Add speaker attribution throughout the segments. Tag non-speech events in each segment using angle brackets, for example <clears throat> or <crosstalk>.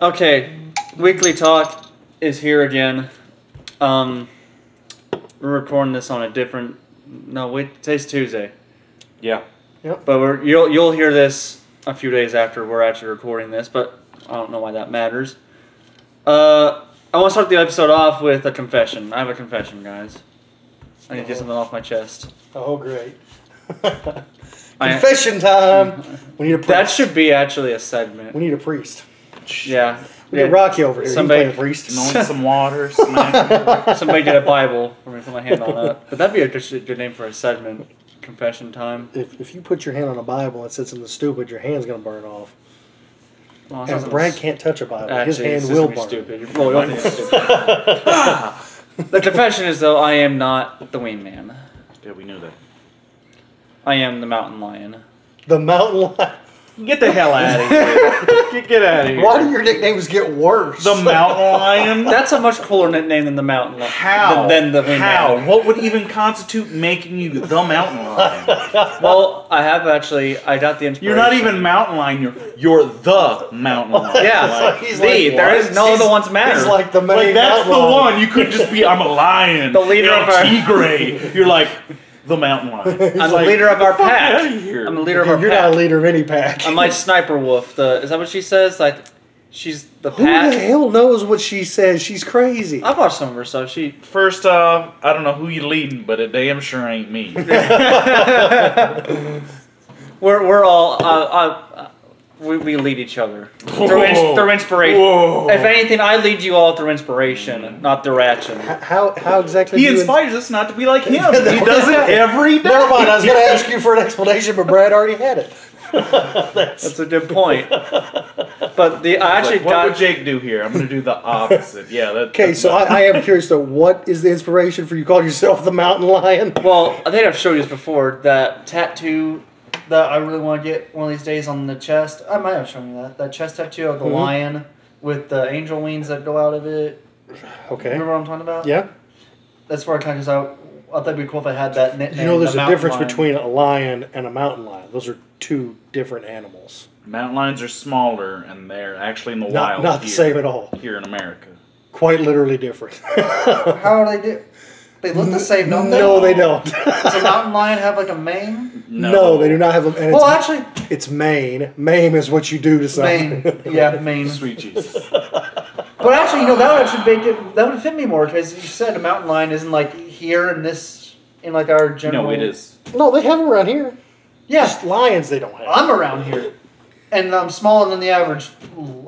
Speaker 1: okay, weekly talk is here again. Um, we're recording this on a different. No, wait, today's Tuesday,
Speaker 2: Yeah.
Speaker 1: but we're you'll you'll hear this a few days after we're actually recording this. But I don't know why that matters. Uh, I want to start the episode off with a confession. I have a confession, guys. I need to get something off my chest.
Speaker 3: Oh, great.
Speaker 1: I-
Speaker 3: Confession
Speaker 1: <laughs>
Speaker 3: time. We need a priest.
Speaker 1: That should be actually a segment.
Speaker 3: we need a priest.
Speaker 1: Yeah.
Speaker 3: We need
Speaker 1: Yeah.
Speaker 3: Rocky over here.
Speaker 1: Somebody-
Speaker 3: Somebody, a priest.
Speaker 2: Smelling some water, smacking.
Speaker 1: Somebody get a Bible. I'm gonna put my hand on it. But that'd be a good, good name for a segment. Confession time.
Speaker 3: If, if you put your hand on a Bible and sits in the stupid, your hand's gonna burn off.
Speaker 1: Well, it's
Speaker 3: And
Speaker 1: not
Speaker 3: Brad
Speaker 1: gonna-
Speaker 3: can't touch a Bible. His
Speaker 1: actually,
Speaker 3: hand
Speaker 1: it's
Speaker 3: will
Speaker 1: just gonna be
Speaker 3: burn.
Speaker 1: stupid. Well, don't think it's stupid. <laughs> the confession is though, I am not the winged man.
Speaker 2: yeah, we knew that.
Speaker 1: I am the mountain lion.
Speaker 3: The mountain lion.
Speaker 2: Get the hell out of here. get, get out of here.
Speaker 3: Why do your nicknames get worse?
Speaker 2: The mountain
Speaker 1: <laughs>
Speaker 2: lion?
Speaker 1: That's a much cooler nickname than the mountain lion.
Speaker 2: How?
Speaker 1: Than, than the winged
Speaker 2: How?
Speaker 1: man.
Speaker 2: What would even constitute making you the mountain lion?
Speaker 1: Well, I have actually. I got the inspiration.
Speaker 2: You're not even mountain lion. You're you're the mountain lion.
Speaker 1: Yeah.
Speaker 3: It's like <laughs> he's
Speaker 1: the,
Speaker 3: like,
Speaker 1: there
Speaker 3: what?
Speaker 1: is no
Speaker 3: He's-
Speaker 1: other ones matter.
Speaker 3: He's like the main
Speaker 2: Like that's the
Speaker 3: mountain lion.
Speaker 2: one. You could just be. I'm a lion.
Speaker 1: The leader
Speaker 2: You're
Speaker 1: of
Speaker 2: a
Speaker 1: our- <laughs>
Speaker 2: tigre. You're like the mountain lion.
Speaker 1: I'm
Speaker 3: like,
Speaker 1: the leader of our pack.
Speaker 2: outta here.
Speaker 1: I'm the leader of our
Speaker 3: You're
Speaker 1: pack.
Speaker 3: not a leader of any pack.
Speaker 1: I'm like sniper wolf. The is that what she says? Like, she's the
Speaker 3: Who the
Speaker 1: pack.
Speaker 3: hell knows what she says? She's crazy.
Speaker 1: I've watched some of her stuff. She
Speaker 2: First off, I don't know who you leading, but it damn sure ain't me.
Speaker 1: we're we're all uh, uh, we, we lead each other through, ins- through inspiration.
Speaker 2: Whoa.
Speaker 1: If anything, I lead you all through inspiration, not through action.
Speaker 3: How how exactly?
Speaker 2: He
Speaker 3: do you-
Speaker 2: inspires us not to be like him. He does
Speaker 3: <laughs>
Speaker 2: it every day.
Speaker 3: Never mind. I was going to ask you for an explanation, but Brad already had it.
Speaker 1: That's a good
Speaker 3: <laughs>
Speaker 1: point. But the I actually
Speaker 2: Like, what
Speaker 1: got
Speaker 2: would Jake do here? I'm gonna do the opposite. Yeah. That,
Speaker 3: Okay, so I, I am curious though. What is the inspiration for you calling yourself the Mountain Lion?
Speaker 1: well. I think I've showed you this before. That tattoo that I really want to get one of these days on the chest. I might have shown you that that chest tattoo of the
Speaker 3: Mhm.
Speaker 1: lion with the angel wings that go out of it.
Speaker 3: Okay.
Speaker 1: Remember what I'm talking about?
Speaker 3: Yeah.
Speaker 1: That's where I kind of out. I thought it'd be cool if I had that nickname.
Speaker 3: You know, there's
Speaker 1: the
Speaker 3: a
Speaker 1: mountain
Speaker 3: difference
Speaker 1: lion.
Speaker 3: between a lion and a mountain lion. Those are two different animals.
Speaker 2: mountain lions are smaller, and they're actually in the
Speaker 3: Not,
Speaker 2: wild.
Speaker 3: not the
Speaker 2: here,
Speaker 3: same at all.
Speaker 2: Here in America.
Speaker 3: Quite literally different.
Speaker 1: How do they do? They look the same, don't <laughs> they?
Speaker 3: <laughs> no, they don't.
Speaker 1: Does a mountain lion have like a mane?
Speaker 3: No, they do not have them. And it's,
Speaker 1: Well, actually,
Speaker 3: it's mane. Mame is what you do to something.
Speaker 1: mane.
Speaker 3: <laughs>
Speaker 1: Yeah, mane.
Speaker 2: Sweet Jesus.
Speaker 1: But actually, you know that would actually make it that would fit me more because you said a mountain lion isn't like here in this in like our general.
Speaker 2: no, it is.
Speaker 3: no, they have them around here.
Speaker 1: Yeah,
Speaker 3: Just lions they don't have.
Speaker 1: I'm around here, and I'm smaller than the average.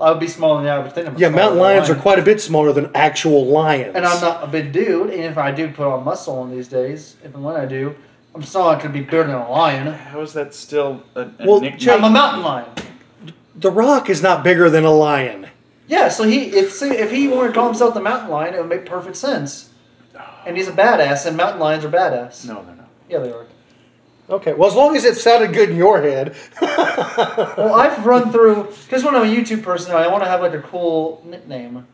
Speaker 1: I would be smaller than the average. Thing. I'm
Speaker 3: yeah,
Speaker 1: smaller
Speaker 3: mountain
Speaker 1: than a
Speaker 3: lions are
Speaker 1: lion.
Speaker 3: quite a bit smaller than actual lions.
Speaker 1: And I'm not a big dude, and if I do put on muscle in these days, if and when I do, I'm still not gonna be bigger than a lion.
Speaker 2: How is that still a, a
Speaker 3: Well,
Speaker 2: nickname?
Speaker 3: Jake-
Speaker 1: I'm a mountain lion.
Speaker 3: The Rock is not bigger than a lion.
Speaker 1: Yeah, so he if see, if he wanted to call himself the mountain lion, it would make perfect sense. And he's a badass, and mountain lions are badass.
Speaker 2: no, they're not.
Speaker 1: Yeah, they are.
Speaker 3: Okay, well, as long as it sounded good in your head.
Speaker 1: Well, I've run through because when I'm a YouTube person, I want to have like a cool nickname.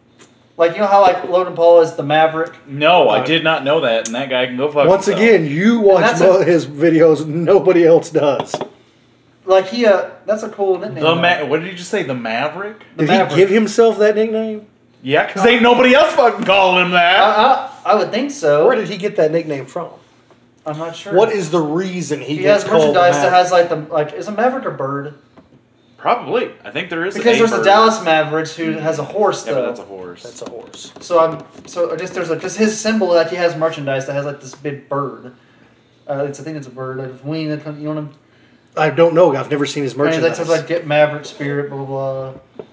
Speaker 1: Like you know how like Logan Paul is the Maverick.
Speaker 2: No, I did not know that, and that guy can go fuck
Speaker 3: Once
Speaker 2: himself.
Speaker 3: again, you watch
Speaker 1: that's
Speaker 3: mo-
Speaker 1: a-
Speaker 3: his videos, nobody else does.
Speaker 1: Like he, uh, that's a cool nickname.
Speaker 2: The
Speaker 1: though.
Speaker 2: ma- what did you just say? The Maverick?
Speaker 1: The
Speaker 3: Did
Speaker 1: Maverick.
Speaker 3: he give himself that nickname?
Speaker 2: Yeah, because ain't nobody else fucking calling him
Speaker 1: I,
Speaker 3: Uh,
Speaker 2: that.
Speaker 1: I, I would think
Speaker 3: Where
Speaker 1: so.
Speaker 3: did he get that nickname from?
Speaker 1: I'm not sure.
Speaker 3: What is the reason he,
Speaker 1: he
Speaker 3: gets
Speaker 1: has
Speaker 3: called the
Speaker 1: merchandise that
Speaker 3: Maverick?
Speaker 1: has like the like is a Maverick a bird?
Speaker 2: Probably. I think there is
Speaker 1: Because
Speaker 2: a
Speaker 1: there's
Speaker 2: bird.
Speaker 1: a Dallas Mavericks who has a horse
Speaker 2: Yeah, but
Speaker 1: though.
Speaker 2: that's a horse.
Speaker 3: That's a horse.
Speaker 1: So I'm so I guess there's like because his symbol that he has merchandise that has like this big bird. Uh, it's I think it's a bird like a wing that comes. You know what I'm
Speaker 3: I don't know. I've never seen his
Speaker 1: And that
Speaker 3: merchandise.
Speaker 1: says like get Maverick spirit blah blah. blah.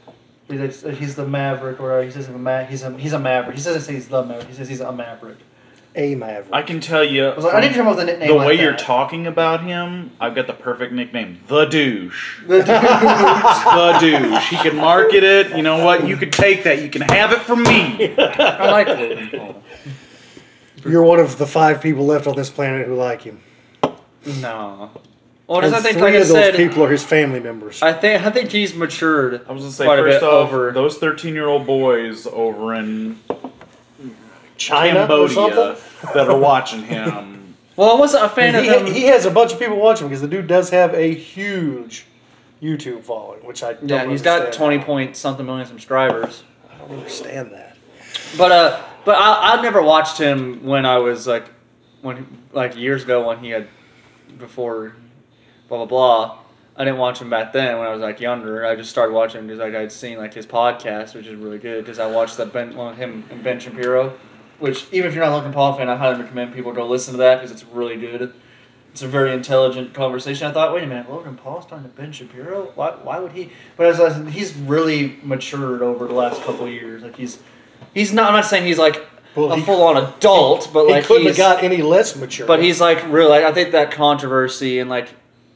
Speaker 1: He's, like, he's the Maverick or uh, he says he's a ma- he's a he's a Maverick. He doesn't say he's the Maverick. He says he's a Maverick.
Speaker 3: a Maverick.
Speaker 2: I can tell you.
Speaker 1: I was like I need to come up with a nickname.
Speaker 2: the
Speaker 1: like
Speaker 2: way
Speaker 1: that.
Speaker 2: you're talking about him, I've got the perfect nickname: the douche. the douche. He can market it. You know what? You could take that. You can have it from me.
Speaker 1: <laughs> I like Logan Paul.
Speaker 3: You're one of the five people left on this planet who like him.
Speaker 1: No. Well, does I
Speaker 3: And
Speaker 1: think
Speaker 3: three
Speaker 1: like I
Speaker 3: of those
Speaker 1: said,
Speaker 3: people are his family members.
Speaker 1: I think I think he's matured.
Speaker 2: I was gonna say
Speaker 1: quite a
Speaker 2: first
Speaker 1: bit
Speaker 2: off,
Speaker 1: over.
Speaker 2: those thirteen-year-old boys over in
Speaker 3: China or
Speaker 2: Cambodia
Speaker 3: something?
Speaker 2: that are watching him.
Speaker 3: <laughs>
Speaker 1: well, I wasn't a fan of him.
Speaker 3: He, he has a bunch of people watching because the dude does have a huge YouTube following, which I don't
Speaker 1: Yeah, he's got
Speaker 3: understand.
Speaker 1: twenty point something million subscribers.
Speaker 3: I don't understand that.
Speaker 1: But uh, but I I never watched him when I was like, when like years ago when he had, before, blah blah blah. I didn't watch him back then when I was like younger. I just started watching because like I'd seen like his podcast, which is really good because I watched that Ben one with him and Ben Shapiro, which even if you're not a Logan Paul fan, I highly recommend people go listen to that because it's really good. It's a very intelligent conversation. I thought, wait a minute, Logan Paul's talking to Ben Shapiro. Why, why would he? But as I said, he's really matured over the last couple of years. Like he's, he's not. I'm not saying he's like
Speaker 3: Well,
Speaker 1: a
Speaker 3: he-
Speaker 1: full on adult, but
Speaker 3: he
Speaker 1: like
Speaker 3: couldn't
Speaker 1: he's,
Speaker 3: have got any less mature.
Speaker 1: but he's like really. Like, I think that controversy and like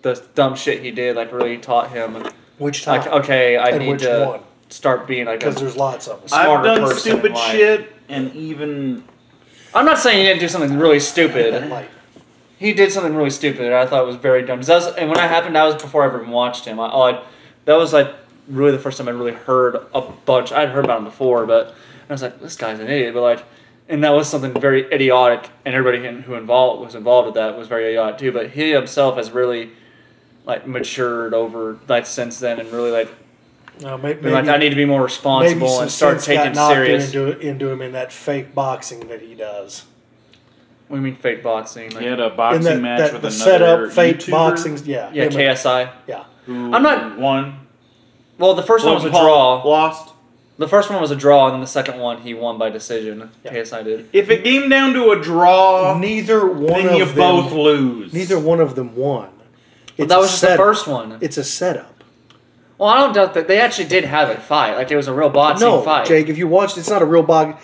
Speaker 1: the dumb shit he did like really taught him.
Speaker 3: which time?
Speaker 1: Like okay, I
Speaker 3: And
Speaker 1: need
Speaker 3: which
Speaker 1: to
Speaker 3: one?
Speaker 1: start being like.
Speaker 3: Because
Speaker 1: A,
Speaker 3: there's lots of us.
Speaker 1: I-
Speaker 2: I've
Speaker 1: smarter
Speaker 2: done
Speaker 1: person in
Speaker 2: stupid
Speaker 1: life.
Speaker 2: shit, and even
Speaker 1: I'm not saying he didn't do something really stupid.
Speaker 3: Like,
Speaker 1: He did something really stupid that I thought was very dumb. 'Cause That was, and when that happened, that was before I ever even watched him. I, oh, I, that was like really the first time I really heard a bunch. I'd heard about him before, but I was like, this guy's an idiot. But like, and that was something very idiotic, and everybody in- who involved was involved with that was very idiotic too. But he himself has really like matured over like since then, and really like
Speaker 3: no, may- maybe,
Speaker 1: been like I need to be more
Speaker 3: maybe
Speaker 1: responsible
Speaker 3: some
Speaker 1: and start
Speaker 3: sense got
Speaker 1: taking
Speaker 3: knocked
Speaker 1: serious.
Speaker 3: Into, into him in that fake boxing that he does.
Speaker 1: What do you mean fake boxing? Like,
Speaker 2: he had a boxing
Speaker 3: in that,
Speaker 2: match with
Speaker 3: that the
Speaker 2: another
Speaker 3: setup, fake
Speaker 2: YouTuber
Speaker 3: boxing. Yeah,
Speaker 1: yeah,
Speaker 3: him and-
Speaker 1: KSI.
Speaker 3: yeah.
Speaker 2: who
Speaker 1: I'm not-
Speaker 2: won.
Speaker 1: Well, the first one was a
Speaker 2: Logan Paul
Speaker 1: draw.
Speaker 2: Lost.
Speaker 1: The first one was a draw, and then the second one he won by decision.
Speaker 3: Yeah.
Speaker 1: KSI did.
Speaker 2: If it came down to a draw,
Speaker 3: Neither one
Speaker 2: then
Speaker 3: of
Speaker 2: you
Speaker 3: them.
Speaker 2: both lose.
Speaker 3: Neither one of them won.
Speaker 1: But
Speaker 3: It's
Speaker 1: that
Speaker 3: a
Speaker 1: was just the
Speaker 3: setup.
Speaker 1: first one.
Speaker 3: It's a setup.
Speaker 1: Well, I don't doubt that they actually did have a fight. Like it was a real boxing
Speaker 3: no,
Speaker 1: fight.
Speaker 3: Jake, if you watched, it's not a real box.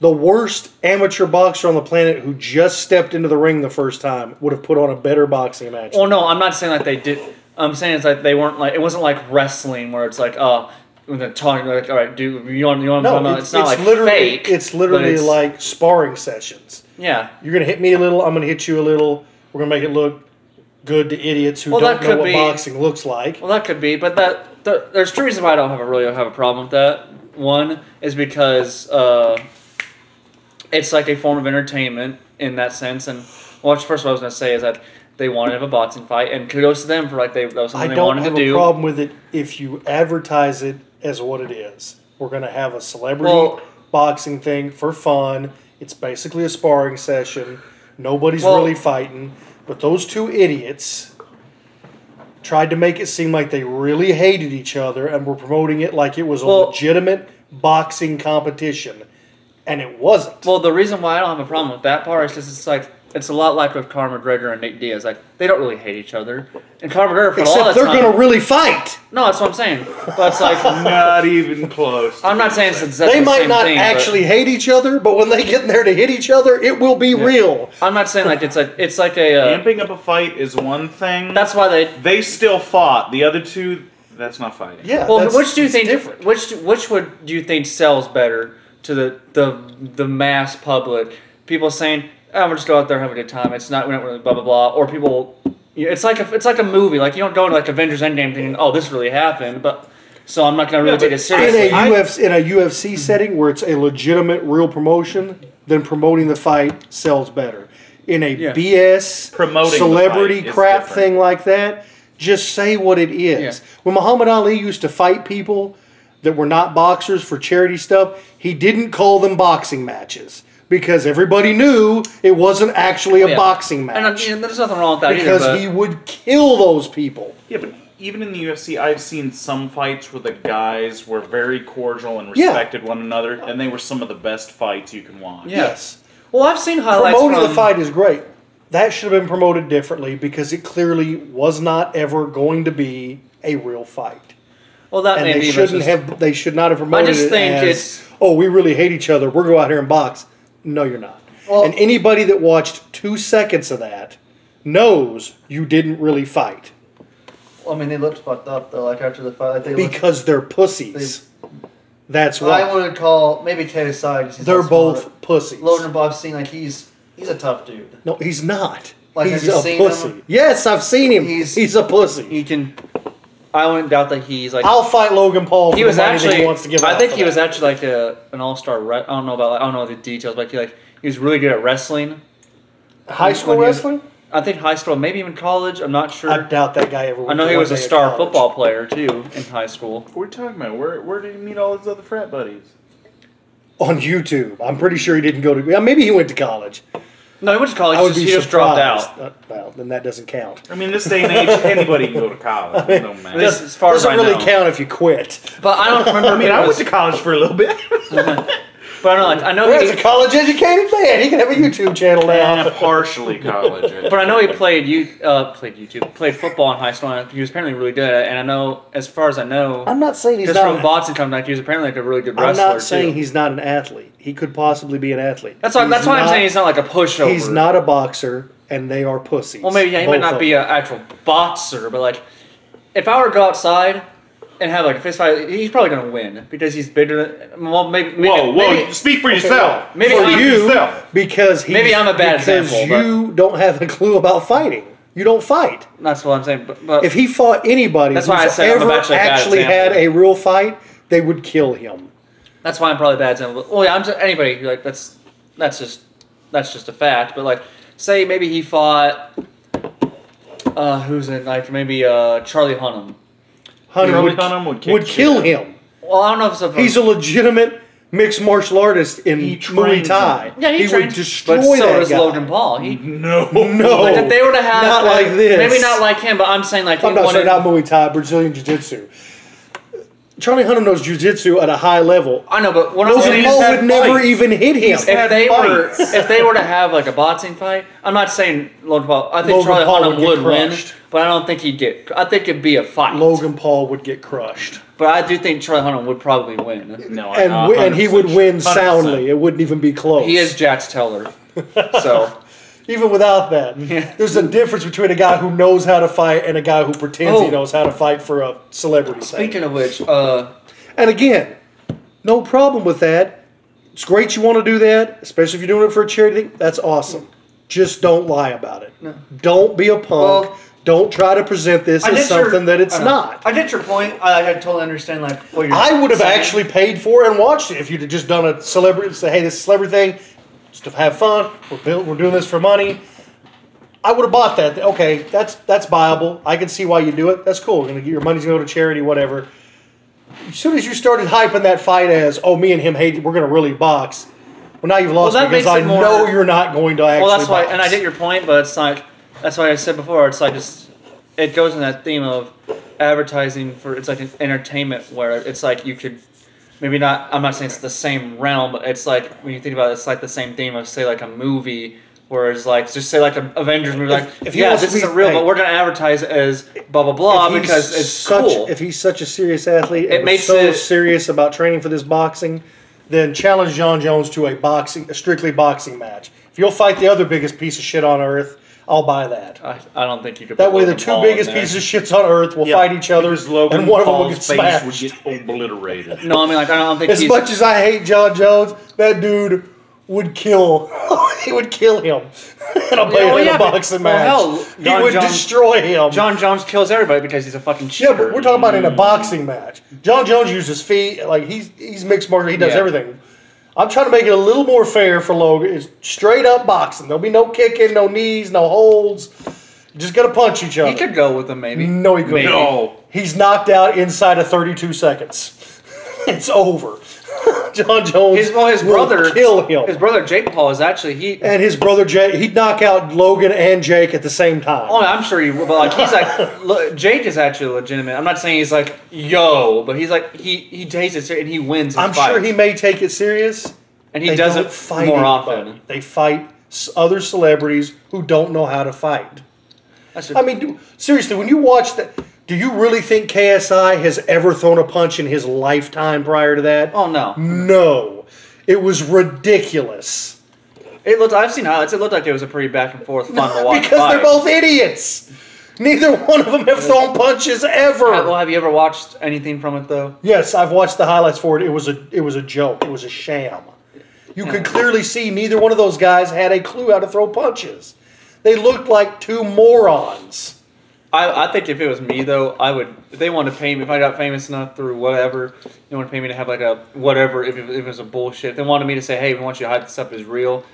Speaker 3: The worst amateur boxer on the planet who just stepped into the ring the first time would have put on a better boxing match.
Speaker 1: Well, no, I'm not saying that they did. I'm saying it's like they weren't like it wasn't like wrestling where it's like oh. When they're talking, they're like, all right, dude, you know, you know what I'm talking
Speaker 3: no,
Speaker 1: about?
Speaker 3: it's,
Speaker 1: It's, not
Speaker 3: it's
Speaker 1: like
Speaker 3: literally
Speaker 1: fake.
Speaker 3: it's
Speaker 1: but
Speaker 3: literally
Speaker 1: it's-
Speaker 3: like sparring sessions.
Speaker 1: yeah.
Speaker 3: You're gonna hit me a little. I'm gonna hit you a little. We're gonna make it look good to idiots who
Speaker 1: Well,
Speaker 3: don't
Speaker 1: that
Speaker 3: know
Speaker 1: could
Speaker 3: what
Speaker 1: be-
Speaker 3: boxing looks like.
Speaker 1: Well, that could be, but that th- there's two reasons why I don't have a really have a problem with that. One is because uh, it's like a form of entertainment in that sense. And well, first, what I was gonna say is that they wanted to have a boxing fight, and kudos to them for like they that was
Speaker 3: I
Speaker 1: something they
Speaker 3: don't
Speaker 1: wanted
Speaker 3: have
Speaker 1: to
Speaker 3: a
Speaker 1: do.
Speaker 3: problem with it if you advertise it as what it is. We're going to have a celebrity
Speaker 1: Well-
Speaker 3: boxing thing for fun. It's basically a sparring session. Nobody's
Speaker 1: Well-
Speaker 3: really fighting. But those two idiots tried to make it seem like they really hated each other and were promoting it like it was a
Speaker 1: Well-
Speaker 3: legitimate boxing competition. And it wasn't.
Speaker 1: Well, the reason why I don't have a problem with that part is because it's like it's a lot like with Conor McGregor and Nate Diaz. Like they don't really hate each other, and Conor McGregor for all
Speaker 3: Except
Speaker 1: that
Speaker 3: they're
Speaker 1: time.
Speaker 3: going to really fight.
Speaker 1: no, that's what I'm saying. But it's
Speaker 3: <laughs>
Speaker 1: like
Speaker 2: Not even close.
Speaker 1: I'm not saying it's exactly
Speaker 3: They
Speaker 1: the
Speaker 3: might
Speaker 1: same
Speaker 3: not
Speaker 1: thing, but-
Speaker 3: actually hate each other, but when they get in there to hit each other, it will be real.
Speaker 1: I'm not saying like it's like it's like a. Uh,
Speaker 2: Amping up a fight is one thing.
Speaker 1: that's why they
Speaker 2: they still fought. The other two, that's not fighting.
Speaker 3: Yeah.
Speaker 1: Well,
Speaker 3: that's-
Speaker 1: which do you
Speaker 3: it's
Speaker 1: think?
Speaker 3: different?
Speaker 1: Which which would do you think sells better to the the the mass public? People saying, "Oh, we're just go out there have a good time." It's not we don't really blah blah blah. Or people, you- it's like a, it's like a movie. Like you don't go into like Avengers Endgame thinking, "Oh, this really happened," but so I'm not gonna really
Speaker 2: Yeah,
Speaker 1: take
Speaker 2: but
Speaker 1: it
Speaker 3: in
Speaker 1: seriously.
Speaker 3: a
Speaker 2: I-
Speaker 3: UFC in a UFC setting where it's a legitimate real promotion, then promoting the fight sells better. In a
Speaker 1: Yeah.
Speaker 3: BS
Speaker 2: Promoting the
Speaker 3: celebrity
Speaker 2: fight is
Speaker 3: crap
Speaker 2: different.
Speaker 3: thing like that, just say what it is.
Speaker 1: Yeah.
Speaker 3: When Muhammad Ali used to fight people that were not boxers for charity stuff, he didn't call them boxing matches because everybody knew it wasn't actually a
Speaker 1: Yeah.
Speaker 3: boxing
Speaker 1: And, uh,
Speaker 3: match
Speaker 1: you know, there's nothing wrong with that
Speaker 3: because
Speaker 1: either. But,
Speaker 3: he would kill those people.
Speaker 2: Yeah, but even in the UFC, I've seen some fights where the guys were very cordial and
Speaker 3: Yeah.
Speaker 2: respected one another, and they were some of the best fights you can watch.
Speaker 1: Yeah.
Speaker 3: Yes.
Speaker 1: well, I've seen highlights
Speaker 3: promoting
Speaker 1: from
Speaker 3: the fight is great. That should have been promoted differently because it clearly was not ever going to be a real fight,
Speaker 1: Well, that
Speaker 3: and
Speaker 1: may be
Speaker 3: they
Speaker 1: but it's
Speaker 3: shouldn't
Speaker 1: just-
Speaker 3: have. They should not have promoted.
Speaker 1: I just
Speaker 3: it
Speaker 1: think
Speaker 3: as,
Speaker 1: it's-
Speaker 3: oh, we really hate each other. We're go out here and box. No, you're not.
Speaker 1: Well-
Speaker 3: and anybody that watched two seconds of that knows you didn't really fight
Speaker 1: I mean, they looked fucked up though. Like after the fight, like, they
Speaker 3: because they're pussies. That's why
Speaker 1: would call maybe KSI. because he's
Speaker 3: they're
Speaker 1: not smaller.
Speaker 3: both pussies.
Speaker 1: Logan Bob seen like he's he's a tough dude.
Speaker 3: No, he's not.
Speaker 1: Like, have
Speaker 3: he's
Speaker 1: you
Speaker 3: a
Speaker 1: seen
Speaker 3: pussy.
Speaker 1: him?
Speaker 3: Yes, I've seen him. He's,
Speaker 1: He's-
Speaker 3: a pussy.
Speaker 1: He can. I wouldn't doubt that he's like.
Speaker 3: I'll fight Logan Paul.
Speaker 1: he
Speaker 3: for
Speaker 1: was
Speaker 3: the money that
Speaker 1: actually.
Speaker 3: He wants to give
Speaker 1: I
Speaker 3: out
Speaker 1: think
Speaker 3: for
Speaker 1: he was
Speaker 3: that.
Speaker 1: actually like a, an all star. Re- I don't know about. Like, I don't know the details, but he like he was really good at wrestling.
Speaker 3: high school
Speaker 1: when he was-
Speaker 3: wrestling.
Speaker 1: I think high school, maybe even college. I'm not sure.
Speaker 3: I doubt that guy ever.
Speaker 1: I
Speaker 3: went
Speaker 1: know
Speaker 3: to
Speaker 1: he
Speaker 3: one
Speaker 1: was a
Speaker 3: day of
Speaker 1: star
Speaker 3: college.
Speaker 1: football player too in high school.
Speaker 2: What are you talking about? Where where did he meet all his other frat buddies?
Speaker 3: on YouTube. I'm pretty sure he didn't go to. Yeah, maybe he went to college.
Speaker 1: No, he went to college.
Speaker 3: I would
Speaker 1: just-
Speaker 3: be
Speaker 1: he just dropped
Speaker 3: surprised.
Speaker 1: out.
Speaker 3: Uh, well, then that doesn't count.
Speaker 2: I mean, this day and age, anybody can go to college. It don't matter.
Speaker 1: This- as far as
Speaker 3: doesn't
Speaker 1: I
Speaker 3: really
Speaker 1: know.
Speaker 3: count if you
Speaker 1: <laughs>
Speaker 3: quit.
Speaker 1: But
Speaker 3: <laughs>
Speaker 1: I don't remember.
Speaker 2: I mean, I
Speaker 1: was,
Speaker 2: went to college for a little bit.
Speaker 1: but I know. I know
Speaker 3: There's
Speaker 1: he,
Speaker 3: a college educated man. He can have a YouTube channel now.
Speaker 2: Eh, partially college.
Speaker 1: But I know he played you uh, played YouTube played football in high school. and He was apparently really good at it. And I know, as far as I know,
Speaker 3: I'm not saying he's
Speaker 1: just
Speaker 3: not.
Speaker 1: from boxing contact, he was apparently like a really good wrestler
Speaker 3: I'm not saying
Speaker 1: too.
Speaker 3: he's not an athlete. He could possibly be an athlete.
Speaker 1: that's why.
Speaker 3: He's
Speaker 1: That's why I'm
Speaker 3: not-
Speaker 1: saying he's not like a pushover.
Speaker 3: He's not a boxer, and they are pussies.
Speaker 1: Well, maybe yeah, he might
Speaker 3: Both
Speaker 1: not
Speaker 3: of
Speaker 1: be
Speaker 3: them.
Speaker 1: an actual boxer, but like, if I were to go outside and have like a fist fight, he's probably gonna win because he's bigger than. Well, maybe. maybe
Speaker 2: Whoa, whoa!
Speaker 1: Maybe,
Speaker 2: speak for
Speaker 3: Okay,
Speaker 2: yourself.
Speaker 1: maybe
Speaker 2: speak
Speaker 1: I'm-
Speaker 2: for
Speaker 3: you-
Speaker 2: yourself.
Speaker 3: because he's,
Speaker 1: Maybe I'm a bad
Speaker 3: because
Speaker 1: example, but-
Speaker 3: you don't have a clue about fighting. You don't fight.
Speaker 1: that's what I'm saying. But, but
Speaker 3: If he fought anybody
Speaker 1: That's
Speaker 3: who's
Speaker 1: why I said I'm
Speaker 3: ever
Speaker 1: actually a bad
Speaker 3: actually had
Speaker 1: example.
Speaker 3: a real fight, they would kill him.
Speaker 1: that's why I'm probably a bad example. Well, yeah, I'm just, anybody like that's that's just that's just a fact. But like, say maybe he fought. Uh, who's in like maybe uh Charlie Hunnam?
Speaker 3: Hunter
Speaker 2: Charlie
Speaker 3: would,
Speaker 2: Hunnam would kick shit
Speaker 3: kill
Speaker 2: out.
Speaker 3: him.
Speaker 1: Well, I don't know if it's a
Speaker 3: He's a legitimate mixed martial artist in
Speaker 2: He
Speaker 3: Muay
Speaker 2: trains
Speaker 3: Thai.
Speaker 2: him.
Speaker 1: yeah he,
Speaker 3: would
Speaker 1: trained,
Speaker 3: destroy
Speaker 1: but so
Speaker 3: that
Speaker 1: does
Speaker 3: guy.
Speaker 1: Logan Paul. He
Speaker 2: No,
Speaker 3: No.
Speaker 1: Like if they were to have
Speaker 3: Oh. Not like this.
Speaker 1: Maybe not like him, but I'm saying like
Speaker 3: I'm
Speaker 1: he
Speaker 3: not
Speaker 1: wanted-
Speaker 3: saying not Muay Thai, Brazilian Jiu Jitsu. Charlie Hunnam knows Jiu Jitsu at a high level.
Speaker 1: I know, but what I'm
Speaker 3: Logan
Speaker 1: saying
Speaker 2: he's
Speaker 1: is,
Speaker 3: Paul
Speaker 2: had
Speaker 3: would never
Speaker 2: fights.
Speaker 3: even hit him.
Speaker 2: had-
Speaker 1: if they were
Speaker 2: fights.
Speaker 1: if they were to have like a boxing fight, I'm not saying Logan Paul. I think
Speaker 3: Logan
Speaker 1: Charlie
Speaker 3: Paul
Speaker 1: Hunnam
Speaker 3: would get
Speaker 1: would, win,
Speaker 3: crushed.
Speaker 1: but I don't think he'd get. I think it'd be a fight.
Speaker 3: Logan Paul would get crushed,
Speaker 1: but I do think Charlie Hunnam would probably win.
Speaker 2: no,
Speaker 3: and
Speaker 2: I-
Speaker 3: wi- and he would
Speaker 2: 100%.
Speaker 3: win soundly. It wouldn't even be close.
Speaker 1: He is Jax
Speaker 3: <laughs>
Speaker 1: Teller, so
Speaker 3: even without that. There's a difference between a guy who knows how to fight and a guy who pretends
Speaker 1: Oh.
Speaker 3: he knows how to fight for a celebrity. sake.
Speaker 1: speaking of which, uh,
Speaker 3: And again, no problem with that. It's great you want to do that, especially if you're doing it for a charity thing. That's awesome. Just don't lie about it. Don't be a punk.
Speaker 1: Well-
Speaker 3: don't try to present this
Speaker 1: I Uh-huh.
Speaker 3: as
Speaker 1: get your-
Speaker 3: something that it's
Speaker 1: I know.
Speaker 3: not.
Speaker 1: I get your point. I, I totally understand like what you're.
Speaker 3: I would have
Speaker 1: saying.
Speaker 3: actually paid for it and watched it if you'd have just done a celebrity say, "Hey, this is a celebrity thing, just to have fun. We're built, we're doing this for money." I would have bought that. Okay, that's that's viable. I can see why you do it. That's cool. We're gonna get your money's gonna go to charity, whatever. As soon as you started hyping that fight as, "Oh, me and him hated, we're gonna really box," well, now you've lost
Speaker 1: that
Speaker 3: because
Speaker 1: makes
Speaker 3: I
Speaker 1: it more-
Speaker 3: know you're not going to actually.
Speaker 1: Well, that's why,
Speaker 3: box.
Speaker 1: and I get your point, but it's like that's why I said before. It's like it's, it goes in that theme of advertising for it's like an entertainment where it's like you could maybe not. I'm not saying it's the same realm, but it's like when you think about it, it's like the same theme of say like a movie. where it's like just say like an Avengers movie, like
Speaker 3: if he
Speaker 1: yeah,
Speaker 3: wants
Speaker 1: this
Speaker 3: to be-
Speaker 1: isn't real,
Speaker 3: hey.
Speaker 1: but we're gonna advertise it as blah blah
Speaker 3: If
Speaker 1: blah
Speaker 3: he's
Speaker 1: because it's
Speaker 3: such,
Speaker 1: cool.
Speaker 3: If he's such a serious athlete and
Speaker 1: It
Speaker 3: was
Speaker 1: makes
Speaker 3: so
Speaker 1: it-
Speaker 3: serious about training for this boxing, then challenge John Jones to a boxing, a strictly boxing match. If you'll fight the other biggest piece of shit on earth, I'll buy that.
Speaker 1: I, I don't think you could.
Speaker 3: That
Speaker 1: put
Speaker 3: way, the
Speaker 1: Logan
Speaker 3: two
Speaker 1: Paul in
Speaker 3: biggest
Speaker 1: there.
Speaker 3: pieces of shits on earth will
Speaker 2: Yeah.
Speaker 3: fight each other,
Speaker 2: Because Logan
Speaker 3: and one of them will
Speaker 2: Paul's
Speaker 3: get
Speaker 2: face
Speaker 3: smashed.
Speaker 2: would get obliterated.
Speaker 1: No, I mean like I don't think
Speaker 3: as
Speaker 1: he's,
Speaker 3: much as I hate John Jones, that dude would kill. <laughs> he would kill him <laughs> in a,
Speaker 1: oh,
Speaker 3: in
Speaker 1: yeah,
Speaker 3: a
Speaker 1: but- well,
Speaker 3: boxing match.
Speaker 1: hell, John
Speaker 3: he would
Speaker 1: Jones-
Speaker 3: destroy him.
Speaker 1: John Jones kills everybody because he's a fucking cheater.
Speaker 3: Yeah, but we're talking about
Speaker 1: Mm.
Speaker 3: in a boxing match. John Jones uses feet. Like he's he's mixed martial. He does
Speaker 1: Yeah.
Speaker 3: everything. I'm trying to make it a little more fair for Logan. It's straight up boxing. There'll be no kicking, no knees, no holds. You just gotta punch each other.
Speaker 1: He could go with him, maybe.
Speaker 3: no, he couldn't.
Speaker 2: No.
Speaker 3: He's knocked out inside of 32 seconds. <laughs> it's over. <laughs> John Jones.
Speaker 1: His well, his
Speaker 3: will
Speaker 1: brother
Speaker 3: kill him.
Speaker 1: His brother Jake Paul is actually he.
Speaker 3: and his brother Jake. He'd knock out Logan and Jake at the same time.
Speaker 1: Oh, I'm sure he will, but like he's like <laughs> look, Jake is actually legitimate. I'm not saying he's like yo, but he's like he he takes it ser- and he wins. His
Speaker 3: I'm sure
Speaker 1: fights.
Speaker 3: he may take it serious.
Speaker 1: and he
Speaker 3: They
Speaker 1: does
Speaker 3: don't
Speaker 1: it more
Speaker 3: anybody.
Speaker 1: often.
Speaker 3: They fight s- other celebrities who don't know how to fight.
Speaker 1: That's just,
Speaker 3: I mean, do- seriously, when you watch that, do you really think KSI has ever thrown a punch in his lifetime prior to that?
Speaker 1: oh no,
Speaker 3: No. It was ridiculous.
Speaker 1: it looked. I've seen highlights. It looked like it was a pretty back and forth, fun
Speaker 3: <laughs>
Speaker 1: to watch.
Speaker 3: Because they're
Speaker 1: fight.
Speaker 3: both idiots. Neither one of them have thrown punches
Speaker 1: Uh, Well,
Speaker 3: ever.
Speaker 1: have you ever watched anything from it though?
Speaker 3: Yes, I've watched the highlights for it. It was a it was a joke. It was a sham. You could clearly see neither one of those guys had a clue how to throw punches. They looked like two morons.
Speaker 1: I, I think if it was me though, I would. If they wanted to pay me, if I got famous enough through whatever, they want to pay me to have like a whatever. If, it- if it was a bullshit, they wanted me to say, "Hey, we want you to hype this up as real."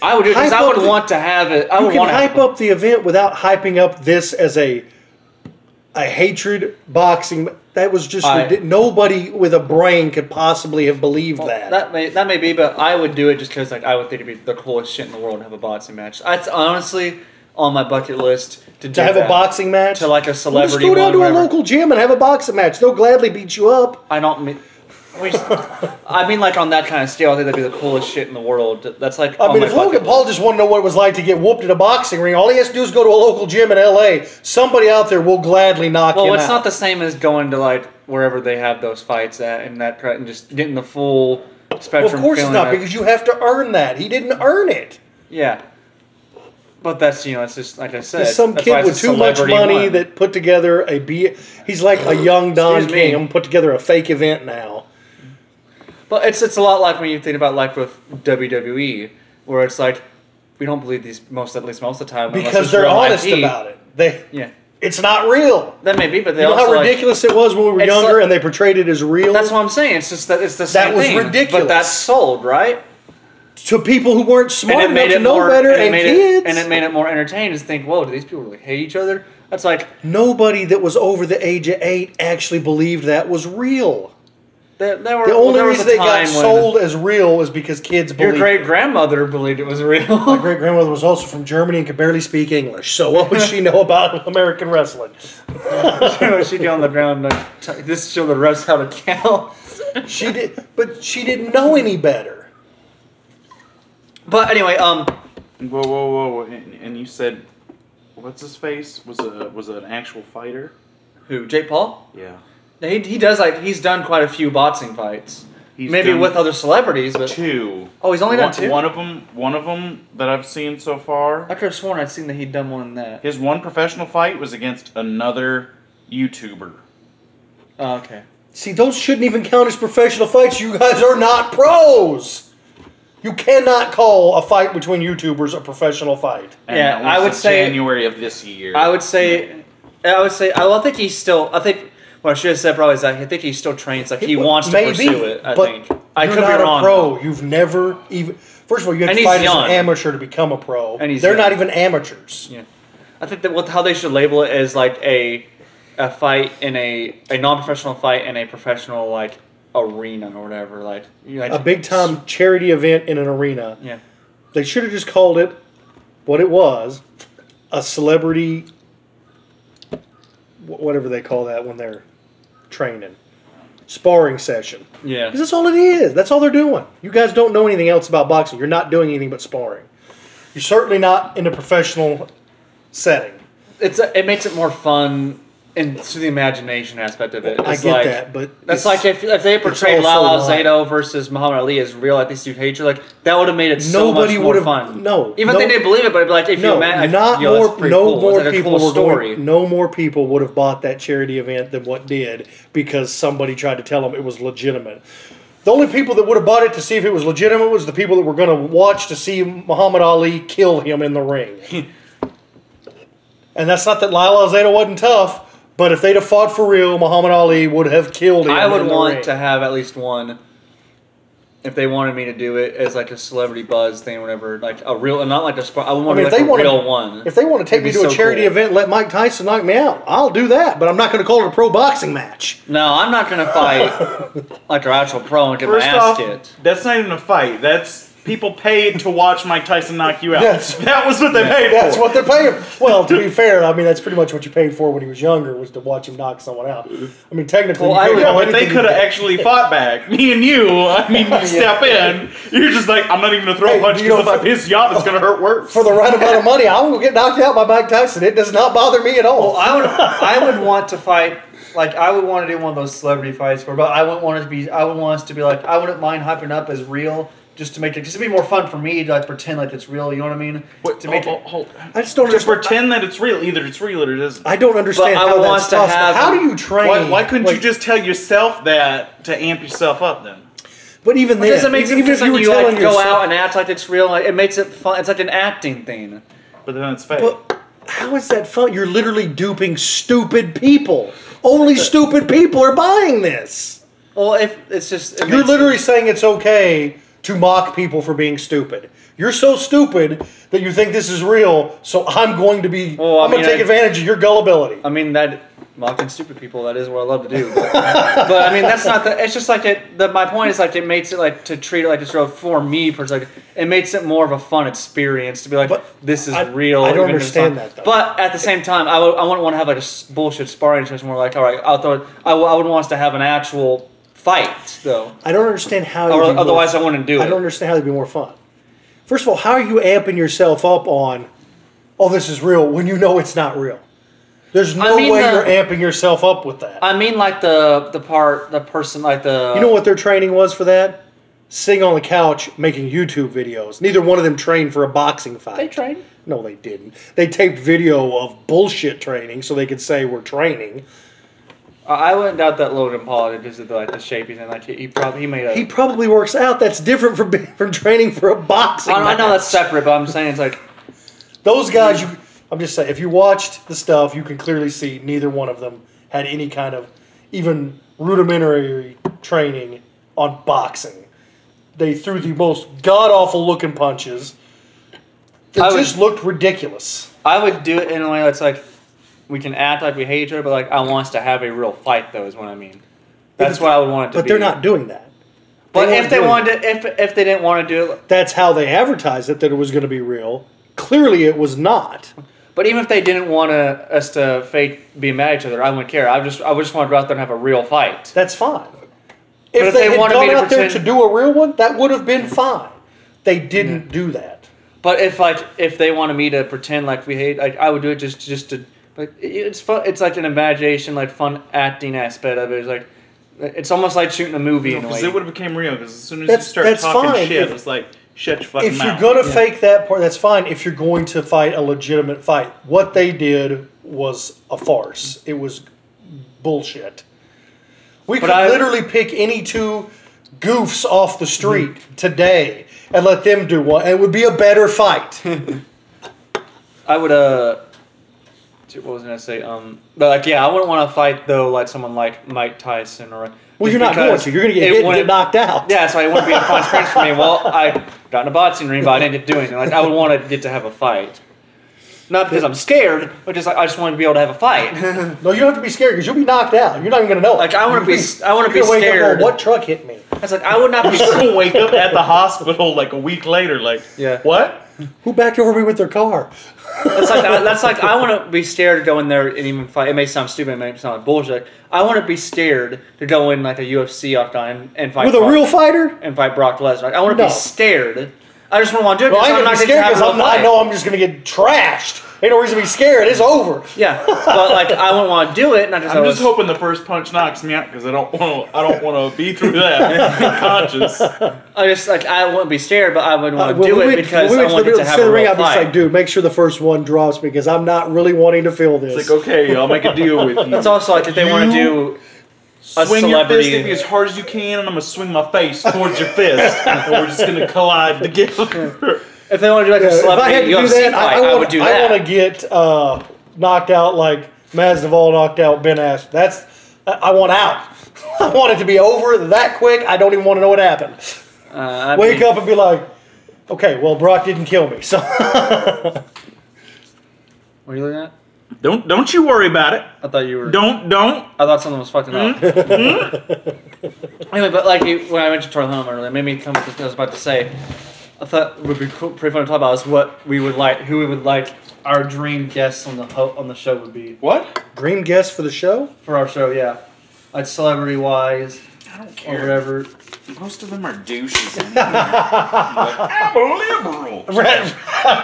Speaker 1: I would do because
Speaker 3: Hype
Speaker 1: I would
Speaker 3: up the-
Speaker 1: want to have it. I
Speaker 3: You
Speaker 1: would
Speaker 3: can
Speaker 1: want to
Speaker 3: hype up the event without hyping up this as a a hatred boxing. That was just
Speaker 1: I-
Speaker 3: ridi- nobody with a brain could possibly have believed that.
Speaker 1: That may that may be, but I would do it just because like I would think it'd be the coolest shit in the world to have a boxing match. That's honestly on my bucket list to, do
Speaker 3: to have
Speaker 1: that.
Speaker 3: a boxing match
Speaker 1: to like a
Speaker 3: Well, just
Speaker 1: celebrity.
Speaker 3: go down
Speaker 1: one,
Speaker 3: to a
Speaker 1: whatever.
Speaker 3: local gym and have a boxing match. They'll gladly beat you up.
Speaker 1: I don't mean. we just- I mean, like on that kind of scale, I think that'd be the coolest shit in the world. That's like.
Speaker 3: I
Speaker 1: on
Speaker 3: mean,
Speaker 1: Oh my
Speaker 3: if Logan
Speaker 1: bucket
Speaker 3: Paul
Speaker 1: list.
Speaker 3: just wanted to know what it was like to get whooped in a boxing ring, all he has to do is go to a local gym in L.A. Somebody out there will gladly knock
Speaker 1: Well,
Speaker 3: him
Speaker 1: it's
Speaker 3: out.
Speaker 1: not the same as going to like wherever they have those fights at and that cra- and just getting the full spectrum.
Speaker 3: well, of course it's
Speaker 1: feeling
Speaker 3: not
Speaker 1: of-
Speaker 3: because you have to earn that. He didn't earn it.
Speaker 1: Yeah. But that's you know it's just like I said.
Speaker 3: There's some
Speaker 1: that's why
Speaker 3: kid
Speaker 1: it's
Speaker 3: with
Speaker 1: a
Speaker 3: too much
Speaker 1: celebrity
Speaker 3: money
Speaker 1: one.
Speaker 3: that put together a B. He's like a young Don
Speaker 1: Excuse me.
Speaker 3: King. and put together a fake event now.
Speaker 1: But it's it's a lot like when you think about like with WWE, where it's like we don't believe these most at least most of the time unless
Speaker 3: because
Speaker 1: it's
Speaker 3: they're
Speaker 1: real
Speaker 3: honest
Speaker 1: IP.
Speaker 3: about it. They,
Speaker 1: Yeah,
Speaker 3: it's not real.
Speaker 1: that may be, but they
Speaker 3: You know
Speaker 1: also
Speaker 3: how
Speaker 1: like-
Speaker 3: ridiculous it was when we were
Speaker 1: It's
Speaker 3: younger,
Speaker 1: like-
Speaker 3: and they portrayed it as real
Speaker 1: that's what I'm saying. It's just that it's the same
Speaker 3: That was
Speaker 1: thing,
Speaker 3: ridiculous.
Speaker 1: But that's sold right,
Speaker 3: to people who weren't smart enough to know better, and,
Speaker 1: it made
Speaker 3: kids.
Speaker 1: it, and it made it more entertaining. To think, whoa, do these people really hate each other? That's like
Speaker 3: Nobody that was over the age of eight actually believed that was real.
Speaker 1: that. There were,
Speaker 3: The
Speaker 1: well,
Speaker 3: only
Speaker 1: there was
Speaker 3: reason
Speaker 1: a
Speaker 3: they got
Speaker 1: time when
Speaker 3: sold as real is because kids
Speaker 1: Your
Speaker 3: believed.
Speaker 1: great grandmother believed it was real.
Speaker 3: My <laughs> great grandmother was also from Germany and could barely speak English. So what would she know about <laughs> American wrestling?
Speaker 1: <laughs> She'd be on the ground like, t- this show the refs how to count.
Speaker 3: She did, but she didn't know any better.
Speaker 1: But anyway, um,
Speaker 2: <laughs> Whoa, whoa, whoa! whoa. And, and you said, what's his face? Was a was an actual fighter?
Speaker 1: who? Jake Paul?
Speaker 2: Yeah.
Speaker 1: Yeah, He, he does like he's done quite a few boxing fights.
Speaker 2: He's
Speaker 1: Maybe
Speaker 2: done
Speaker 1: with other celebrities, but
Speaker 2: Two.
Speaker 1: Oh, he's only done
Speaker 2: one,
Speaker 1: two?
Speaker 2: One of them, one of them that I've seen so far.
Speaker 1: I could have sworn I'd seen that he'd done one in that.
Speaker 2: His one professional fight was against another YouTuber.
Speaker 1: Oh, okay.
Speaker 3: See, those shouldn't even count as professional fights. You guys are not pros. You cannot call a fight between YouTubers a professional fight.
Speaker 2: And
Speaker 1: Yeah,
Speaker 2: that
Speaker 1: I
Speaker 2: was
Speaker 1: would
Speaker 2: in
Speaker 1: say-
Speaker 2: January of this year.
Speaker 1: I would say, I would say, I, well, I think he's still. I think what I should have said probably is that I think he still trains. Like he wants to pursue it. I
Speaker 3: but
Speaker 1: think. I
Speaker 3: you're
Speaker 1: could
Speaker 3: not
Speaker 1: be wrong.
Speaker 3: a pro. You've never even. First of all, you have
Speaker 1: And
Speaker 3: to
Speaker 1: he's
Speaker 3: fight as
Speaker 1: young.
Speaker 3: an amateur to become a pro.
Speaker 1: And he's
Speaker 3: They're
Speaker 1: young.
Speaker 3: not even amateurs.
Speaker 1: Yeah, I think that what how they should label it is like a a fight in a a non-professional fight in a professional like arena or whatever. Like you know,
Speaker 3: A big time charity event in an arena.
Speaker 1: Yeah.
Speaker 3: They should have just called it what it was a celebrity, wh- whatever they call that when they're training, sparring session.
Speaker 1: Yeah.
Speaker 3: 'Cause that's all it is. That's all they're doing. You guys don't know anything else about boxing. You're not doing anything but sparring. You're certainly not in a professional setting.
Speaker 1: it's a, it makes it more fun and to the imagination aspect of it.
Speaker 3: I
Speaker 1: It's
Speaker 3: get
Speaker 1: like-
Speaker 3: that, but
Speaker 1: that's like
Speaker 3: it's-
Speaker 1: if, if they portrayed
Speaker 3: all
Speaker 1: Lala
Speaker 3: so light.
Speaker 1: Zato versus Muhammad Ali as real, like these two hate you, like that would have made it so
Speaker 3: Nobody
Speaker 1: much more
Speaker 3: would've-
Speaker 1: fun.
Speaker 3: no,
Speaker 1: even if
Speaker 3: no.
Speaker 1: they didn't believe it, but it'd be like if
Speaker 3: no,
Speaker 1: you imagine,
Speaker 3: not
Speaker 1: yo, that's
Speaker 3: more.
Speaker 1: pretty
Speaker 3: No
Speaker 1: cool. It's
Speaker 3: more
Speaker 1: like a
Speaker 3: people
Speaker 1: cool
Speaker 3: were
Speaker 1: story.
Speaker 3: going. No more people would have bought that charity event than what did because somebody tried to tell them it was legitimate. The only people that would have bought it to see if it was legitimate was the people that were going to watch to see Muhammad Ali kill him in the ring.
Speaker 1: <laughs>
Speaker 3: and that's not that Lyle Alzado wasn't tough, but if they'd have fought for real, Muhammad Ali would have killed him.
Speaker 1: I would
Speaker 3: in the
Speaker 1: want
Speaker 3: ring.
Speaker 1: to have at least one. If they wanted me to do it as like a celebrity buzz thing, or whatever, like a real, and not like a spot. I would
Speaker 3: I
Speaker 1: want
Speaker 3: mean, if
Speaker 1: to be
Speaker 3: they
Speaker 1: like
Speaker 3: want
Speaker 1: a real one.
Speaker 3: if they want to take me to
Speaker 1: It'd be
Speaker 3: a
Speaker 1: so
Speaker 3: charity
Speaker 1: cool.
Speaker 3: event, let Mike Tyson knock me out. I'll do that, but I'm not going to call it a pro boxing match.
Speaker 1: no, I'm not gonna
Speaker 3: <laughs>
Speaker 1: fight like an actual pro and get
Speaker 2: First
Speaker 1: my ass
Speaker 2: off,
Speaker 1: kicked.
Speaker 2: that's not even a fight. That's people paid to watch Mike Tyson knock you out.
Speaker 3: Yes.
Speaker 2: <laughs> That was what they paid
Speaker 3: That's
Speaker 2: for.
Speaker 3: what they're paying. Well, to be fair, I mean that's pretty much what you paid for when he was younger was to watch him knock someone out. I mean, technically,
Speaker 1: Well, I
Speaker 3: you
Speaker 1: would-
Speaker 2: yeah,
Speaker 3: know
Speaker 2: but they could have
Speaker 3: anything-
Speaker 2: actually fought back. <laughs> Me and you,
Speaker 3: <laughs>
Speaker 2: I mean, you step in. You're just like, I'm not even gonna throw
Speaker 3: Hey,
Speaker 2: a punch
Speaker 3: you know,
Speaker 2: because if I piss you off, it's gonna hurt worse.
Speaker 3: for the right amount of money. I will get knocked out by Mike Tyson. It does not bother me at all.
Speaker 1: Well, I would I would want to fight like I would want to do one of those celebrity fights where, but I wouldn't want it to be. I would want us to be like I wouldn't mind hyping up as real just to make it because it'd be more fun for me to like pretend like it's real. You know what I mean?
Speaker 2: Wait, oh,
Speaker 1: to make
Speaker 2: hold-
Speaker 1: it.
Speaker 2: hold-
Speaker 3: I just don't
Speaker 2: to
Speaker 3: understand-
Speaker 2: pretend that it's real. Either it's real or it isn't.
Speaker 3: I don't understand
Speaker 1: But I
Speaker 3: how
Speaker 1: would want
Speaker 3: that's
Speaker 1: us to
Speaker 3: possible.
Speaker 1: have-
Speaker 3: how do you train?
Speaker 2: Why, why couldn't you
Speaker 3: Like,
Speaker 2: just tell yourself that to amp yourself up then?
Speaker 3: But even then,
Speaker 1: doesn't make
Speaker 3: even, even
Speaker 1: sense.
Speaker 3: if you were
Speaker 1: you like
Speaker 3: telling
Speaker 1: go
Speaker 3: yourself,
Speaker 1: out and act like it's real. Like, it makes it fun. It's like an acting thing.
Speaker 2: But then it's fake.
Speaker 3: But how is that fun? You're literally duping stupid people.
Speaker 1: Uh,
Speaker 3: Only stupid people are buying this.
Speaker 1: Well, if it's just it
Speaker 3: You're
Speaker 1: makes
Speaker 3: literally
Speaker 1: it-
Speaker 3: saying it's okay to mock people for being stupid. You're so stupid that you think this is real, so I'm going to be.
Speaker 1: Well, I
Speaker 3: I'm going
Speaker 1: mean,
Speaker 3: to take
Speaker 1: I-
Speaker 3: advantage of your gullibility.
Speaker 1: I mean that mocking stupid people. That is what I love to do. But, <laughs> but, I mean that's not the. It's just like it. The, my point is like it makes it like to treat it like it's real for me for like it makes it more of a fun experience to be like
Speaker 3: But
Speaker 1: this is
Speaker 3: I-
Speaker 1: real.
Speaker 3: I don't
Speaker 1: even if it's
Speaker 3: understand
Speaker 1: not-
Speaker 3: that, though.
Speaker 1: But at the same time, I would I wouldn't want to have like a s- bullshit sparring session where like all right, I'll throw it, I, w- I would want us to have an actual fight though.
Speaker 3: I don't understand how.
Speaker 1: Or
Speaker 3: you'd be more-
Speaker 1: otherwise, I wouldn't do
Speaker 3: I don't
Speaker 1: it.
Speaker 3: understand how that'd be more fun. First of all, how are you amping yourself up on, oh, this is real when you know it's not real? There's no
Speaker 1: mean,
Speaker 3: way
Speaker 1: the-
Speaker 3: you're amping yourself up with that.
Speaker 1: I uh, mean, like the the part the person like the
Speaker 3: you know what their training was for that? Sitting on the couch making YouTube videos. Neither one of them trained for a boxing fight.
Speaker 1: they train.
Speaker 3: No, they didn't. They taped video of bullshit training so they could say we're training.
Speaker 1: I I wouldn't doubt that Logan Paul did just like the shape he's in. Like he, he probably he made a.
Speaker 3: He probably works out. That's different from, <laughs> being- from training for a boxing
Speaker 1: I, I know
Speaker 3: match.
Speaker 1: that's separate, but I'm saying it's like
Speaker 3: Those guys, you, I'm just saying, if you watched the stuff, you can clearly see neither one of them had any kind of even rudimentary training on boxing. They threw the most god awful looking punches that
Speaker 1: I would-
Speaker 3: just looked ridiculous.
Speaker 1: I would do it in a way that's like we can act like we hate each other, but like I want us to have a real fight, though, is what I mean. That's what I would want it to
Speaker 3: But
Speaker 1: be.
Speaker 3: they're not doing that.
Speaker 1: But
Speaker 3: they
Speaker 1: if they
Speaker 3: weren't
Speaker 1: wanted, to, if if they didn't want to do it,
Speaker 3: That's how they advertised it that it was going to be real. Clearly, it was not.
Speaker 1: but even if they didn't want to, us to fake be mad at each other, I wouldn't care. I just I would just want to go out there and have a real fight.
Speaker 3: That's fine.
Speaker 1: But
Speaker 3: If,
Speaker 1: if
Speaker 3: they,
Speaker 1: they
Speaker 3: had
Speaker 1: wanted me to
Speaker 3: gone out there to
Speaker 1: pretend-
Speaker 3: do a real one, that would have been fine. They didn't do that.
Speaker 1: But if like if they wanted me to pretend like we hate, like I would do it just just to like it- it's fun. It's like an imagination, like fun acting aspect of it. It's like it's almost like shooting a movie in a
Speaker 2: Because
Speaker 1: way.
Speaker 2: it would have became real. Because as soon as
Speaker 3: That's-
Speaker 2: you start
Speaker 3: that's
Speaker 2: talking
Speaker 3: fine.
Speaker 2: shit,
Speaker 3: If-
Speaker 2: it's like shut your fucking
Speaker 3: If
Speaker 2: mouth.
Speaker 3: you're gonna fake that part, that's fine. If you're going to fight a legitimate fight, what they did was a farce. It was bullshit. We could
Speaker 1: I-
Speaker 3: literally pick any two goofs off the street
Speaker 1: Mm-hmm.
Speaker 3: today and let them do one, and it would be a
Speaker 1: <laughs>
Speaker 3: better fight.
Speaker 1: I would uh. shit, What was I gonna say? Um, but like, yeah, I wouldn't want to fight though, like someone like Mike Tyson or.
Speaker 3: well,
Speaker 1: just
Speaker 3: you're not going
Speaker 1: because
Speaker 3: to. You're gonna get
Speaker 1: it
Speaker 3: hit and
Speaker 1: wouldn't-
Speaker 3: get knocked out.
Speaker 1: Yeah, so it wouldn't be a fun experience for me. Well, I got in a boxing ring, but I didn't get to do anything. Like, I would want to get to have a fight, not because I'm scared, but just like I just want to be able to have a fight.
Speaker 3: No, you don't have to be scared because you'll be knocked out. You're not even gonna know. it.
Speaker 1: Like, I wanna
Speaker 3: You'll
Speaker 1: be- I wanna
Speaker 3: you're
Speaker 1: be
Speaker 3: gonna wake up going,
Speaker 1: scared.
Speaker 3: What truck hit me?
Speaker 1: It's like I would not
Speaker 3: <laughs>
Speaker 1: be.
Speaker 2: You'll wake up at the hospital like a week later, like
Speaker 1: Yeah.
Speaker 2: what?
Speaker 3: Who backed over me with their car?
Speaker 1: That's like that's like I want to be scared to go in there and even fight. It may sound stupid, it may sound like bullshit. I want to be scared to go in like a UFC octagon and, and fight
Speaker 3: With a
Speaker 1: Brock,
Speaker 3: real fighter?
Speaker 1: and fight Brock Lesnar. I want to
Speaker 3: No.
Speaker 1: be scared. I just wouldn't want to do it.
Speaker 3: No, I
Speaker 1: because
Speaker 3: ain't
Speaker 1: I'm
Speaker 3: gonna
Speaker 1: not
Speaker 3: be scared
Speaker 1: because
Speaker 3: because I'm not, I know I'm just gonna get trashed. Ain't no reason to be scared. It's over.
Speaker 1: Yeah, but like I wouldn't want to do it. And I just,
Speaker 2: I'm
Speaker 1: I
Speaker 2: just
Speaker 1: was-
Speaker 2: hoping the first punch knocks me out because I don't want to. I don't want to be through
Speaker 1: <laughs>
Speaker 2: that unconscious.
Speaker 1: I just like I wouldn't be scared, but I would want to
Speaker 3: When
Speaker 1: Uh, do
Speaker 3: Uh, we
Speaker 1: it
Speaker 3: went-
Speaker 1: because
Speaker 3: when we
Speaker 1: I
Speaker 3: went
Speaker 1: wanted
Speaker 3: to the
Speaker 1: to
Speaker 3: middle of the
Speaker 1: have
Speaker 3: center
Speaker 1: a
Speaker 3: ring,
Speaker 1: real
Speaker 3: I'd be just
Speaker 1: fight.
Speaker 3: like, dude, make sure the first one drops me because I'm not really wanting to feel this.
Speaker 2: It's like okay, I'll make a deal with
Speaker 1: <laughs>
Speaker 2: you.
Speaker 1: it's also like if they want to do a
Speaker 2: swing your fist
Speaker 1: celebrity-
Speaker 2: at me as hard as you can, and I'm gonna swing my face towards your fist, <laughs> and we're just gonna collide together.
Speaker 1: if they want to do like
Speaker 3: Yeah,
Speaker 1: a
Speaker 3: if I
Speaker 1: celebrity
Speaker 3: had to do
Speaker 1: UFC
Speaker 3: that,
Speaker 1: fight, I,
Speaker 3: I, I
Speaker 1: would
Speaker 3: want
Speaker 1: do
Speaker 3: to.
Speaker 1: that.
Speaker 3: I want to get uh, knocked out like Masvidal knocked out Ben Askren. That's I, I want out. <laughs> I want it to be over that quick. I don't even want to know what happened.
Speaker 1: Uh, I'd
Speaker 3: Wake
Speaker 1: be-
Speaker 3: up and be like, okay, well Brock didn't kill me, <laughs> so
Speaker 1: What are you looking at?
Speaker 2: Don't don't you worry about it.
Speaker 1: I thought you were.
Speaker 2: Don't don't.
Speaker 1: I thought something was fucking up. <laughs> anyway, but like you- when I went to Torrejón earlier, it made me come up with I was about to say. I thought would be cool, pretty fun to talk about is what we would like, who we would like our dream guests on the ho- on the show would be
Speaker 2: What?
Speaker 3: dream guest for the show.
Speaker 1: for our show. Yeah, like celebrity wise
Speaker 2: I don't
Speaker 1: or whatever.
Speaker 2: Most of them are <laughs> douches. anyway. I'm a
Speaker 1: <laughs>
Speaker 2: liberal.
Speaker 3: <laughs> Brad,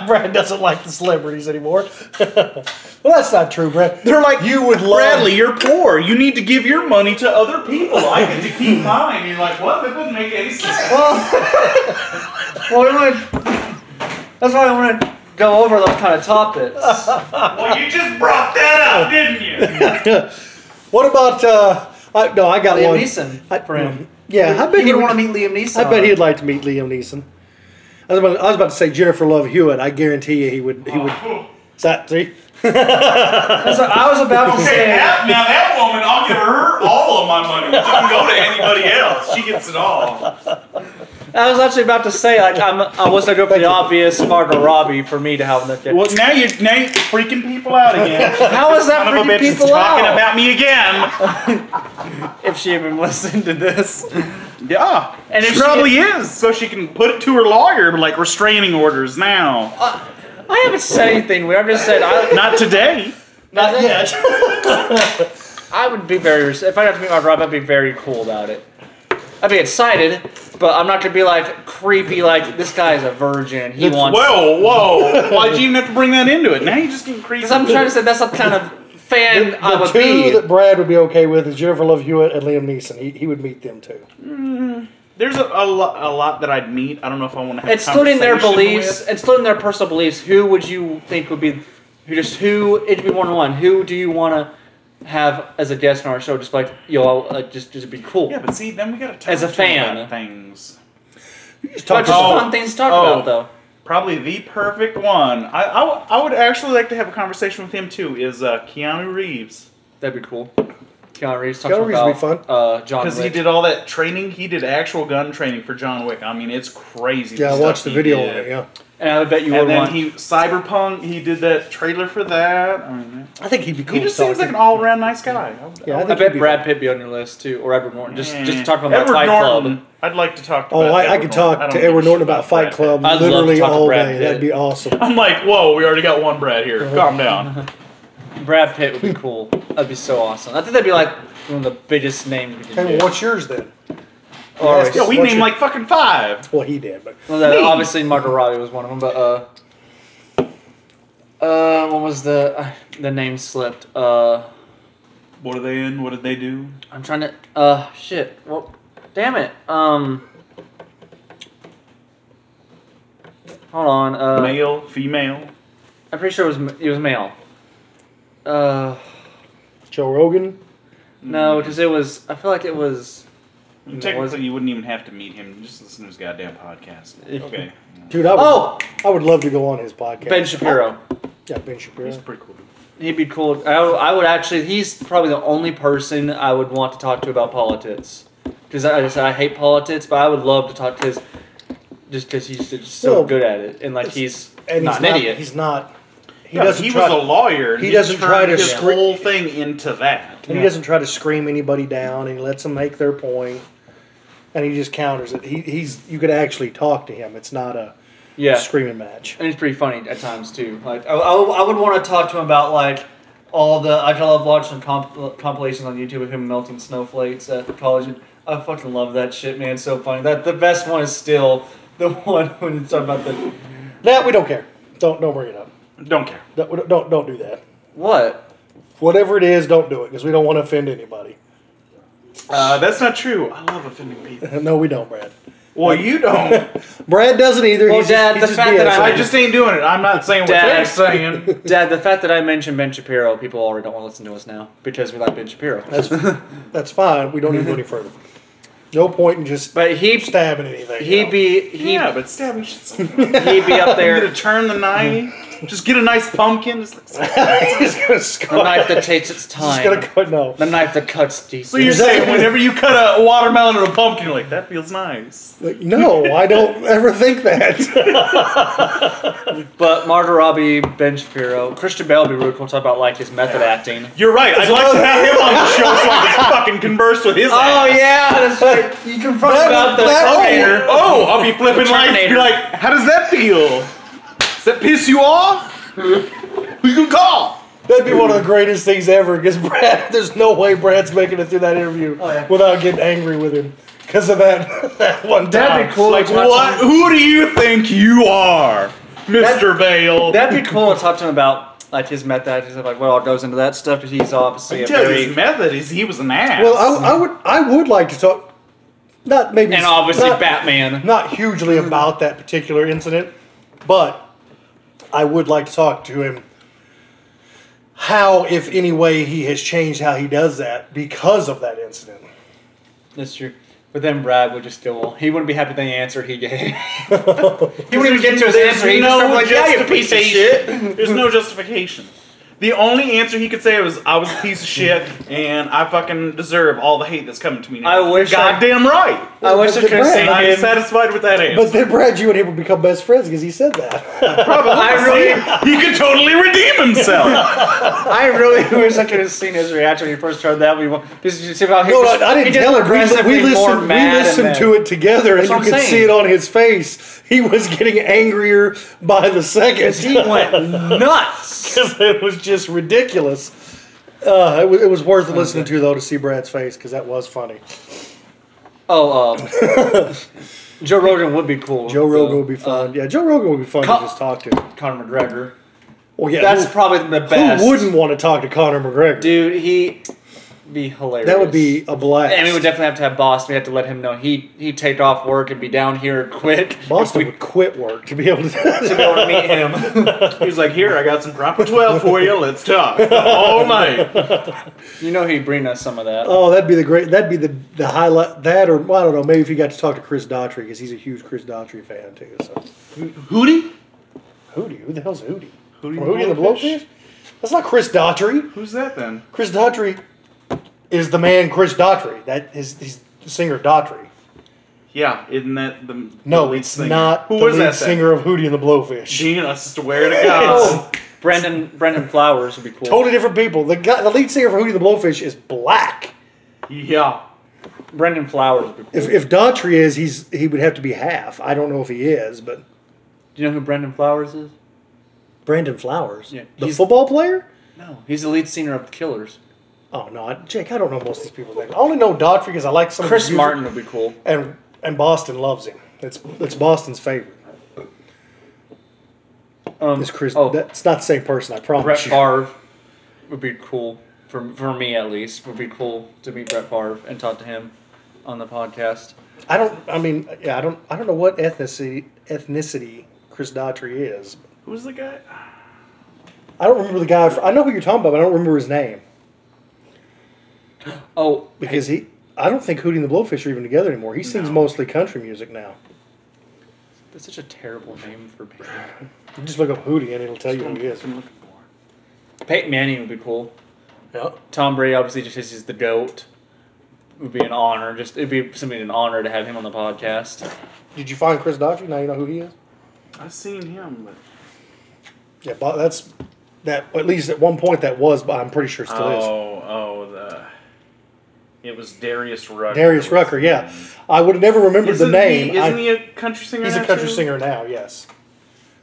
Speaker 3: Brad doesn't like the celebrities anymore. <laughs> well, that's not true, Brad. They're like you would love.
Speaker 2: Bradley, you're poor. You need to give your money to other people. I get to keep mine. You're like, what? That doesn't make any sense.
Speaker 1: Well, I don't wanna- that's why I want to go over those kind of
Speaker 3: <laughs>
Speaker 1: topics.
Speaker 2: Well, you just brought that up, didn't
Speaker 1: <laughs>
Speaker 2: you?
Speaker 3: What about? Uh, I, no, I got
Speaker 1: Liam
Speaker 3: one.
Speaker 1: Neeson
Speaker 3: I-
Speaker 1: for him.
Speaker 3: Yeah, I bet
Speaker 1: he
Speaker 3: he
Speaker 1: would want
Speaker 3: would-
Speaker 1: to meet Liam Neeson.
Speaker 3: I bet
Speaker 1: on
Speaker 3: he'd
Speaker 1: it.
Speaker 3: like to meet Liam Neeson. I was, about, I was about to say Jennifer Love Hewitt. I guarantee you he would. He would.
Speaker 1: Uh-huh.
Speaker 3: Is that see?
Speaker 1: That's what I was about
Speaker 3: <laughs>
Speaker 1: to
Speaker 2: Hey,
Speaker 1: say.
Speaker 2: that- now that woman, I'll give her all of my money. It doesn't go to anybody else. She gets it all.
Speaker 1: I was actually about to say, like, I'm, I was going to go for the obvious Margot Robbie for me to have in the kid.
Speaker 2: Well, now you're now you're freaking people out again.
Speaker 1: How is that
Speaker 2: <laughs> Son of a
Speaker 1: freaking
Speaker 2: bitch is
Speaker 1: people
Speaker 2: talking
Speaker 1: out?
Speaker 2: about me again.
Speaker 1: If she even listened to this.
Speaker 2: <laughs> Yeah,
Speaker 1: And
Speaker 2: and
Speaker 1: if
Speaker 2: it
Speaker 1: she-
Speaker 2: probably is, so she can put it to her lawyer, like restraining orders
Speaker 1: Uh,
Speaker 2: now.
Speaker 1: I haven't said anything weird. I've just said I, <laughs>
Speaker 2: Not today.
Speaker 3: Not yet.
Speaker 1: I would be very, if I got to meet Margot Robbie, I'd be very cool about it. I'd be excited, but I'm not going to be like creepy, like, this guy's a virgin. He wants.
Speaker 2: Whoa, whoa! Why'd you even have to bring that into it? Now you just getting creepy.
Speaker 1: Because I'm trying to say that's the kind of fan
Speaker 3: the
Speaker 1: I would
Speaker 3: two
Speaker 1: be.
Speaker 3: that Brad would be okay with is Jennifer Love Hewitt and Liam Neeson. He, he would meet them too.
Speaker 2: There's a, a, lo- a lot that I'd meet. I don't know if I want to have.
Speaker 1: excluding their
Speaker 2: conversation
Speaker 1: beliefs,
Speaker 2: with.
Speaker 1: excluding their personal beliefs, who would you think would be, who just who it'd be one on one. Who do you want to have as a guest on our show? Just like you know, uh, just just be cool.
Speaker 2: Yeah, but see, then we gotta talk
Speaker 1: As a
Speaker 2: to them
Speaker 1: fan.
Speaker 2: about things.
Speaker 3: Just
Speaker 1: But
Speaker 3: talk
Speaker 1: just
Speaker 2: Oh.
Speaker 3: about-
Speaker 1: fun things to talk
Speaker 2: Oh.
Speaker 1: about though.
Speaker 2: Probably the perfect one. I, I, w- I would actually like to have a conversation with him too. Is uh, Keanu Reeves
Speaker 1: That'd be cool. Keanu Reeves talks
Speaker 3: Keanu Reeves
Speaker 1: about
Speaker 3: would be fun.
Speaker 1: Uh, John
Speaker 2: because he
Speaker 1: Wick.
Speaker 2: did all that training. He did actual gun training for John Wick. I mean, it's crazy.
Speaker 3: yeah, I
Speaker 2: stuff
Speaker 3: watched the
Speaker 2: he
Speaker 3: video
Speaker 2: did.
Speaker 3: on it. Yeah,
Speaker 1: and I would bet you would
Speaker 2: And then
Speaker 1: want.
Speaker 2: he Cyberpunk. He did that trailer for that. I mean,
Speaker 3: I think he'd be cool.
Speaker 2: he just seems like an
Speaker 3: talking.
Speaker 2: all around nice guy. I would-
Speaker 3: Yeah,
Speaker 2: I
Speaker 1: I
Speaker 2: would-
Speaker 3: he'd
Speaker 1: bet
Speaker 3: be
Speaker 1: Brad Pitt be on your list too, or Edward Norton. Just
Speaker 2: Eh.
Speaker 1: just to talk about
Speaker 2: Edward
Speaker 1: Fight
Speaker 2: Norton.
Speaker 1: Club.
Speaker 2: I'd like to talk.
Speaker 3: Oh,
Speaker 2: about
Speaker 3: I, I
Speaker 2: Edward
Speaker 3: could
Speaker 2: Norton. I
Speaker 3: talk
Speaker 2: don't
Speaker 3: to
Speaker 2: give a
Speaker 3: Edward
Speaker 2: shit
Speaker 3: Norton
Speaker 2: about
Speaker 3: about Fight
Speaker 2: Brad Pitt.
Speaker 3: Club
Speaker 1: I'd love to
Speaker 3: literally
Speaker 1: talk to
Speaker 3: all
Speaker 1: Brad
Speaker 3: day.
Speaker 1: Pitt.
Speaker 3: That'd be
Speaker 2: <laughs>
Speaker 3: awesome.
Speaker 2: I'm like, whoa, we already got one Brad here.
Speaker 3: Uh-huh.
Speaker 2: Calm
Speaker 3: <laughs>
Speaker 2: down.
Speaker 1: Brad Pitt would be cool. That'd be so awesome. I think that'd be like one of the biggest names we could
Speaker 3: Okay,
Speaker 1: do.
Speaker 3: well, what's yours then?
Speaker 1: Or-
Speaker 3: ask
Speaker 2: Yeah, we
Speaker 3: What's
Speaker 2: named
Speaker 3: your-
Speaker 2: like fucking five.
Speaker 3: Well, he did, but
Speaker 1: Well, that,
Speaker 2: Me.
Speaker 1: obviously Margot Robbie was one of them, but uh, uh, what was the uh, the name slipped? Uh,
Speaker 2: What are they in? What did they do?
Speaker 1: I'm trying to uh shit. Well, damn it. Um, hold on. Uh,
Speaker 2: Male, female.
Speaker 1: I'm pretty sure it was m- it was male. Uh,
Speaker 3: Joe Rogan.
Speaker 1: no, because it was. I feel like it was. No, it
Speaker 2: Technically,
Speaker 1: wasn't.
Speaker 2: you wouldn't even have to meet him. Just listen to his
Speaker 1: <laughs>
Speaker 2: goddamn podcast. Okay.
Speaker 3: Dude, I would,
Speaker 1: Oh!
Speaker 3: I would love to go on his podcast.
Speaker 1: Ben Shapiro.
Speaker 3: Yeah, Ben Shapiro.
Speaker 2: He's pretty cool.
Speaker 1: He'd be cool. I, would- I would actually. He's probably the only person I would want to talk to about politics, because I, I just I hate politics, but I would love to talk to his, just because he's just so
Speaker 3: Well,
Speaker 1: good at it and like he's
Speaker 3: And
Speaker 1: not
Speaker 3: he's
Speaker 1: an
Speaker 3: not,
Speaker 1: idiot.
Speaker 3: He's not. He
Speaker 2: He, yeah,
Speaker 3: doesn't
Speaker 2: he
Speaker 3: try,
Speaker 2: was a lawyer. and
Speaker 3: he doesn't
Speaker 2: turned
Speaker 3: try to
Speaker 2: his
Speaker 3: screw-
Speaker 2: whole thing into that.
Speaker 3: and he doesn't try to scream anybody down. And he lets them make their point, and he just counters it. He, he's you could actually talk to him. It's not a
Speaker 1: yeah,
Speaker 3: screaming match.
Speaker 1: and he's pretty funny at times too. Like I, I, I would want to talk to him about like all the I love watching comp, compilations on YouTube of him melting snowflakes at college. I fucking love that shit, man. It's so funny. That the best one is still the <laughs> one when it's talking about the
Speaker 3: That we don't care. Don't don't bring it up.
Speaker 2: Don't care.
Speaker 3: Don't don't, don't do that.
Speaker 1: what.
Speaker 3: Whatever it is, don't do it because we don't want to offend anybody. <laughs>
Speaker 2: Uh, that's not true. I love offending people.
Speaker 3: No, we don't, Brad.
Speaker 2: Well, you don't.
Speaker 3: <laughs> Brad doesn't either.
Speaker 1: Well,
Speaker 3: he's
Speaker 1: Dad,
Speaker 3: just,
Speaker 1: the
Speaker 3: he's
Speaker 1: fact
Speaker 3: just
Speaker 1: that
Speaker 3: BSing.
Speaker 2: I just ain't doing it. I'm not saying what
Speaker 1: Dad.
Speaker 2: you're saying.
Speaker 1: Dad, the fact that I mentioned Ben Shapiro, people already don't want to listen to us now because we like Ben Shapiro.
Speaker 3: that's that's fine. We don't need to go
Speaker 1: <laughs>
Speaker 3: any further. No point in just
Speaker 1: but he
Speaker 3: stabbing anything. you
Speaker 1: he
Speaker 3: know?
Speaker 1: be <laughs> he
Speaker 2: yeah, but stabbing shit's like,
Speaker 1: he be up
Speaker 2: you <laughs> get
Speaker 1: there
Speaker 2: to turn the knife. just get a nice pumpkin. It's like-
Speaker 3: <laughs>
Speaker 1: <laughs>
Speaker 3: he's gonna
Speaker 1: the
Speaker 3: scar.
Speaker 1: knife that takes its
Speaker 3: He's
Speaker 1: time.
Speaker 3: gonna go. No,
Speaker 1: the knife that cuts deep.
Speaker 2: so you're
Speaker 3: Is that-
Speaker 2: saying whenever you cut a watermelon or a pumpkin, you're like that feels nice.
Speaker 3: Like, no, I don't ever think that.
Speaker 1: but Margot Robbie, Ben Shapiro, Christian Bale would be really cool to talk about like his method acting.
Speaker 2: You're right. I'd like to have him on the show so I can fucking converse with his.
Speaker 1: Oh
Speaker 2: ass.
Speaker 1: yeah, that's right. You can talk
Speaker 3: That-
Speaker 1: about the
Speaker 3: that-
Speaker 1: Terminator.
Speaker 2: Oh, I'll be flipping like
Speaker 1: Terminator.
Speaker 2: you're like, how does that feel? Does that piss you off? Who you gonna call?
Speaker 3: That'd be one of the greatest things ever. Because Brad, <laughs> there's no way Brad's making it through that interview
Speaker 1: Oh, yeah.
Speaker 3: without getting angry with him because of that <laughs> that one time.
Speaker 1: That'd be cool.
Speaker 2: Like
Speaker 1: to talk to
Speaker 2: what?
Speaker 1: him-
Speaker 2: Who do you think you are, Mister Vale?
Speaker 1: That'd be cool to talk to him about like his method acting stuff, like what all goes into that stuff. Because he's obviously a
Speaker 2: Tell you
Speaker 1: very
Speaker 2: his method is he was an ass.
Speaker 3: Well, I, I would I would like to talk. Not maybe
Speaker 1: and obviously
Speaker 3: not,
Speaker 1: Batman.
Speaker 3: Not hugely about that particular incident, but I would like to talk to him. How, if any way, he has changed how he does that because of that incident.
Speaker 1: That's true. But then Brad would just go, he wouldn't be happy with the answer he gave. he wouldn't even get to his
Speaker 2: There's
Speaker 1: answer. He'd
Speaker 2: no
Speaker 1: just start like, yeah, you piece of
Speaker 2: <laughs> justification.
Speaker 1: shit.
Speaker 2: There's no justification. The only answer he could say was, "I was a piece of shit, and I fucking deserve all the hate that's coming to me." Now.
Speaker 1: I wish I-
Speaker 2: Goddamn right.
Speaker 1: I wish I could have seen
Speaker 2: And I'm
Speaker 1: him.
Speaker 2: satisfied with that answer.
Speaker 3: But then Brad, you and him would become best friends because he said that.
Speaker 1: I really,
Speaker 2: he could totally redeem himself.
Speaker 1: I really <laughs> wish I could have seen his reaction when he first heard that. We wa- just you see how he
Speaker 3: no,
Speaker 1: just-
Speaker 3: no, I
Speaker 1: he
Speaker 3: didn't
Speaker 1: gets
Speaker 3: tell him.
Speaker 1: progressively
Speaker 3: We, we
Speaker 1: more
Speaker 3: listened. We
Speaker 1: mad and
Speaker 3: listened
Speaker 1: mad.
Speaker 3: to it together,
Speaker 1: That's
Speaker 3: and you
Speaker 1: what
Speaker 3: could
Speaker 1: I'm
Speaker 3: see
Speaker 1: saying.
Speaker 3: it on his face. He was getting angrier by the
Speaker 1: <laughs>
Speaker 3: second.
Speaker 1: He went nuts.
Speaker 3: <laughs> it was just ridiculous. Uh, it, was, it was worth listening to though to see Brad's face because that was funny.
Speaker 1: Oh, um,
Speaker 3: <laughs>
Speaker 1: Joe Rogan would be cool.
Speaker 3: Joe Rogan would be
Speaker 1: Uh,
Speaker 3: fun. yeah, Joe Rogan would be fun
Speaker 1: Con-
Speaker 3: to just talk to.
Speaker 1: Conor McGregor.
Speaker 3: Well, yeah,
Speaker 1: That's
Speaker 3: who,
Speaker 1: probably the
Speaker 3: who
Speaker 1: best.
Speaker 3: wouldn't want to talk to Conor McGregor?
Speaker 1: Dude, he be hilarious.
Speaker 3: that would be a blast.
Speaker 1: And we would definitely have to have Boston. We have to let him know he he take off work and be down here quick.
Speaker 3: Boston
Speaker 1: If we
Speaker 3: would quit work to be able
Speaker 1: <laughs> to <laughs>
Speaker 3: to.
Speaker 1: be able to meet him.
Speaker 3: <laughs>
Speaker 2: He's like, "Here, I got some proper twelve for you. Let's talk all night."
Speaker 1: You know he'd bring us some of that.
Speaker 3: oh, that'd be the great. That'd be the the highlight. That or well, I don't know. Maybe if he got to talk to Chris Daughtry because he's a huge Chris Daughtry fan too. So
Speaker 2: Hootie?
Speaker 3: Hootie, who the hell's Hootie?
Speaker 2: Hootie
Speaker 3: From
Speaker 2: the
Speaker 3: Hootie and the
Speaker 2: Blowfish?
Speaker 3: Blowfish? That's not Chris Daughtry.
Speaker 2: Who's that then?
Speaker 3: Chris Daughtry is the man Chris Daughtry. That is he's the singer Daughtry.
Speaker 2: Yeah, isn't that the the
Speaker 3: No,
Speaker 2: lead
Speaker 3: it's
Speaker 2: singer?
Speaker 3: not
Speaker 2: Who
Speaker 3: the
Speaker 2: was
Speaker 3: lead
Speaker 2: that singer?
Speaker 3: singer of Hootie and the Blowfish.
Speaker 2: Gene, I swear to God.
Speaker 1: Brendan Brendan Flowers would be cool.
Speaker 3: Totally different people. The guy, the lead singer for Hootie and the Blowfish is black.
Speaker 2: yeah.
Speaker 1: Brendan Flowers would be cool.
Speaker 3: If, if Daughtry is, he's he would have to be half. I don't know if he is, but
Speaker 1: Do you know who Brendan Flowers is?
Speaker 3: Brandon Flowers,
Speaker 1: Yeah,
Speaker 3: the
Speaker 1: he's-
Speaker 3: football player.
Speaker 1: No, he's the lead singer of The Killers.
Speaker 3: Oh no, I, Jake, I don't know most of these people. I only know Daughtry because I like some. of his
Speaker 1: Chris
Speaker 3: music.
Speaker 1: Martin would be cool.
Speaker 3: and and Boston loves him. That's that's Boston's favorite.
Speaker 1: Um,
Speaker 3: Is Chris? Oh,
Speaker 1: Oh,
Speaker 3: That's not the same person. I promise.
Speaker 1: Brett
Speaker 3: you.
Speaker 1: Favre would be cool for for me at least. Would be cool to meet Brett Favre and talk to him on the podcast.
Speaker 3: I don't. I mean, yeah, I don't. I don't know what ethnicity ethnicity Chris Daughtry is.
Speaker 2: Who was the guy?
Speaker 3: I don't remember the guy. fr- I know who you're talking about, but I don't remember his name
Speaker 1: Oh,
Speaker 3: because he. I don't think Hootie and the Blowfish are even together anymore. He sings
Speaker 2: No.
Speaker 3: mostly country music now.
Speaker 1: that's such a terrible name for me.
Speaker 3: You just look up Hootie and it'll tell you who he is.
Speaker 2: I'm looking for.
Speaker 1: Peyton Manning would be cool.
Speaker 3: Yep.
Speaker 1: Tom Brady obviously just is the goat. Would be an honor. Just it'd be something an honor to have him on the podcast.
Speaker 3: Did you find Chris Daughtry? Now you know who he is.
Speaker 2: I've seen him, but
Speaker 3: Yeah, Bo- that's that. At least at one point that was, but I'm pretty sure still is.
Speaker 2: oh, oh, the it was Darius Rucker.
Speaker 3: Darius Rucker, yeah. I would have never remembered
Speaker 2: Isn't
Speaker 3: the name.
Speaker 2: He, isn't
Speaker 3: I-
Speaker 2: he a country singer?
Speaker 3: he's a
Speaker 2: now,
Speaker 3: country
Speaker 2: too?
Speaker 3: singer now, yes.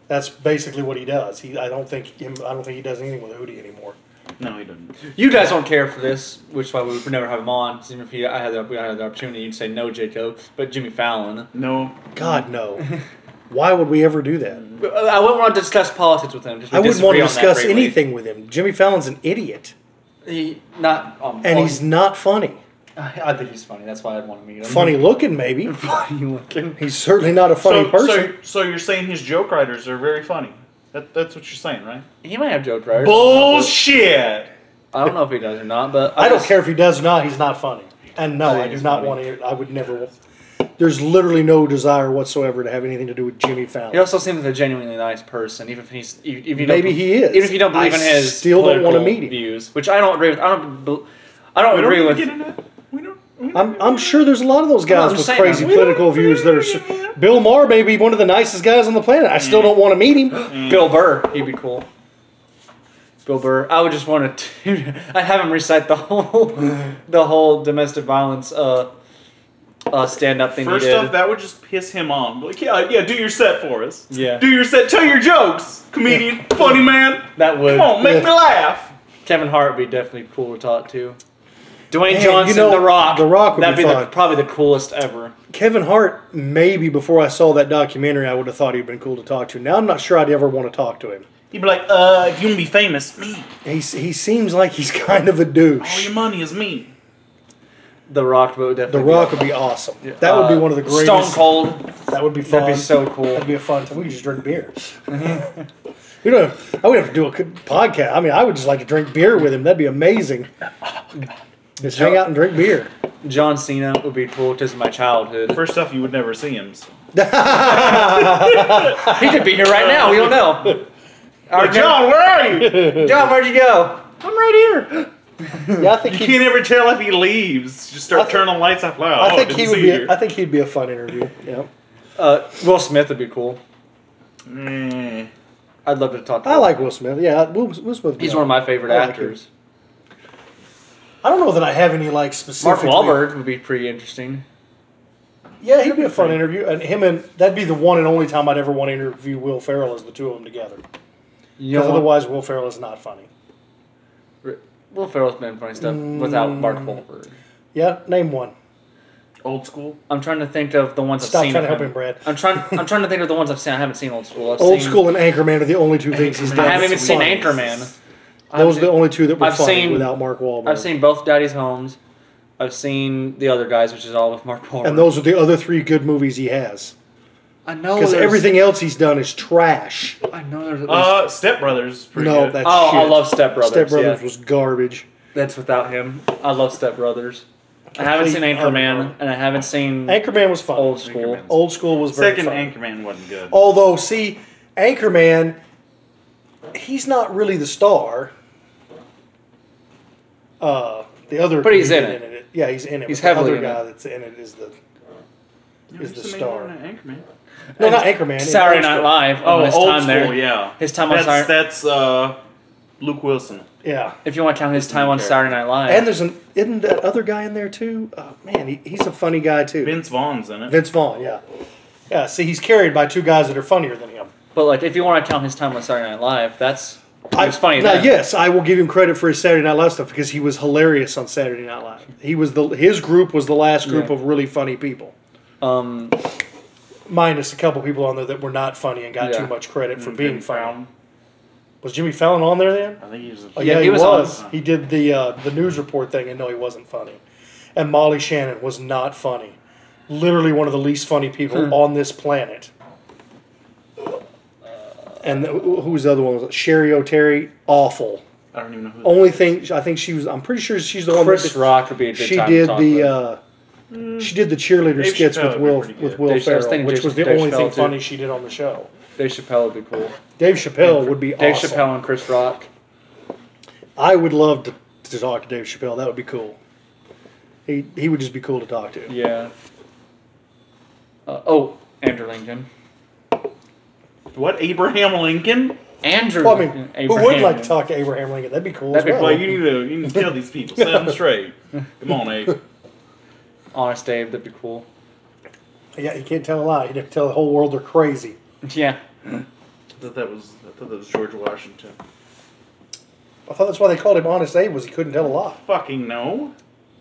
Speaker 3: That's basically what he does. He, I don't think him, I don't think he does anything with Hootie anymore.
Speaker 2: No, he doesn't.
Speaker 1: You guys don't care for this, which is why we would never have him on. 'cause Even if he, I had the, we had the opportunity, you'd say no, Jacob. But Jimmy Fallon.
Speaker 2: No.
Speaker 3: God no. Why would we ever do that?
Speaker 1: But, uh, I wouldn't want to discuss politics with him. 'cause we
Speaker 3: I wouldn't want
Speaker 1: disagree on
Speaker 3: to
Speaker 1: that
Speaker 3: discuss
Speaker 1: greatly.
Speaker 3: anything with him. Jimmy Fallon's an idiot,
Speaker 1: He not um,
Speaker 3: and
Speaker 1: oh,
Speaker 3: he's not funny.
Speaker 1: I I think he's funny. That's why I'd want to meet him.
Speaker 3: Funny looking, maybe.
Speaker 1: <laughs> funny looking.
Speaker 3: He's certainly not a funny
Speaker 2: so,
Speaker 3: person.
Speaker 2: So, so you're saying his joke writers are very funny? That, that's what you're saying, right?
Speaker 1: He might have joke writers.
Speaker 2: Bullshit.
Speaker 1: I don't know if he does or not, but
Speaker 3: I don't
Speaker 1: just-
Speaker 3: care if he does or not. He's not funny, and no,
Speaker 1: I think
Speaker 3: I, do
Speaker 1: he's
Speaker 3: not
Speaker 1: funny.
Speaker 3: want to. I would never. want- There's literally no desire whatsoever to have anything to do with Jimmy Fallon.
Speaker 1: He also seems like a genuinely nice person, even if he's even if you don't-
Speaker 3: Maybe he is.
Speaker 1: Even if you don't believe
Speaker 3: I
Speaker 1: in his
Speaker 3: still don't wanna
Speaker 1: political
Speaker 3: meet him.
Speaker 1: views, which I don't agree with. I don't. bel- I don't
Speaker 2: We don't
Speaker 1: agree
Speaker 2: even
Speaker 1: with.
Speaker 2: get into. We don't. We don't
Speaker 3: I'm, I'm sure there's a lot of those
Speaker 1: I'm
Speaker 3: guys with
Speaker 1: saying,
Speaker 3: crazy
Speaker 1: we
Speaker 2: don't
Speaker 3: political
Speaker 2: agree
Speaker 3: views that are.
Speaker 2: with
Speaker 3: s-
Speaker 2: you.
Speaker 3: Bill Maher may be one of the nicest guys on the planet. I still don't want to meet him.
Speaker 2: Mm.
Speaker 1: Bill Burr, he'd be cool. Bill Burr, I would just want to. <laughs> I'd have him recite the <laughs> whole, the whole domestic violence uh, uh, stand up thing
Speaker 2: First
Speaker 1: he did.
Speaker 2: off, that would just piss him off. Like, yeah, yeah, do your set for us.
Speaker 1: Yeah.
Speaker 2: Do your set. Tell your jokes, comedian, funny man.
Speaker 1: That would.
Speaker 2: Come on, make me
Speaker 3: Yeah.
Speaker 2: laugh.
Speaker 1: Kevin Hart would be definitely cool to talk to. Dwayne
Speaker 3: Man,
Speaker 1: Johnson,
Speaker 3: you know,
Speaker 1: The Rock,
Speaker 3: The Rock would
Speaker 1: that'd
Speaker 3: be
Speaker 1: be, the,
Speaker 3: fun.
Speaker 1: probably the coolest ever.
Speaker 3: Kevin Hart, maybe before I saw that documentary, I would have thought he'd been cool to talk to. Now I'm not sure I'd ever want to talk to him.
Speaker 2: He'd be like, uh, if you want to be famous, me.
Speaker 3: He, s- he seems like he's <laughs> kind of a
Speaker 2: All
Speaker 1: Oh,
Speaker 3: douche.
Speaker 2: your money is me.
Speaker 1: The Rock would
Speaker 3: The
Speaker 1: definitely. be
Speaker 3: Rock
Speaker 1: up
Speaker 3: would be awesome.
Speaker 1: there.
Speaker 3: That would be
Speaker 1: Uh,
Speaker 3: one of the greatest.
Speaker 1: Stone Cold.
Speaker 3: That would be fun.
Speaker 1: That'd be so cool. Mm-hmm.
Speaker 3: That'd be a fun time. We could just drink beer. <laughs> we don't. Have, I would have to do a good podcast. I mean, I would just like to drink beer with him. That'd
Speaker 1: <laughs>
Speaker 3: be amazing. Just hang out and drink beer.
Speaker 1: John Cena would be cool just in my childhood. <laughs>
Speaker 2: <laughs> First off, you would never see him. so-
Speaker 1: He could be here right now. We don't know. Our
Speaker 2: John, where are you?
Speaker 1: John, where'd you go?
Speaker 2: I'm right here.
Speaker 3: Yeah, I think
Speaker 2: You
Speaker 3: he,
Speaker 2: can't ever tell if he leaves. Just
Speaker 3: I
Speaker 2: start
Speaker 3: think-
Speaker 2: turning the lights off. oh, Loud.
Speaker 3: I think he would be.
Speaker 2: Here.
Speaker 3: I think he'd be a fun interview. Yeah,
Speaker 1: Uh, Will Smith would be cool.
Speaker 2: Mm.
Speaker 1: I'd love to talk to
Speaker 3: I
Speaker 1: him.
Speaker 3: like Will Smith. Yeah, Will, Will Smith.
Speaker 1: He's one of my favorite
Speaker 3: I like
Speaker 1: actors.
Speaker 3: I don't know that I have any like
Speaker 1: Mark
Speaker 3: specific.
Speaker 1: Wahlberg would be pretty interesting.
Speaker 3: Yeah, he'd be a fun interview, and him and that'd be the one and only time I'd ever want to interview Will Ferrell is the two of them together.
Speaker 1: You
Speaker 3: Because
Speaker 1: know,
Speaker 3: otherwise, Will Ferrell is not funny.
Speaker 1: Will Ferrell's been in funny stuff without
Speaker 3: Mm.
Speaker 1: Mark Wahlberg.
Speaker 3: Yeah, name one.
Speaker 2: Old school.
Speaker 1: I'm trying to think of the ones
Speaker 3: Stop
Speaker 1: I've seen.
Speaker 3: trying to
Speaker 1: of
Speaker 3: help him, Brad.
Speaker 1: I'm trying. I'm trying to think of the ones I've seen. I haven't seen Old School. I've
Speaker 3: Old
Speaker 1: seen-
Speaker 3: School and Anchorman are the only two things he's
Speaker 1: I
Speaker 3: done.
Speaker 1: haven't even
Speaker 3: that's
Speaker 1: seen
Speaker 3: funny.
Speaker 1: Anchorman. I haven't
Speaker 3: Those are the
Speaker 1: seen-
Speaker 3: only two that were
Speaker 1: I've
Speaker 3: funny
Speaker 1: seen-
Speaker 3: without Mark Wahlberg.
Speaker 1: I've seen both Daddy's Homes. I've seen the other guys, which is all with Mark Wahlberg.
Speaker 3: and those are the other three good movies he has.
Speaker 1: I know
Speaker 3: Because
Speaker 1: Oh, there's-
Speaker 3: everything else he's done is trash.
Speaker 1: I know there's. At least,
Speaker 2: Uh, Step Brothers. is Pretty
Speaker 3: no,
Speaker 2: good.
Speaker 3: that's
Speaker 1: oh,
Speaker 3: shit.
Speaker 1: I love Step Brothers.
Speaker 3: Step Brothers
Speaker 1: yeah.
Speaker 3: was garbage.
Speaker 1: That's without him. I love Step Brothers. I haven't seen
Speaker 3: Complete
Speaker 1: Anchorman,
Speaker 3: utter-
Speaker 1: and I haven't seen
Speaker 3: Anchorman was fun.
Speaker 1: Old School.
Speaker 2: Anchorman.
Speaker 3: Old school was very
Speaker 2: second
Speaker 3: fun.
Speaker 2: Anchorman wasn't good.
Speaker 3: Although, see, Anchorman, he's not really the star. Uh, the other,
Speaker 1: But he's in
Speaker 3: comedian
Speaker 1: it.
Speaker 3: Yeah, he's in it.
Speaker 1: He's
Speaker 3: but the
Speaker 1: heavily
Speaker 3: other
Speaker 1: in
Speaker 3: guy
Speaker 1: it.
Speaker 3: that's in it is the
Speaker 2: No,
Speaker 3: is
Speaker 2: who's
Speaker 3: the
Speaker 2: main
Speaker 3: star.
Speaker 2: one in Anchorman.
Speaker 3: no, not Anchorman. it's
Speaker 1: Saturday
Speaker 3: Old
Speaker 1: Night
Speaker 3: School.
Speaker 1: Live.
Speaker 2: Oh,
Speaker 1: Oh, his
Speaker 2: Old
Speaker 1: time
Speaker 2: School.
Speaker 1: there.
Speaker 2: Yeah.
Speaker 1: His time on
Speaker 2: that's,
Speaker 1: Saturday.
Speaker 2: That's uh, Luke Wilson.
Speaker 3: Yeah,
Speaker 1: If you want to count his time on
Speaker 2: character.
Speaker 1: Saturday Night Live,
Speaker 3: and there's an isn't that other guy in there too? Oh, man, he, he's a funny guy too.
Speaker 2: Vince Vaughn's in it.
Speaker 3: Vince Vaughn. Yeah, yeah. See, he's carried by two guys that are funnier than him.
Speaker 1: But like, if you want to count his time on Saturday Night Live, that's it's funny.
Speaker 3: Now,
Speaker 1: then.
Speaker 3: yes, I will give him credit for his Saturday Night Live stuff because he was hilarious on Saturday Night Live. He was the his group was the last group
Speaker 1: Yeah.
Speaker 3: of really funny people,
Speaker 1: Um,
Speaker 3: minus a couple people on there that were not funny and got
Speaker 1: Yeah.
Speaker 3: too much credit for
Speaker 2: Mm,
Speaker 3: being
Speaker 2: Jimmy
Speaker 3: funny.
Speaker 2: Fallon.
Speaker 3: Was Jimmy Fallon on there then?
Speaker 2: I think he was. A,
Speaker 3: Oh,
Speaker 1: Yeah,
Speaker 3: yeah,
Speaker 1: he
Speaker 3: he,
Speaker 1: was
Speaker 3: was.
Speaker 1: on.
Speaker 3: He did the uh, the news report thing, and no, he wasn't funny. And Molly Shannon was not funny. Literally one of the least funny
Speaker 1: Hmm.
Speaker 3: people on this planet. And who who was the other one? Sherry O'Terry, awful.
Speaker 2: I don't even know who. that
Speaker 3: Only
Speaker 2: is.
Speaker 3: thing I think she was. I'm pretty sure she's the one.
Speaker 1: Chris
Speaker 3: that-
Speaker 1: Rock would be a good
Speaker 3: she
Speaker 1: time
Speaker 3: did
Speaker 1: to talk
Speaker 3: the
Speaker 1: about.
Speaker 3: uh, she did the cheerleader
Speaker 2: Dave
Speaker 3: skits
Speaker 2: Chappelle would
Speaker 3: with
Speaker 2: be
Speaker 3: Will
Speaker 2: pretty
Speaker 3: with
Speaker 2: good.
Speaker 3: Will
Speaker 1: Dave- I was
Speaker 3: Ferrell,
Speaker 1: thinking
Speaker 3: which
Speaker 1: Dave-
Speaker 3: was the
Speaker 1: Dave
Speaker 3: only thing
Speaker 1: Chappelle, too.
Speaker 3: funny she did on the show.
Speaker 1: Dave Chappelle would be cool.
Speaker 3: Dave Chappelle would uh, be
Speaker 1: Dave
Speaker 3: awesome.
Speaker 1: Chappelle and Chris Rock.
Speaker 3: I would love to, to talk to Dave Chappelle. That would be cool. He he would just be cool to talk to.
Speaker 1: Yeah. Uh, oh, Andrew Lincoln.
Speaker 2: What Abraham Lincoln?
Speaker 1: Andrew.
Speaker 3: Well, I mean,
Speaker 1: Lincoln.
Speaker 3: who would
Speaker 1: Abraham
Speaker 3: like to
Speaker 1: Lincoln.
Speaker 3: talk to Abraham Lincoln? That'd be cool.
Speaker 1: That'd be
Speaker 3: as well.
Speaker 2: Well, you need to you need to tell these people. Set them straight. Come on, Abe.
Speaker 1: Honest Abe, that'd be cool. <laughs>
Speaker 3: Yeah, he can't tell a lie. He'd have to tell the whole world they're crazy.
Speaker 1: Yeah.
Speaker 2: I thought that was I thought that was George Washington.
Speaker 3: I thought that's why they called him Honest Abe was he couldn't tell a lie.
Speaker 2: Fucking no.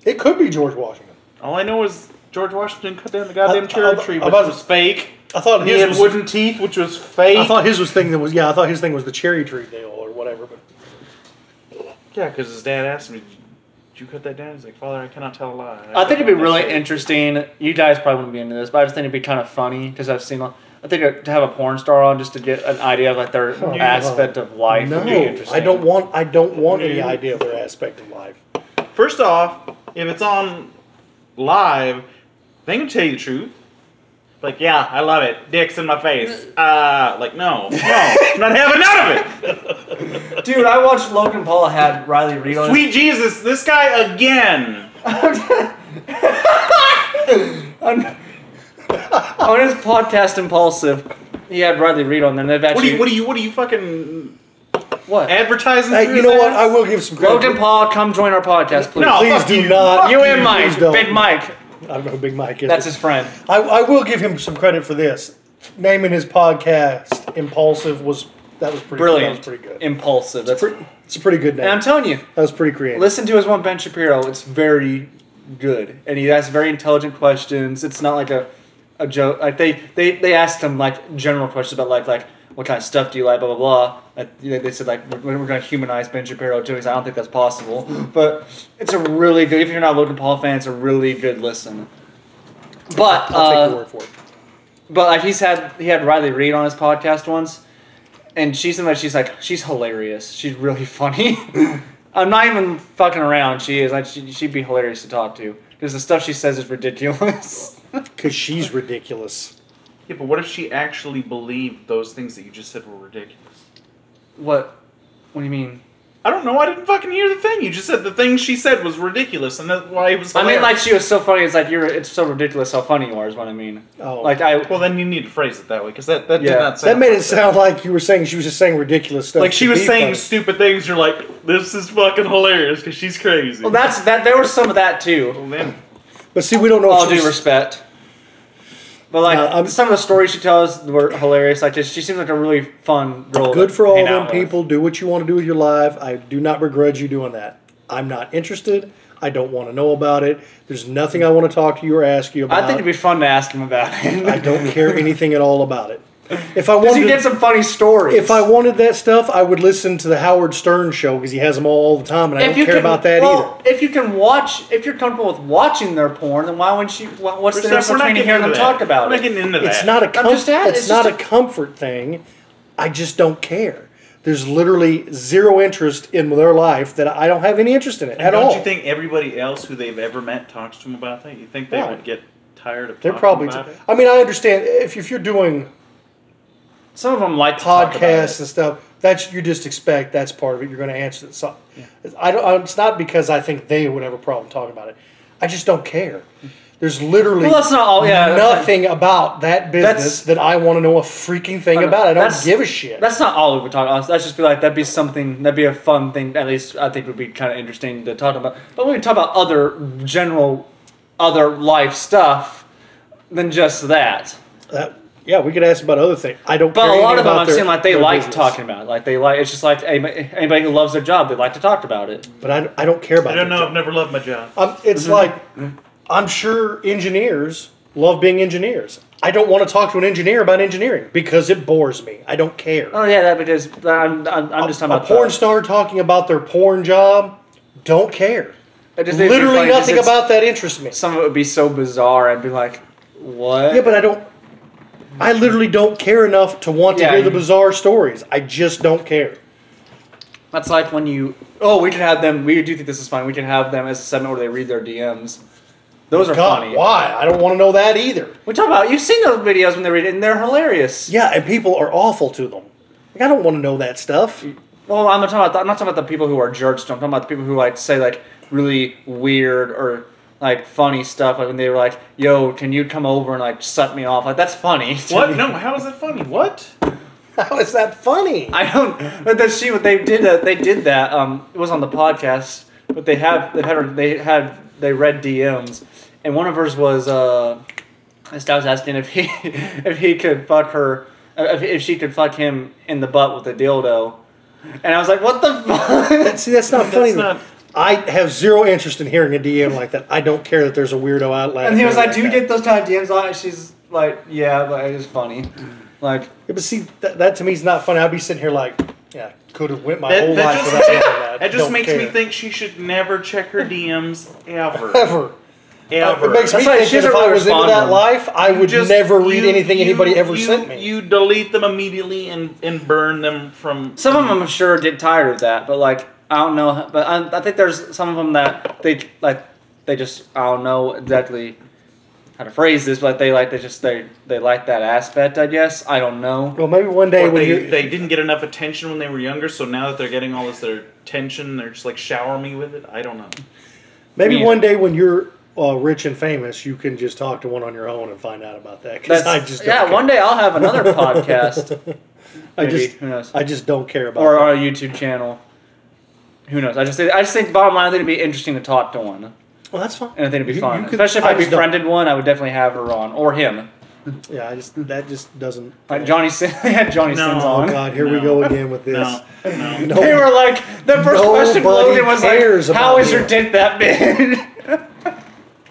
Speaker 3: It could be George Washington.
Speaker 2: All I know is George Washington cut down the goddamn
Speaker 3: I-
Speaker 2: cherry
Speaker 3: I-
Speaker 2: tree,
Speaker 3: I
Speaker 2: which
Speaker 3: was-
Speaker 2: was fake.
Speaker 3: I thought
Speaker 2: He
Speaker 3: his
Speaker 2: had
Speaker 3: was,
Speaker 2: wooden teeth, which was fake.
Speaker 3: I thought his was thing that was yeah. I thought his thing was the cherry tree deal or whatever. But
Speaker 2: yeah, because his dad asked me, "Did you cut that down?" He's like, "Father, I cannot tell a lie."
Speaker 1: I think it'd be really
Speaker 2: interesting.
Speaker 1: interesting. You guys probably wouldn't be into this, but I just think it'd be kind of funny because I've seen. I think uh, to have a porn star on just to get an idea of like their
Speaker 3: Oh,
Speaker 1: aspect of life would be
Speaker 3: no,
Speaker 1: interesting.
Speaker 3: I don't want I don't want any
Speaker 2: Yeah.
Speaker 3: idea of their aspect of life.
Speaker 2: First off, if it's on live, they can tell you the truth. Like, yeah, I love it. Dick's in my face. Uh, like, no,
Speaker 1: <laughs>
Speaker 2: no, I'm not having none of
Speaker 1: Dude, I watched Logan Paul had Riley Reed
Speaker 2: it.
Speaker 1: on.
Speaker 2: Sweet Jesus, this guy again.
Speaker 1: on, on his podcast Impulsive, he had Riley Reed on, and they've
Speaker 2: What do
Speaker 1: actually
Speaker 2: you, what do you, what do you fucking
Speaker 1: what?
Speaker 2: advertising?
Speaker 3: Hey,
Speaker 2: through
Speaker 3: you know
Speaker 2: his
Speaker 3: what?
Speaker 2: ass?
Speaker 3: I will give some credit.
Speaker 1: Logan Paul, come join our podcast, please.
Speaker 2: No,
Speaker 3: Please
Speaker 2: fuck
Speaker 3: do
Speaker 2: you.
Speaker 3: not.
Speaker 1: you and
Speaker 3: please
Speaker 1: Mike,
Speaker 3: don't.
Speaker 1: Big Mike.
Speaker 3: I don't know who Big Mike is.
Speaker 1: That's his friend.
Speaker 3: I, I will give him some credit for this. Naming his podcast "Impulsive" was that was pretty
Speaker 1: Brilliant,
Speaker 3: That was pretty good.
Speaker 1: impulsive. That's
Speaker 3: Pretty- it's a pretty good
Speaker 1: and I'm
Speaker 3: name.
Speaker 1: telling you,
Speaker 3: That was pretty creative.
Speaker 1: listen to his one Ben Shapiro. It's very good, and he asks very intelligent questions. It's not like a a joke. Like they they they asked him like general questions about like like what kind of stuff do you like, blah blah blah. Like, you know, they said like we're, we're going to humanize Ben Shapiro too. He's like, I don't think that's
Speaker 3: <laughs>
Speaker 1: possible, but it's a really good. If you're not a Logan Paul fan, it's a really good listen. But
Speaker 3: I'll take
Speaker 1: uh,
Speaker 3: your word for it.
Speaker 1: but like he's had he had Riley Reid on his podcast once, and she's in like she's like she's hilarious. She's really <laughs> funny. I'm not even fucking around. She is like she, she'd be hilarious to talk to because the stuff she says is ridiculous. <laughs>
Speaker 3: Because she's ridiculous.
Speaker 2: Yeah, but what if she actually believed those things that you just said were ridiculous?
Speaker 1: What? What do you mean?
Speaker 2: I don't know. I didn't fucking hear the thing. You just said the thing she said was ridiculous, and that's why it was.
Speaker 1: I mean, like
Speaker 2: hilarious.
Speaker 1: she was so funny. It's like you're. It's so ridiculous how funny you are. Is what I mean.
Speaker 3: Oh.
Speaker 1: Like I.
Speaker 2: Well, then you need to phrase it that way because that that
Speaker 1: Yeah.
Speaker 2: did not sound.
Speaker 3: That made
Speaker 2: like
Speaker 3: it sound like you were saying she was just saying ridiculous stuff.
Speaker 2: like she
Speaker 3: to
Speaker 2: was
Speaker 3: be
Speaker 2: saying
Speaker 3: funny.
Speaker 2: stupid things. You're like, this is fucking hilarious because she's crazy.
Speaker 1: well, that's that. There was some of that too.
Speaker 2: Well, then
Speaker 3: But see, we don't know. if
Speaker 1: All
Speaker 3: she
Speaker 1: due
Speaker 3: was-
Speaker 1: respect. But like
Speaker 3: No, I'm-
Speaker 1: some of the stories she tells were hilarious. Like just, she seems like a really fun girl.
Speaker 3: Good
Speaker 1: to
Speaker 3: for all
Speaker 1: hang
Speaker 3: them
Speaker 1: out with.
Speaker 3: people. Do what you want to do with your life. I do not begrudge you doing that. I'm not interested. I don't want to know about it. There's nothing I want to talk to you or ask you about.
Speaker 1: I think it'd be fun to ask him about it. <laughs>
Speaker 3: I don't care anything at all about it. If I
Speaker 1: Because you
Speaker 3: wanted,
Speaker 1: get some funny stories.
Speaker 3: if I wanted that stuff, I would listen to the Howard Stern show because he has them all, all the time, and I don't care about that
Speaker 1: well, If you can watch, if you're comfortable with watching their porn, then why wouldn't you? wha- What's the difference
Speaker 2: we're not
Speaker 1: between
Speaker 2: getting
Speaker 1: hearing
Speaker 2: into
Speaker 1: them
Speaker 2: that.
Speaker 1: talk about
Speaker 2: We're not
Speaker 1: it?
Speaker 2: getting into
Speaker 3: either.
Speaker 2: that.
Speaker 3: It's not a
Speaker 1: I'm
Speaker 3: comfort.
Speaker 1: just at-
Speaker 3: it's
Speaker 1: it's
Speaker 3: not
Speaker 1: just
Speaker 3: a comfort thing. I just don't care. There's literally zero interest in their life that I don't have any interest in it
Speaker 2: And
Speaker 3: at
Speaker 2: don't
Speaker 3: all.
Speaker 2: you think everybody else who they've ever met talks to them about that? You think they
Speaker 3: Right.
Speaker 2: would get tired of
Speaker 3: They're
Speaker 2: talking
Speaker 3: probably.
Speaker 2: about it?
Speaker 3: I mean, I understand if if you're doing
Speaker 1: Some of them like to talk about
Speaker 3: podcasts
Speaker 1: it.
Speaker 3: and stuff. That's you just expect that's part of it. You're going to answer it. So I don't. I- It's not because I think they would have a problem talking about it. I just don't care. There's literally
Speaker 1: Well, that's not all- yeah, that's-
Speaker 3: nothing about that business
Speaker 1: That's-
Speaker 3: that I want to know a freaking thing
Speaker 1: I know.
Speaker 3: about. I don't
Speaker 1: That's-
Speaker 3: give a shit.
Speaker 1: That's not all we would talk. Honestly. That's just be like that'd be something. That'd be a fun thing. At least I think would be kind of interesting to talk about. But we can talk about other general, other life stuff than just that.
Speaker 3: That- yeah, we could ask about other things. I don't.
Speaker 1: But
Speaker 3: care
Speaker 1: a lot
Speaker 3: anything
Speaker 1: of them
Speaker 3: about
Speaker 1: I've
Speaker 3: their-
Speaker 1: seen like they
Speaker 3: their
Speaker 1: like
Speaker 3: business.
Speaker 1: talking about. it. Like they like it's just like anybody, anybody who loves their job, they like to talk about it.
Speaker 3: but I, I don't care about.
Speaker 2: I don't
Speaker 3: their
Speaker 2: know.
Speaker 3: job.
Speaker 2: I've never loved my job.
Speaker 3: I'm, it's like
Speaker 1: Mm-hmm.
Speaker 3: I'm sure engineers love being engineers. I don't want to talk to an engineer about engineering because it bores me. I don't care.
Speaker 1: Oh yeah, that because I'm, I'm, I'm just talking
Speaker 3: a
Speaker 1: about
Speaker 3: porn
Speaker 1: that.
Speaker 3: star talking about their porn job. Don't care.
Speaker 1: I just think it'd be
Speaker 3: Literally
Speaker 1: funny 'cause
Speaker 3: nothing
Speaker 1: it's-
Speaker 3: about that interests me.
Speaker 1: Some of it would be so bizarre. I'd be like, what?
Speaker 3: Yeah, but I don't. I literally don't care enough to want to
Speaker 1: Yeah,
Speaker 3: hear the
Speaker 1: you-
Speaker 3: bizarre stories. I just don't care.
Speaker 1: that's like when you. Oh, we can have them. We do think this is fun. We can have them as a segment where they read their DMs. Those are
Speaker 3: God,
Speaker 1: funny.
Speaker 3: why? I don't want to know that either.
Speaker 1: We talk about. You've seen those videos when they read it, and they're hilarious.
Speaker 3: Yeah, and people are awful to them. Like, I don't want to know that stuff.
Speaker 1: Well, I'm not talking about. The, I'm not talking about the people who are jerks. I'm talking about the people who like say like really weird or like funny stuff. Like when they were like, "Yo, can you come over and like suck me off?" Like that's funny. <laughs> to
Speaker 2: What?
Speaker 1: me.
Speaker 2: No. How is that funny? What?
Speaker 3: <laughs> How is that funny?
Speaker 1: I don't. But that she, what they did that they did that. Um, it was on the podcast, but they have they had they had they read DMs, and one of hers was uh, this guy was asking if he <laughs> if he could fuck her uh, if, if she could fuck him in the butt with a dildo, and I was like, what the <laughs> fuck?
Speaker 3: See, that's not funny.
Speaker 2: not-
Speaker 3: I have zero interest in hearing a DM like that. I don't care that there's a weirdo out loud.
Speaker 1: And he was
Speaker 3: doing
Speaker 1: like, do you
Speaker 3: that."
Speaker 1: get those kind of DMs on? And she's like, yeah, but it's funny, like.
Speaker 3: Yeah, but see, that, that to me is not funny. I'd be sitting here like, yeah, could have went my
Speaker 2: That,
Speaker 3: whole
Speaker 2: that
Speaker 3: life
Speaker 2: just, <laughs>
Speaker 3: without doing that.
Speaker 2: that just
Speaker 3: Don't
Speaker 2: makes me
Speaker 3: care.
Speaker 2: think she should never check her DMs ever,
Speaker 3: ever.
Speaker 2: ever.
Speaker 3: <laughs> It makes
Speaker 1: That's
Speaker 3: me
Speaker 1: why
Speaker 3: think
Speaker 1: she
Speaker 3: that if
Speaker 1: doesn't
Speaker 3: I was into
Speaker 1: respond to
Speaker 3: that
Speaker 1: them.
Speaker 3: life, I
Speaker 2: You
Speaker 3: would
Speaker 2: just-
Speaker 3: never read
Speaker 2: you-
Speaker 3: anything
Speaker 2: you-
Speaker 3: anybody ever
Speaker 2: you-
Speaker 3: sent me.
Speaker 2: You delete them immediately and and burn them from.
Speaker 1: Some of them, I'm sure, get tired of that, but like I don't know. But um, I, I think there's some of them that they like. They just I don't know exactly how to phrase this, but they like they just they they like that aspect. I guess I don't know.
Speaker 3: well, maybe one day
Speaker 2: Or
Speaker 3: when
Speaker 2: they,
Speaker 3: you,
Speaker 2: they didn't get enough attention when they were younger, so now that they're getting all this their attention, they're just like shower me with it. I don't know.
Speaker 3: maybe
Speaker 1: Yeah.
Speaker 3: one day when you're uh, rich and famous, you can just talk to one on your own and find out about that. Because
Speaker 1: That's,
Speaker 3: I just don't
Speaker 1: yeah.
Speaker 3: care.
Speaker 1: One day I'll have another podcast, <laughs>
Speaker 3: I
Speaker 1: maybe,
Speaker 3: just
Speaker 1: who knows?
Speaker 3: I just don't care about.
Speaker 1: or
Speaker 3: that.
Speaker 1: our YouTube channel. Who knows? I just think I just think bottom line, I think it'd be interesting to talk to one, and
Speaker 3: well, that's fine.
Speaker 1: I think it'd be
Speaker 3: You-
Speaker 1: fun,
Speaker 3: you could-
Speaker 1: especially if I,
Speaker 3: just don't-
Speaker 1: befriended one. I would definitely have her on or him.
Speaker 3: Yeah, I just that just doesn't.
Speaker 1: Like Johnny, Sin, <laughs> they had Johnny
Speaker 2: No.
Speaker 1: Sins
Speaker 3: Oh
Speaker 1: on.
Speaker 3: God, here we
Speaker 2: No.
Speaker 3: go again with this.
Speaker 2: No, no.
Speaker 3: <laughs> No.
Speaker 1: <laughs> They were like, the first question
Speaker 3: Oh, Nobody
Speaker 1: Logan was
Speaker 3: cares
Speaker 1: like, "How
Speaker 3: about
Speaker 1: is your
Speaker 3: it."
Speaker 1: dick that big?" <laughs>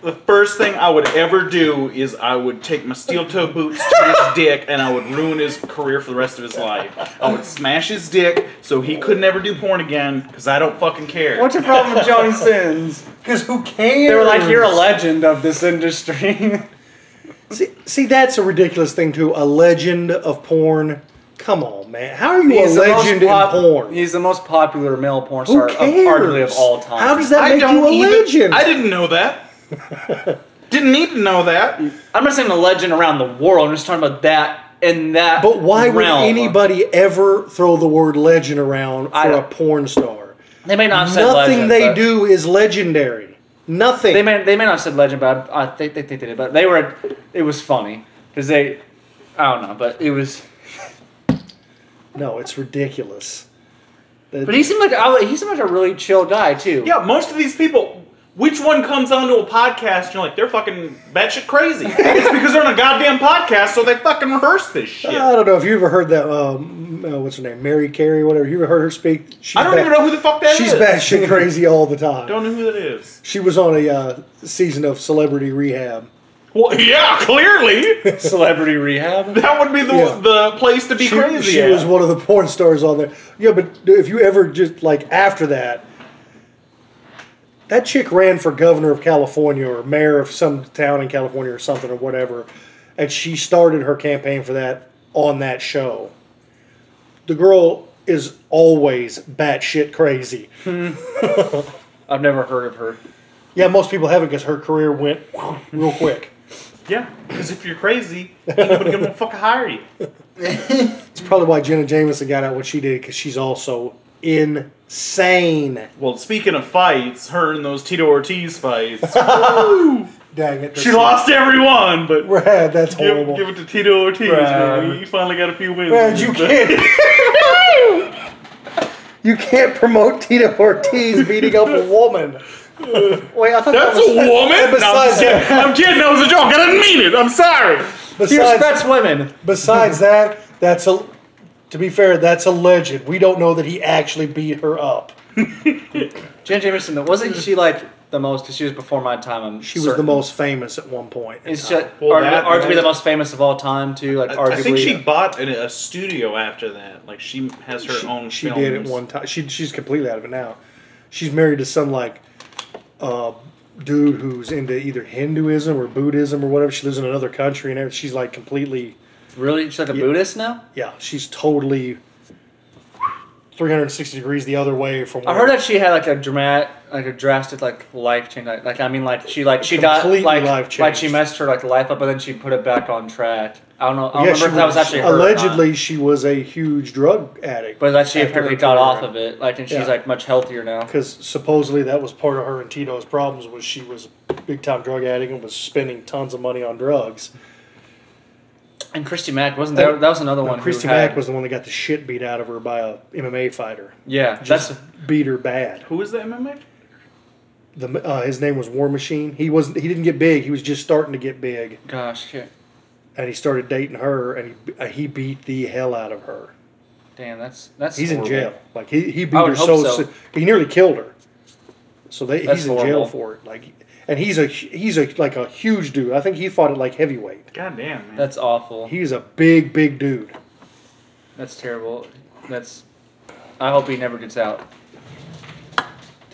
Speaker 2: The first thing I would ever do is I would take my steel toe boots to his dick and I would ruin his career for the rest of his life. I would smash his dick so he could never do porn again because I don't fucking care.
Speaker 1: What's your problem with Johnny Sins?
Speaker 3: Because who cares?
Speaker 1: They were like, "You're a legend of this industry." <laughs>
Speaker 3: See, see, that's a ridiculous thing too. A legend of porn. Come on, man. How are you a
Speaker 1: the most
Speaker 3: legend in
Speaker 1: pop-
Speaker 3: porn?
Speaker 1: He's the most popular male porn
Speaker 3: Who
Speaker 1: star, of,
Speaker 3: cares?
Speaker 1: arguably of all time.
Speaker 3: How does that
Speaker 2: I
Speaker 3: make
Speaker 2: don't
Speaker 3: you a
Speaker 2: even-
Speaker 3: legend?
Speaker 2: I didn't know that. didn't need to know that.
Speaker 1: I'm not saying a legend around the world. I'm just talking about that in that.
Speaker 3: But why would
Speaker 1: realm.
Speaker 3: anybody ever throw the word legend around
Speaker 1: I
Speaker 3: for a
Speaker 1: don't-
Speaker 3: porn star?
Speaker 1: They may not have said
Speaker 3: Nothing
Speaker 1: legend,
Speaker 3: they
Speaker 1: but-
Speaker 3: do is legendary. Nothing.
Speaker 1: They may they may not have said legend, but I, I think they think they did. But they were. It was funny because they. I don't know, but it was.
Speaker 3: no, it's ridiculous. That-
Speaker 1: But he seemed like I- he seemed like a really chill guy too.
Speaker 2: Yeah, most of these people. Which one comes onto a podcast and you're like, they're fucking batshit crazy? it's because they're on a goddamn podcast, so they fucking rehearse this shit.
Speaker 3: I don't know if you ever heard that. Um, uh, what's her name? Mary Carey, whatever. You ever heard her speak? She's
Speaker 2: I don't
Speaker 3: bat-
Speaker 2: even know who the fuck that
Speaker 3: She's
Speaker 2: is.
Speaker 3: batshit crazy
Speaker 1: <laughs>
Speaker 3: all the time.
Speaker 2: Don't know who that is.
Speaker 3: She was on a uh, season of Celebrity Rehab.
Speaker 2: Well, yeah, clearly
Speaker 1: Celebrity rehab.
Speaker 2: <laughs> that would be the
Speaker 3: Yeah.
Speaker 2: the place to be
Speaker 3: She,
Speaker 2: crazy.
Speaker 3: she
Speaker 2: at.
Speaker 3: was one of the porn stars on there. Yeah, but if you ever just like after that, that chick ran for governor of California or mayor of some town in California or something or whatever, and she started her campaign for that on that show. The girl is always
Speaker 2: <laughs>
Speaker 3: batshit crazy.
Speaker 1: I've never heard of her.
Speaker 3: Yeah, most people haven't because her career went real quick.
Speaker 2: Yeah, because if you're crazy, ain't nobody gonna fucking hire you.
Speaker 3: It's probably why Jenna Jameson got out what she did because she's also insane.
Speaker 2: <laughs> Well, speaking of fights, her and those Tito Ortiz
Speaker 3: <laughs>
Speaker 2: fights,
Speaker 3: Dang it!
Speaker 2: she
Speaker 3: <laughs>
Speaker 2: lost everyone, but
Speaker 3: Brad, that's
Speaker 2: give,
Speaker 3: horrible.
Speaker 2: give it to Tito Ortiz.
Speaker 1: Right.
Speaker 2: man. We finally got a few wins.
Speaker 3: Brad, you can't. <laughs> you can't promote Tito Ortiz beating up a woman. Wait, I thought
Speaker 2: That's
Speaker 3: that was
Speaker 2: a woman. No, I'm
Speaker 3: Besides
Speaker 2: just kidding.
Speaker 3: that,
Speaker 2: I'm kidding. That was a joke. I didn't mean it. I'm sorry.
Speaker 1: He
Speaker 3: besides,
Speaker 1: respects women.
Speaker 3: besides that, that's a. To be fair, that's a legend. We don't know that he actually beat her up.
Speaker 1: Jen Jameson, though, wasn't she like the most? Because she was before my time. I'm
Speaker 3: She was the most famous at one point. in
Speaker 1: Is she,
Speaker 3: time.
Speaker 1: like,
Speaker 2: Well,
Speaker 1: argu-
Speaker 2: that-
Speaker 1: arguably
Speaker 2: that-
Speaker 1: the most famous of all time too. Like
Speaker 2: I,
Speaker 1: arguably,
Speaker 2: I think she bought an, a studio after that. Like she has her
Speaker 3: she,
Speaker 2: own.
Speaker 3: she
Speaker 2: films.
Speaker 3: did at one time. She she's completely out of it now. She's married to some like uh, dude who's into either Hinduism or Buddhism or whatever. She lives in another country and everything. she's like completely
Speaker 1: really she's like a Buddhist now.
Speaker 3: yeah. She's totally 360 degrees the other way from.
Speaker 1: I heard that she had like a dramatic, like a drastic, like life change. Like, like I mean, like she like she got
Speaker 3: Completely
Speaker 1: like
Speaker 3: life
Speaker 1: like she
Speaker 3: changed.
Speaker 1: messed her like life up, but then she put it back on track. I don't know. I don't
Speaker 3: Yeah,
Speaker 1: remember
Speaker 3: she
Speaker 1: if that was actually her or not.
Speaker 3: allegedly she was a huge drug addict,
Speaker 1: but that she
Speaker 3: after her
Speaker 1: apparently got
Speaker 3: career.
Speaker 1: off of it. Like, and she's
Speaker 3: Yeah.
Speaker 1: like much healthier now.
Speaker 3: because supposedly that was part of her and Tito's problems was she was a big time drug addict and was spending tons of money on drugs.
Speaker 1: And Christy Mack wasn't there. That was another
Speaker 3: No,
Speaker 1: one. who
Speaker 3: Christy
Speaker 1: had-
Speaker 3: Mack was the one that got the shit beat out of her by a MMA fighter.
Speaker 1: Yeah,
Speaker 3: Just
Speaker 1: that's
Speaker 3: beat her bad.
Speaker 2: Who is the MMA?
Speaker 3: The, uh, his name was War Machine. He wasn't. He didn't get big. He was just starting to get big,
Speaker 1: gosh, shit.
Speaker 3: and he started dating her, and he uh, he beat the hell out of her.
Speaker 1: damn, that's that's.
Speaker 3: He's
Speaker 1: horrible.
Speaker 3: in jail. Like he, he
Speaker 1: I
Speaker 3: beat
Speaker 1: would
Speaker 3: her
Speaker 1: hope
Speaker 3: so,
Speaker 1: so.
Speaker 3: se- he nearly killed her. So they,
Speaker 1: That's
Speaker 3: he's in
Speaker 1: horrible.
Speaker 3: jail for it. Like, and he's a hu- he's a like a huge dude. I think he fought at like heavyweight.
Speaker 2: God damn man.
Speaker 1: That's awful.
Speaker 3: He's a big big dude.
Speaker 1: That's terrible. That's. I hope he never gets out. To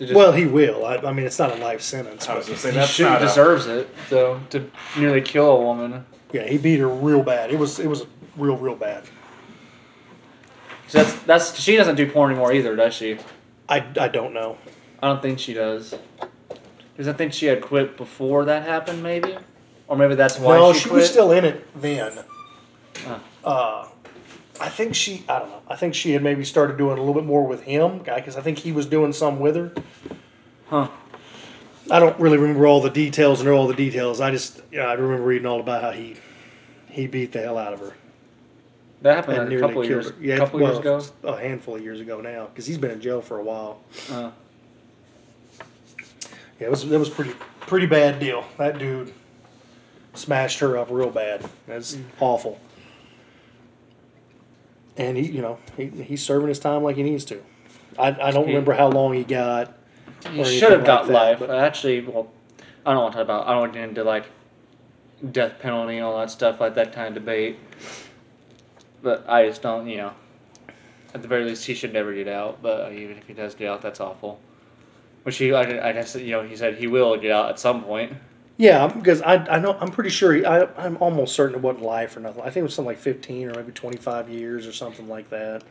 Speaker 1: just-
Speaker 3: Well, he will. I, I mean, it's not a life sentence.
Speaker 2: I
Speaker 3: but-
Speaker 2: was gonna say
Speaker 1: he
Speaker 2: that's
Speaker 1: should
Speaker 2: not a-
Speaker 1: deserves it though to nearly kill a woman.
Speaker 3: Yeah, he beat her real bad. It was it was real real bad.
Speaker 1: So that's that's she doesn't do porn anymore either, does she?
Speaker 3: I, I don't know.
Speaker 1: I don't think she does. Because I think she had quit before that happened, maybe, or maybe that's why
Speaker 3: no,
Speaker 1: she,
Speaker 3: she,
Speaker 1: quit.
Speaker 3: was still in it then. Uh, I think she I don't know. I think she had maybe started doing a little bit more with him, because I think he was doing some with her.
Speaker 1: huh?
Speaker 3: I don't really remember all the details and all the details. I just yeah, I remember reading all about how he he beat the hell out of her
Speaker 1: That happened
Speaker 3: and
Speaker 1: a
Speaker 3: nearly
Speaker 1: Uh, couple of
Speaker 3: killed
Speaker 1: years,
Speaker 3: her. Yeah,
Speaker 1: couple
Speaker 3: well,
Speaker 1: years ago.
Speaker 3: a handful of years ago now, because he's been in jail for a while.
Speaker 1: Uh,
Speaker 3: Yeah, it was that was pretty pretty bad deal. That dude smashed her up real bad. That's
Speaker 1: Mm.
Speaker 3: awful. And he, you know, he, he's serving his time like he needs to. I, I don't
Speaker 1: He-
Speaker 3: remember how long he got.
Speaker 1: he
Speaker 3: or
Speaker 1: should have
Speaker 3: anything
Speaker 1: got
Speaker 3: like that,
Speaker 1: life.
Speaker 3: but-
Speaker 1: Actually, well, I don't want to talk about. I don't want to get into like death penalty and all that stuff, like that kind of debate. But I just don't, you know. At the very least, he should never get out. But uh, even if he does get out, that's awful. Which he, I, I guess, you know, he said he will get out at some point.
Speaker 3: Yeah, because I, I know I'm pretty sure he, I I'm almost certain it wasn't life or nothing. I think it was something like 15 or maybe 25 years or something like that.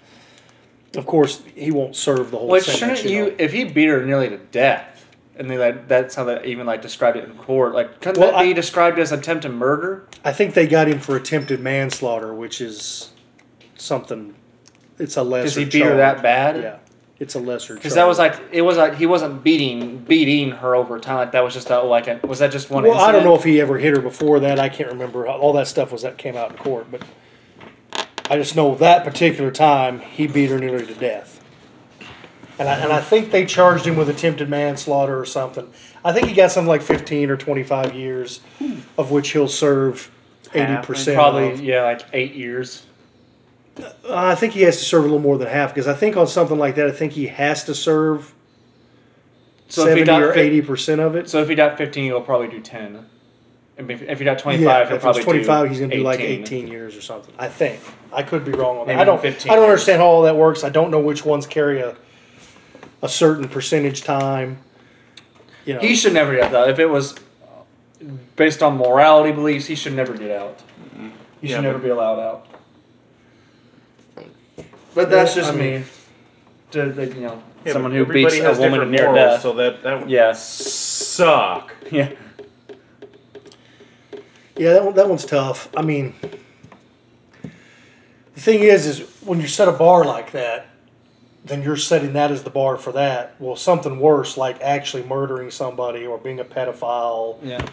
Speaker 3: Of course, he won't serve the whole.
Speaker 1: Which
Speaker 3: sentence,
Speaker 1: shouldn't
Speaker 3: you know.
Speaker 1: you? If he beat her nearly to death, and they like that's how they even like described it in court. Like, couldn't
Speaker 3: Well,
Speaker 1: that be
Speaker 3: I-
Speaker 1: described as attempted murder?
Speaker 3: I think they got him for attempted manslaughter, which is something. It's a lesser.
Speaker 1: Because he beat her
Speaker 3: charge.
Speaker 1: that bad.
Speaker 3: Yeah, it's a lesser.
Speaker 1: Because that was like it was like he wasn't beating beating her over time. Like that was just a, like a, was that just one?
Speaker 3: Well, I don't
Speaker 1: incident?
Speaker 3: know if he ever hit her before that. I can't remember. All that stuff was that came out in court, but I just know that particular time he beat her nearly to death. And I, and I think they charged him with attempted manslaughter or something. I think he got something like 15 or 25 years,
Speaker 1: Hmm.
Speaker 3: of which he'll serve 80%.
Speaker 1: Probably
Speaker 3: of.
Speaker 1: yeah, like eight years.
Speaker 3: I think he has to serve a little more than half because I think on something like that, I think he has to serve
Speaker 1: So if he
Speaker 3: 70
Speaker 1: got
Speaker 3: or
Speaker 1: fi-
Speaker 3: 80% of it.
Speaker 1: So if he got fifteen, he'll probably do ten. And if, if he got twenty
Speaker 3: Yeah,
Speaker 1: five,
Speaker 3: if
Speaker 1: he'll
Speaker 3: it's
Speaker 1: probably
Speaker 3: 25,
Speaker 1: do
Speaker 3: he's going to do like 18 years or something. I think. I could be wrong on that.
Speaker 1: Maybe
Speaker 3: I don't.
Speaker 1: 15
Speaker 3: I don't
Speaker 1: years.
Speaker 3: understand how all that works. I don't know which ones carry a a certain percentage time. You know,
Speaker 1: He should never get out. If it was based on morality beliefs, he should never get out. He
Speaker 2: Yeah,
Speaker 1: should never
Speaker 2: but-
Speaker 1: be allowed out. But that's
Speaker 3: Well,
Speaker 1: just
Speaker 3: I mean-
Speaker 1: me. To, like, you know,
Speaker 2: Yeah,
Speaker 1: someone
Speaker 2: but
Speaker 1: who
Speaker 2: everybody
Speaker 1: beats a
Speaker 2: has
Speaker 1: woman to
Speaker 2: different
Speaker 1: near
Speaker 2: morals,
Speaker 1: death.
Speaker 2: So that that would
Speaker 1: yes.
Speaker 2: suck.
Speaker 1: <laughs> Yeah.
Speaker 3: yeah, that one, that one's tough. I mean, the thing is, is when you set a bar like that, then you're setting that as the bar for that. Well, something worse like actually murdering somebody or being a pedophile.
Speaker 1: Yeah.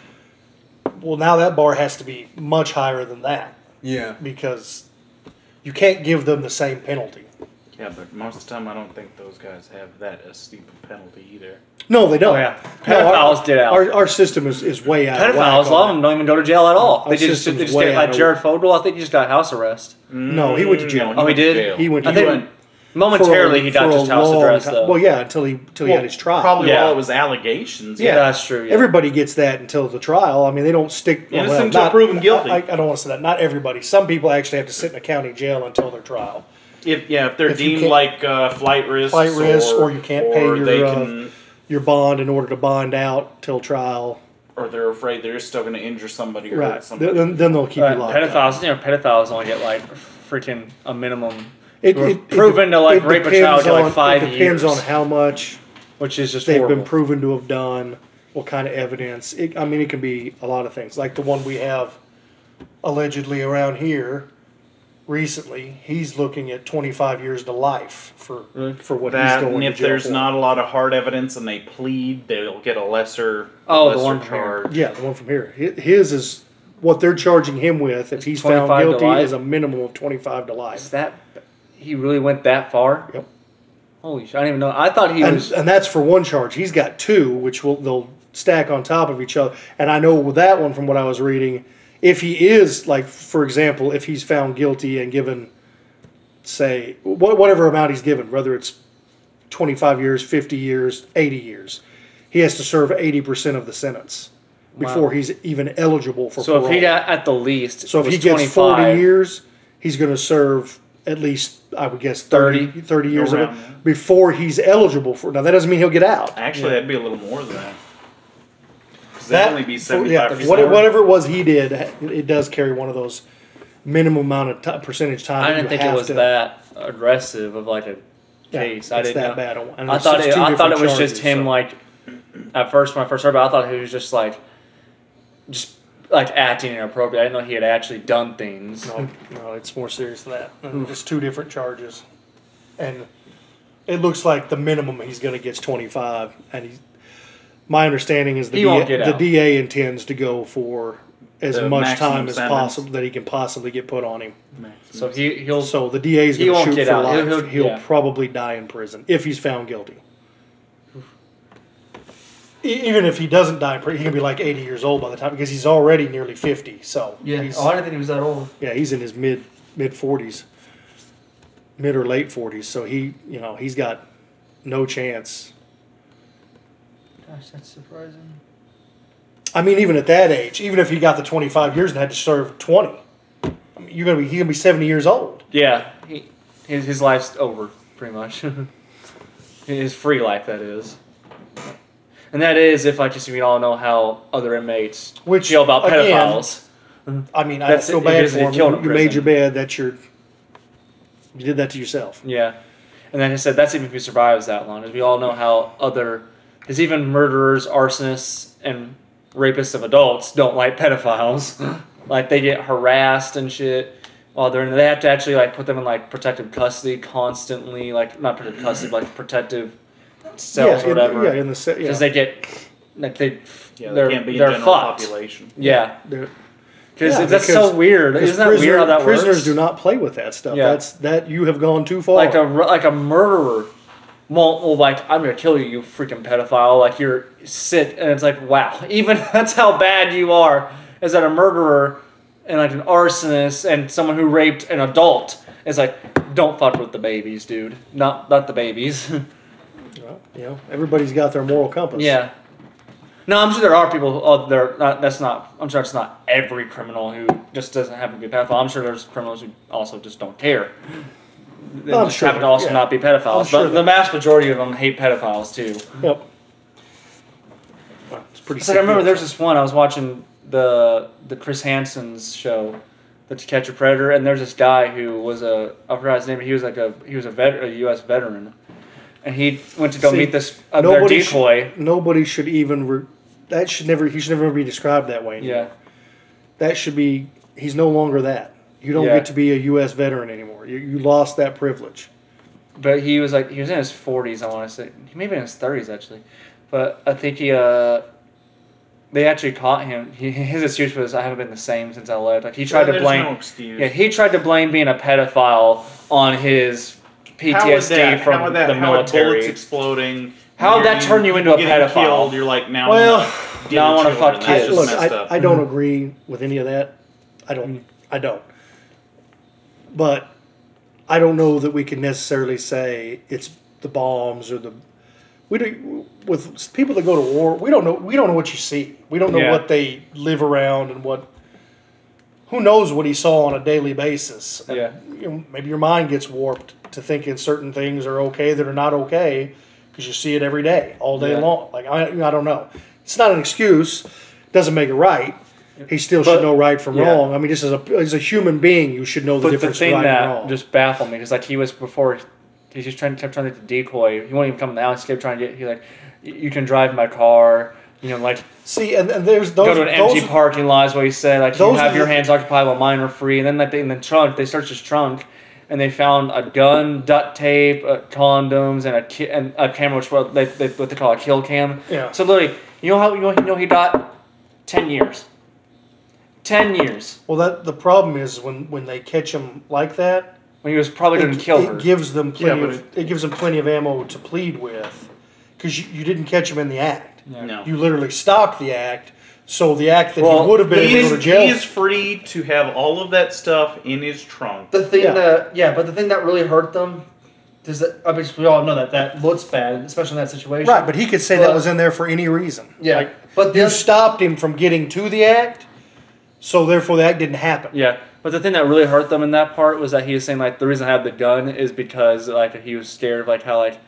Speaker 3: Well, now that bar has to be much higher than that.
Speaker 2: Yeah.
Speaker 3: because you can't give them the same penalty.
Speaker 2: Yeah, but most of the time I don't think those guys have that as steep a penalty either.
Speaker 3: No, they don't.
Speaker 1: Oh, yeah.
Speaker 3: No, our-
Speaker 1: Pedophiles did out.
Speaker 3: Our, our system is, is way out. of whack
Speaker 1: Pedophiles, a
Speaker 3: on
Speaker 1: lot of them don't even go to jail at all.
Speaker 3: Our
Speaker 1: They just,
Speaker 3: system's
Speaker 1: they just
Speaker 3: way
Speaker 1: get,
Speaker 3: out
Speaker 1: like
Speaker 3: of-
Speaker 1: Jared Fogel, I think he just got house arrest.
Speaker 3: No, he went to jail.
Speaker 1: Oh, he
Speaker 2: went to
Speaker 1: did?
Speaker 2: jail.
Speaker 3: that. He went.
Speaker 1: I
Speaker 3: to
Speaker 1: think
Speaker 3: jail for a-
Speaker 1: Momentarily, he got
Speaker 3: for a
Speaker 1: just house
Speaker 3: long
Speaker 1: arrest,
Speaker 3: time.
Speaker 1: though.
Speaker 3: Well, yeah, until he until he
Speaker 2: Well,
Speaker 3: had his trial.
Speaker 2: Probably
Speaker 1: Yeah.
Speaker 2: while it was allegations.
Speaker 1: Yeah, that's true. Yeah.
Speaker 3: Everybody gets that until the trial. I mean, they don't stick.
Speaker 2: Innocent until
Speaker 3: not-
Speaker 2: proven guilty.
Speaker 3: I, I don't want to say that. Not everybody. Some people actually have to sit in a county jail until their trial.
Speaker 2: If yeah, if they're
Speaker 3: If you
Speaker 2: deemed
Speaker 3: can't-
Speaker 2: like uh, flight risks,
Speaker 3: Flight risks, or you can't pay
Speaker 2: or
Speaker 3: your,
Speaker 2: they
Speaker 3: uh,
Speaker 2: can,
Speaker 3: Your bond in order to bond out till trial.
Speaker 2: or they're afraid they're still going to injure somebody or
Speaker 3: Right.
Speaker 2: hurt somebody.
Speaker 3: Then, then they'll keep
Speaker 1: Right,
Speaker 3: you locked up.
Speaker 1: pedophiles, you know, pedophiles only get like freaking a minimum.
Speaker 3: It,
Speaker 1: Who are
Speaker 3: it- it
Speaker 1: proven
Speaker 3: de-
Speaker 1: to, like,
Speaker 3: it
Speaker 1: rape a
Speaker 3: depends
Speaker 1: child, get, like,
Speaker 3: on-
Speaker 1: five
Speaker 3: it depends
Speaker 1: years.
Speaker 3: on how much
Speaker 1: which is just
Speaker 3: they've
Speaker 1: horrible.
Speaker 3: been proven to have done, what kind of evidence. It, I mean, it can be a lot of things. Like the one we have allegedly around here recently, he's looking at 25 years to life for
Speaker 1: Really?
Speaker 3: for what
Speaker 2: Mm. that,
Speaker 3: he's going
Speaker 2: and
Speaker 3: to
Speaker 2: if
Speaker 3: jail
Speaker 2: there's
Speaker 3: for.
Speaker 2: not a lot of hard evidence and they plead, they'll get a lesser,
Speaker 1: Oh, the
Speaker 2: lesser
Speaker 1: one from here.
Speaker 2: charge.
Speaker 3: yeah, the one from here. Hi- His is what they're charging him with. If he's found
Speaker 1: 25 to
Speaker 3: guilty,
Speaker 1: life?
Speaker 3: is a minimum of 25 to
Speaker 1: Is
Speaker 3: life.
Speaker 1: that he really went that far?
Speaker 3: Yep.
Speaker 1: Holy shit! I didn't even know. I thought he
Speaker 3: and,
Speaker 1: was.
Speaker 3: and that's for one charge. He's got two, which will they'll stack on top of each other. And I know with that one, from what I was reading, if he is like, for example, if he's found guilty and given, say, wh- whatever amount he's given, whether it's twenty-five years, fifty years, eighty years, he has to serve eighty percent of the sentence before he's even eligible for
Speaker 1: so
Speaker 3: parole.
Speaker 1: if he got at the least,
Speaker 3: so if
Speaker 1: was
Speaker 3: he
Speaker 1: 25,
Speaker 3: gets forty years, he's going to serve at least. I would guess 30,
Speaker 1: 30.
Speaker 3: 30 years of
Speaker 2: Around there.
Speaker 3: it before he's eligible for. Now that doesn't mean he'll get out.
Speaker 2: Actually, that'd be a little more than that. 'Cause
Speaker 3: That-
Speaker 2: that'd only be
Speaker 3: for-
Speaker 2: seventy-five
Speaker 3: yeah, what- whatever it was he did, it does carry one of those minimum amount of ti percentage time.
Speaker 1: I
Speaker 3: that
Speaker 1: didn't
Speaker 3: you
Speaker 1: think it
Speaker 3: have
Speaker 1: was
Speaker 3: to-
Speaker 1: that aggressive of like a
Speaker 3: yeah,
Speaker 1: case. I
Speaker 3: it's
Speaker 1: didn't
Speaker 3: that
Speaker 1: know.
Speaker 3: bad. And
Speaker 1: I
Speaker 3: it's
Speaker 1: thought
Speaker 3: just
Speaker 1: it,
Speaker 3: two
Speaker 1: I thought it was
Speaker 3: different
Speaker 1: just
Speaker 3: charges,
Speaker 1: him
Speaker 3: so-
Speaker 1: like at first when I first heard about it, I thought he was just like just like acting inappropriate. I didn't know he had actually done things.
Speaker 3: No, no, it's more serious than that.
Speaker 1: Hmm.
Speaker 3: It's two different charges, and it looks like the minimum he's going to get is twenty five. And he's, my understanding is the
Speaker 1: He won't
Speaker 3: DA,
Speaker 1: get
Speaker 3: the
Speaker 1: out.
Speaker 3: DA intends to go for as
Speaker 2: The
Speaker 3: much
Speaker 2: maximum
Speaker 3: time as
Speaker 2: sentence.
Speaker 3: possible that he can possibly get put on him.
Speaker 1: So he he'll
Speaker 3: So the DA is
Speaker 1: He
Speaker 3: going to
Speaker 1: won't
Speaker 3: shoot
Speaker 1: get
Speaker 3: for
Speaker 1: out.
Speaker 3: life.
Speaker 1: He'll-
Speaker 3: He'll,
Speaker 1: he'll- yeah.
Speaker 3: probably die in prison if he's found guilty. E- Even if he doesn't die in prison, he can be like 80 years old by the time because he's already nearly 50. So he's,
Speaker 1: oh, didn't think he was that old.
Speaker 3: yeah, he's in his mid mid 40s, mid or late 40s. So he, you know, he's got no chance.
Speaker 1: Gosh, that's surprising.
Speaker 3: I mean, even at that age, even if he got the 25 years and had to serve 20, I mean, you're gonna be he's gonna be 70 years old.
Speaker 1: Yeah, he, his his life's over pretty much. <laughs> his free life that is. And that is if like just we all know how other inmates
Speaker 3: Which,
Speaker 1: feel about
Speaker 3: again,
Speaker 1: pedophiles.
Speaker 3: I mean, I
Speaker 1: That's
Speaker 3: feel
Speaker 1: it.
Speaker 3: bad
Speaker 1: It is-
Speaker 3: for
Speaker 1: it
Speaker 3: him.
Speaker 1: killed him,
Speaker 3: You made
Speaker 1: prison.
Speaker 3: your bed. That's your. You did that to yourself.
Speaker 1: Yeah. And then I said that's even if he survives that long, as we all know how other Because even murderers, arsonists, and rapists of adults don't like pedophiles. <laughs> like they get harassed and shit while they're in. They have to actually like put them in like protective custody constantly. Like not protective custody, but like protective cells
Speaker 3: yeah,
Speaker 1: or
Speaker 3: in,
Speaker 1: whatever.
Speaker 3: yeah, in the se- yeah.
Speaker 1: Because they get like they
Speaker 2: Yeah,
Speaker 1: they're
Speaker 2: they can't be in
Speaker 1: they're
Speaker 2: general
Speaker 1: fucked.
Speaker 2: population.
Speaker 1: Yeah,
Speaker 3: They're-
Speaker 1: because
Speaker 3: Yeah,
Speaker 1: that's
Speaker 3: because-
Speaker 1: so weird.
Speaker 3: because
Speaker 1: Isn't that weird how that
Speaker 3: prisoners
Speaker 1: works?
Speaker 3: do not play with that stuff.
Speaker 1: Yeah.
Speaker 3: That's that you have gone too far.
Speaker 1: like a ru- like a murderer won't will like I'm gonna kill you, you freaking pedophile. Like you're sick, and it's like wow, <laughs> even that's how bad you are. Is that a murderer and like an arsonist and someone who raped an adult? It's like don't fuck with the babies, dude. Not not the babies. <laughs>
Speaker 3: Well, you know, everybody's got their moral compass.
Speaker 1: yeah. No, I'm sure there are people. Oh, there. Not, that's not. I'm sure it's not every criminal who just doesn't happen to be a pedophile. I'm sure there's criminals who also just don't care. They
Speaker 3: I'm
Speaker 1: just
Speaker 3: sure,
Speaker 1: happen to also
Speaker 3: yeah.
Speaker 1: not be pedophiles.
Speaker 3: I'm sure
Speaker 1: but the vast majority of them hate pedophiles too.
Speaker 3: Yep. Well, it's pretty.
Speaker 1: It's like I remember there's this one I was watching the the Chris Hansen's show, The To Catch a Predator, and there's this guy who was a I forgot his name, but he was like a he was a vet a U.S. veteran, and he went to go
Speaker 3: See,
Speaker 1: meet this uh, their
Speaker 3: nobody sh-
Speaker 1: decoy.
Speaker 3: nobody should even. Re- that should never. He should never be described that way. anymore.
Speaker 1: yeah,
Speaker 3: That should be. He's no longer that. You don't
Speaker 1: Yeah.
Speaker 3: get to be a U.S. veteran anymore. You, you lost that privilege.
Speaker 1: but he was like he was in his 40s. I want to say he may have been in his 30s actually, but I think he uh. They actually caught him. He, his excuse was, "I haven't been the same since I left." Like he tried to
Speaker 2: There's
Speaker 1: blame.
Speaker 2: no excuse.
Speaker 1: Yeah, he tried to blame being a pedophile on his PTSD
Speaker 2: How would that,
Speaker 1: from
Speaker 2: how would that,
Speaker 1: the
Speaker 2: how would
Speaker 1: military.
Speaker 2: bullets exploding?
Speaker 1: How would
Speaker 2: you're-
Speaker 1: that turn you into a
Speaker 2: getting
Speaker 1: pedophile?
Speaker 2: Killed, you're like now.
Speaker 1: Well,
Speaker 2: I'm
Speaker 1: now I wanna
Speaker 2: dealing
Speaker 1: fuck
Speaker 2: with children. That's
Speaker 3: I,
Speaker 1: kids.
Speaker 2: just
Speaker 3: look,
Speaker 2: messed up.
Speaker 3: I, I don't agree with any of that. I don't. I don't. But I don't know that we can necessarily say it's the bombs or the. We do with people that go to war. We don't know. We don't know what you see. We don't know
Speaker 1: Yeah.
Speaker 3: what they live around and what. Who knows what he saw on a daily basis? And,
Speaker 1: Yeah.
Speaker 3: you know, maybe your mind gets warped to thinking certain things are okay that are not okay because you see it every day, all day
Speaker 1: Yeah.
Speaker 3: long. Like I, I don't know. It's not an excuse. Doesn't make it right. He still
Speaker 1: But-
Speaker 3: should know right from
Speaker 1: yeah.
Speaker 3: wrong. I mean, just as a as a human being, you should know the
Speaker 1: but the
Speaker 3: difference
Speaker 1: thing
Speaker 3: right
Speaker 1: that
Speaker 3: and wrong.
Speaker 1: just baffled me is like he was before. He's just trying kept trying to decoy. He won't even come down. He kept trying to get. He's like, "Y- you can drive my car. You know, like
Speaker 3: see, and, and there's those
Speaker 1: go to an empty
Speaker 3: those-
Speaker 1: parking lot is what he said. Like you
Speaker 3: those
Speaker 1: have
Speaker 3: are
Speaker 1: your
Speaker 3: the-
Speaker 1: hands occupied while mine are free. And then like they, in the trunk, they searched his trunk, and they found a gun, duct tape, uh, condoms, and a ki- and a camera, which what they, they what they call a kill cam.
Speaker 3: Yeah.
Speaker 1: So literally, you know how you know, you know he got ten years. Ten years
Speaker 3: Well, that the problem is when when they catch him like that,
Speaker 1: when he was probably going
Speaker 3: it,
Speaker 1: to kill
Speaker 3: it
Speaker 1: her.
Speaker 3: gives them plenty
Speaker 2: but
Speaker 3: of it, gives them plenty of ammo to plead with because you, you didn't catch him in the act.
Speaker 1: Yeah.
Speaker 2: No.
Speaker 3: You literally stopped the act. So the act that
Speaker 1: Well,
Speaker 3: he would have been
Speaker 2: He
Speaker 3: able to go to
Speaker 2: is,
Speaker 3: jail.
Speaker 2: he is free to have all of that stuff in his trunk.
Speaker 1: the thing
Speaker 3: Yeah.
Speaker 1: that yeah, but the thing that really hurt them is that obviously we all know that that looks bad, especially in that situation.
Speaker 3: Right, but he could say that
Speaker 1: But-
Speaker 3: was in there for any reason.
Speaker 1: yeah,
Speaker 3: Like,
Speaker 1: but
Speaker 3: you
Speaker 1: this.
Speaker 3: stopped him from getting to the act, so therefore the act didn't happen.
Speaker 1: Yeah, but the thing that really hurt them in that part was that he was saying like the reason I have the gun is because like he was scared of like how like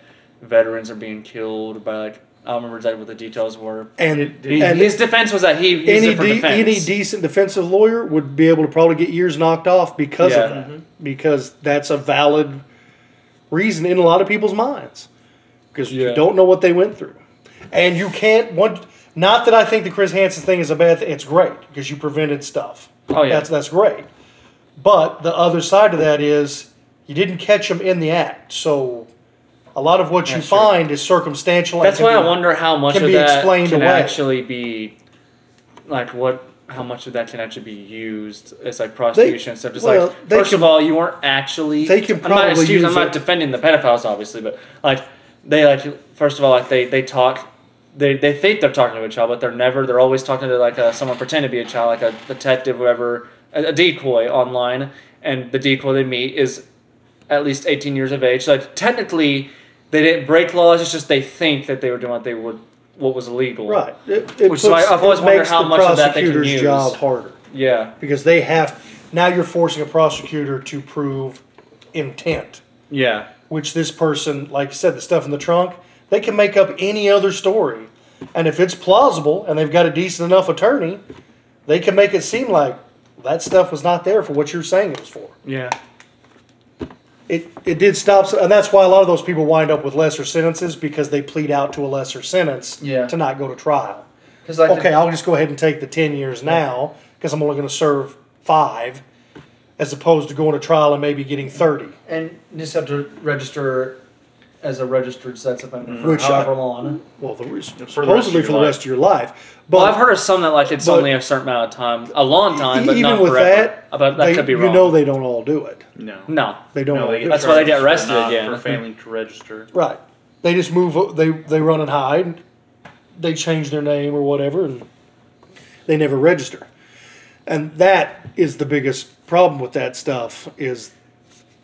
Speaker 1: veterans are being killed by like I don't remember exactly what the details were.
Speaker 3: And,
Speaker 1: He-
Speaker 3: and
Speaker 1: his defense was that he used
Speaker 3: any
Speaker 1: it for
Speaker 3: de-
Speaker 1: defense.
Speaker 3: any decent defensive lawyer would be able to probably get years knocked off because
Speaker 1: Yeah.
Speaker 3: of that, because that's a valid reason in a lot of people's minds because
Speaker 1: Yeah.
Speaker 3: you don't know what they went through, and you can't. One, not that I think the Chris Hansen thing is a bad thing. It's great because you prevented stuff.
Speaker 1: Oh, yeah.
Speaker 3: that's that's great. But the other side of that is you didn't catch them in the act, so. A lot of what you
Speaker 1: That's true.
Speaker 3: find is circumstantial. and
Speaker 1: That's
Speaker 3: can
Speaker 1: why
Speaker 3: be-
Speaker 1: I wonder how much
Speaker 3: can
Speaker 1: of
Speaker 3: be
Speaker 1: that
Speaker 3: explained
Speaker 1: can
Speaker 3: away.
Speaker 1: actually be like what how much of that can actually be used as like prostitution and stuff. Just
Speaker 3: well,
Speaker 1: like
Speaker 3: they
Speaker 1: first of
Speaker 3: can-
Speaker 1: all, you weren't actually.
Speaker 3: they can
Speaker 1: I'm not,
Speaker 3: probably
Speaker 1: excuse, I'm
Speaker 3: use
Speaker 1: not
Speaker 3: it.
Speaker 1: defending the pedophiles, obviously, but like they like first of all like they they talk. They, they think they're talking to a child, but they're never. They're always talking to like a, someone pretend to be a child, like a detective, whoever, a, a decoy online, and the decoy they meet is at least 18 years of age. Like technically, they didn't break laws. It's just they think that they were doing what they would, what was illegal.
Speaker 3: Right. It, it
Speaker 1: Which is why I've always
Speaker 3: it
Speaker 1: wondered
Speaker 3: makes
Speaker 1: how
Speaker 3: the
Speaker 1: much of that they can
Speaker 3: prosecutor's
Speaker 1: use.
Speaker 3: job harder
Speaker 1: Yeah.
Speaker 3: because they have now you're forcing a prosecutor to prove intent,
Speaker 1: Yeah.
Speaker 3: which this person, like you said, the stuff in the trunk, they can make up any other story, and if it's plausible and they've got a decent enough attorney, they can make it seem like that stuff was not there for what you're saying it was for.
Speaker 1: Yeah.
Speaker 3: it, it did stop, so- and that's why a lot of those people wind up with lesser sentences because they plead out to a lesser sentence
Speaker 1: Yeah.
Speaker 3: to not go to trial.
Speaker 1: Because like
Speaker 3: okay,
Speaker 1: the-
Speaker 3: I'll just go ahead and take the 10 years now because I'm only going to serve five as opposed to going to trial and maybe getting 30.
Speaker 4: and you just have to register as a registered sex offender for
Speaker 3: Which I-
Speaker 4: however long.
Speaker 3: Well, the, re-
Speaker 2: For the rest of
Speaker 3: supposedly
Speaker 2: your
Speaker 3: for the
Speaker 2: life.
Speaker 3: rest of your life. But
Speaker 1: well, I've heard of some that like it's
Speaker 3: but- e-
Speaker 1: only a certain amount of time, a long time, but
Speaker 3: even
Speaker 1: not
Speaker 3: with
Speaker 1: forever. Uh,
Speaker 3: that,
Speaker 1: but that
Speaker 3: they-
Speaker 1: could be
Speaker 3: you
Speaker 1: wrong.
Speaker 3: know they don't all do it.
Speaker 2: No.
Speaker 1: no,
Speaker 3: They don't. all
Speaker 2: they
Speaker 3: do
Speaker 2: get
Speaker 3: it.
Speaker 1: That's why they
Speaker 2: charged
Speaker 1: get arrested
Speaker 2: for not-
Speaker 1: again.
Speaker 2: For failing to register.
Speaker 3: Right. They just move. They they run and hide. They change their name or whatever, and they never register. And that is the biggest problem with that stuff. Is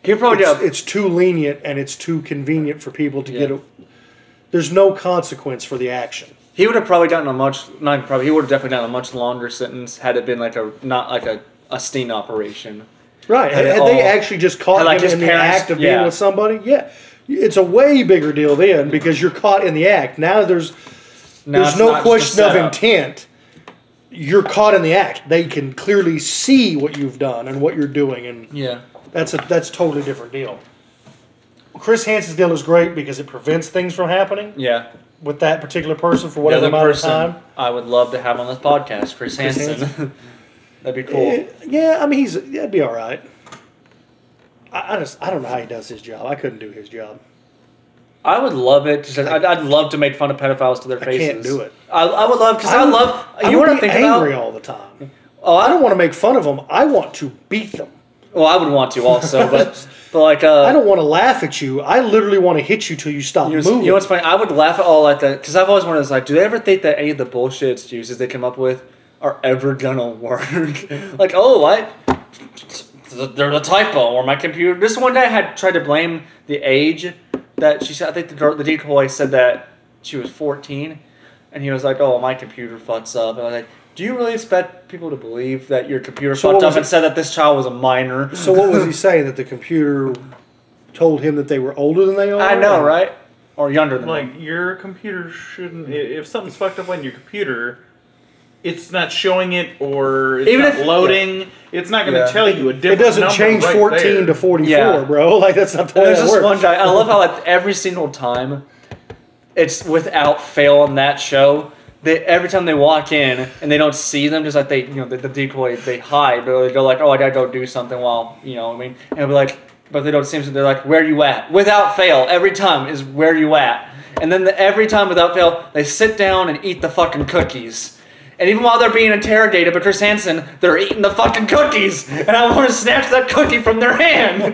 Speaker 1: he probably
Speaker 3: it's,
Speaker 1: did. a-
Speaker 3: it's too lenient and it's too convenient for people to get.
Speaker 1: Yeah.
Speaker 3: A, there's no consequence for the action.
Speaker 1: He would have probably gotten a much not probably he would have definitely gotten a much longer sentence had it been like a not like a, a sting operation.
Speaker 3: Right.
Speaker 1: Had
Speaker 3: Had,
Speaker 1: it
Speaker 3: they
Speaker 1: all-
Speaker 3: actually just caught
Speaker 1: had, like,
Speaker 3: him
Speaker 1: his
Speaker 3: in
Speaker 1: parents-
Speaker 3: the act of
Speaker 1: yeah.
Speaker 3: being with somebody, yeah, it's a way bigger deal then because you're caught in the act. Now there's
Speaker 1: Now
Speaker 3: There's
Speaker 1: it's
Speaker 3: no
Speaker 1: not just a
Speaker 3: question of
Speaker 1: setup.
Speaker 3: intent. You're caught in the act. They can clearly see what you've done and what you're doing, and
Speaker 1: Yeah,
Speaker 3: that's a that's a totally different deal. Chris Hansen's deal is great because it prevents things from happening
Speaker 1: yeah.
Speaker 3: with that particular person for
Speaker 1: The
Speaker 3: whatever
Speaker 1: other
Speaker 3: amount
Speaker 1: person
Speaker 3: of time.
Speaker 1: I would love to have on this podcast, Chris Hansen. <laughs> That'd be cool.
Speaker 3: Eh, yeah, I mean he's that'd be all right. I, I just I don't know how he does his job. I couldn't do his job.
Speaker 1: I would love it. Just, I'd, I'd love to make fun of pedophiles to their
Speaker 3: can't
Speaker 1: faces.
Speaker 3: do it.
Speaker 1: I, I would love because I,
Speaker 3: would-
Speaker 1: love.
Speaker 3: I
Speaker 1: you
Speaker 3: would
Speaker 1: want to
Speaker 3: be
Speaker 1: think
Speaker 3: angry
Speaker 1: about?
Speaker 3: all the time.
Speaker 1: Oh,
Speaker 3: I
Speaker 1: I
Speaker 3: don't want to make fun of them. I want to beat them.
Speaker 1: Well, I would want to also,
Speaker 3: <laughs>
Speaker 1: but but like uh,
Speaker 3: I don't want to laugh at you. I literally want to hit you till you stop
Speaker 1: You know,
Speaker 3: moving.
Speaker 1: you know what's funny? I would laugh at all like that because I've always wondered, it's like, do they ever think that any of the bullshit excuses they come up with are ever gonna work? <laughs> like, oh, I there's a typo or my computer. This one guy had tried to blame the age that she said. I think the girl, the decoy said that she was 14, and he was like, oh, my computer fucks up, and I was like. Do you really expect people to believe that your computer
Speaker 3: So
Speaker 1: fucked
Speaker 3: what
Speaker 1: up
Speaker 3: was
Speaker 1: and
Speaker 3: it-
Speaker 1: said that this child was a minor?
Speaker 3: <laughs> So what was he saying? That the computer told him that they were older than they are?
Speaker 1: <laughs> I
Speaker 3: <laughs>
Speaker 1: know, right? Or younger than
Speaker 2: Like your computer shouldn't. i- If something's fucked up on your computer, it's not showing it or it's
Speaker 1: Even
Speaker 2: not
Speaker 1: if-
Speaker 2: loading. It's not going to
Speaker 1: Yeah.
Speaker 2: tell you a different.
Speaker 3: It doesn't
Speaker 2: number
Speaker 3: change
Speaker 2: right
Speaker 3: 14
Speaker 2: there.
Speaker 3: to 44,
Speaker 1: Yeah.
Speaker 3: bro. <laughs> Like that's not the
Speaker 1: Well,
Speaker 3: way
Speaker 1: there's
Speaker 3: that
Speaker 1: this
Speaker 3: works.
Speaker 1: one guy. I love how like every single time, it's without fail on that show. They every time they walk in and they don't see them, just like they you know the, the decoy they hide or they go like oh I gotta go do something while you know what I mean and it'll be like but they don't see them so they're like where you at without fail every time is where you at and then the, every time without fail they sit down and eat the fucking cookies. And even while they're being interrogated by Chris Hansen, they're eating the fucking cookies, and I want to snatch that cookie from their hand.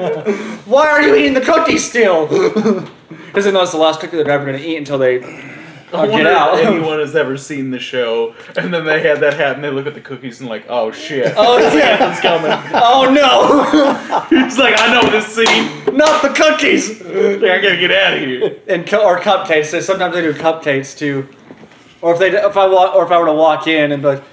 Speaker 1: <laughs> Why are you eating the cookie still? <laughs> Because they know it's the last cookie they're ever going to eat until they
Speaker 2: I
Speaker 1: uh, get
Speaker 2: wonder
Speaker 1: out.
Speaker 2: if anyone has ever seen the show, and then they had that hat, and they look at the cookies and like, oh shit,
Speaker 1: <laughs> oh yeah.
Speaker 2: coming.
Speaker 1: Oh
Speaker 2: He's like, I know this scene.
Speaker 1: no! <laughs> Not the cookies.
Speaker 2: I gotta get out of here.
Speaker 1: And cu- or cupcakes. So sometimes they do cupcakes too. Or if they if I wa- or if I were to walk in and be like,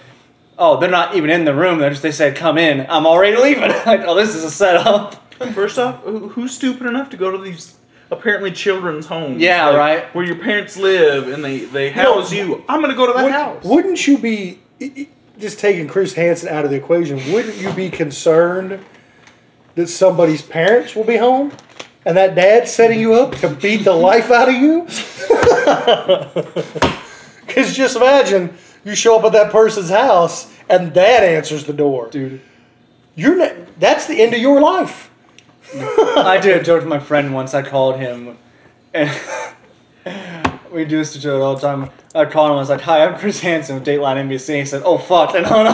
Speaker 1: oh, they're not even in the room. They just they said come in. I'm already leaving. <laughs> like oh, this is a setup.
Speaker 2: First off, who- who's stupid enough to go to these apparently children's homes?
Speaker 1: Yeah,
Speaker 2: like,
Speaker 1: right.
Speaker 2: Where your parents live and they they
Speaker 3: know,
Speaker 2: house you. I'm gonna go to that house.
Speaker 3: Wouldn't you be i- i- just taking Chris Hansen out of the equation? Wouldn't you be concerned that somebody's parents will be home and that dad setting you up to beat the life out of you? <laughs> Because just imagine you show up at that person's house and dad answers the door.
Speaker 1: Dude,
Speaker 3: You're not, that's the end of your life.
Speaker 1: I did a joke to my friend once. I called him, <laughs> and we do this to Joe all the time. I called him. I was like, "Hi, I'm Chris Hansen with Dateline NBC." He said, "Oh fuck," and hung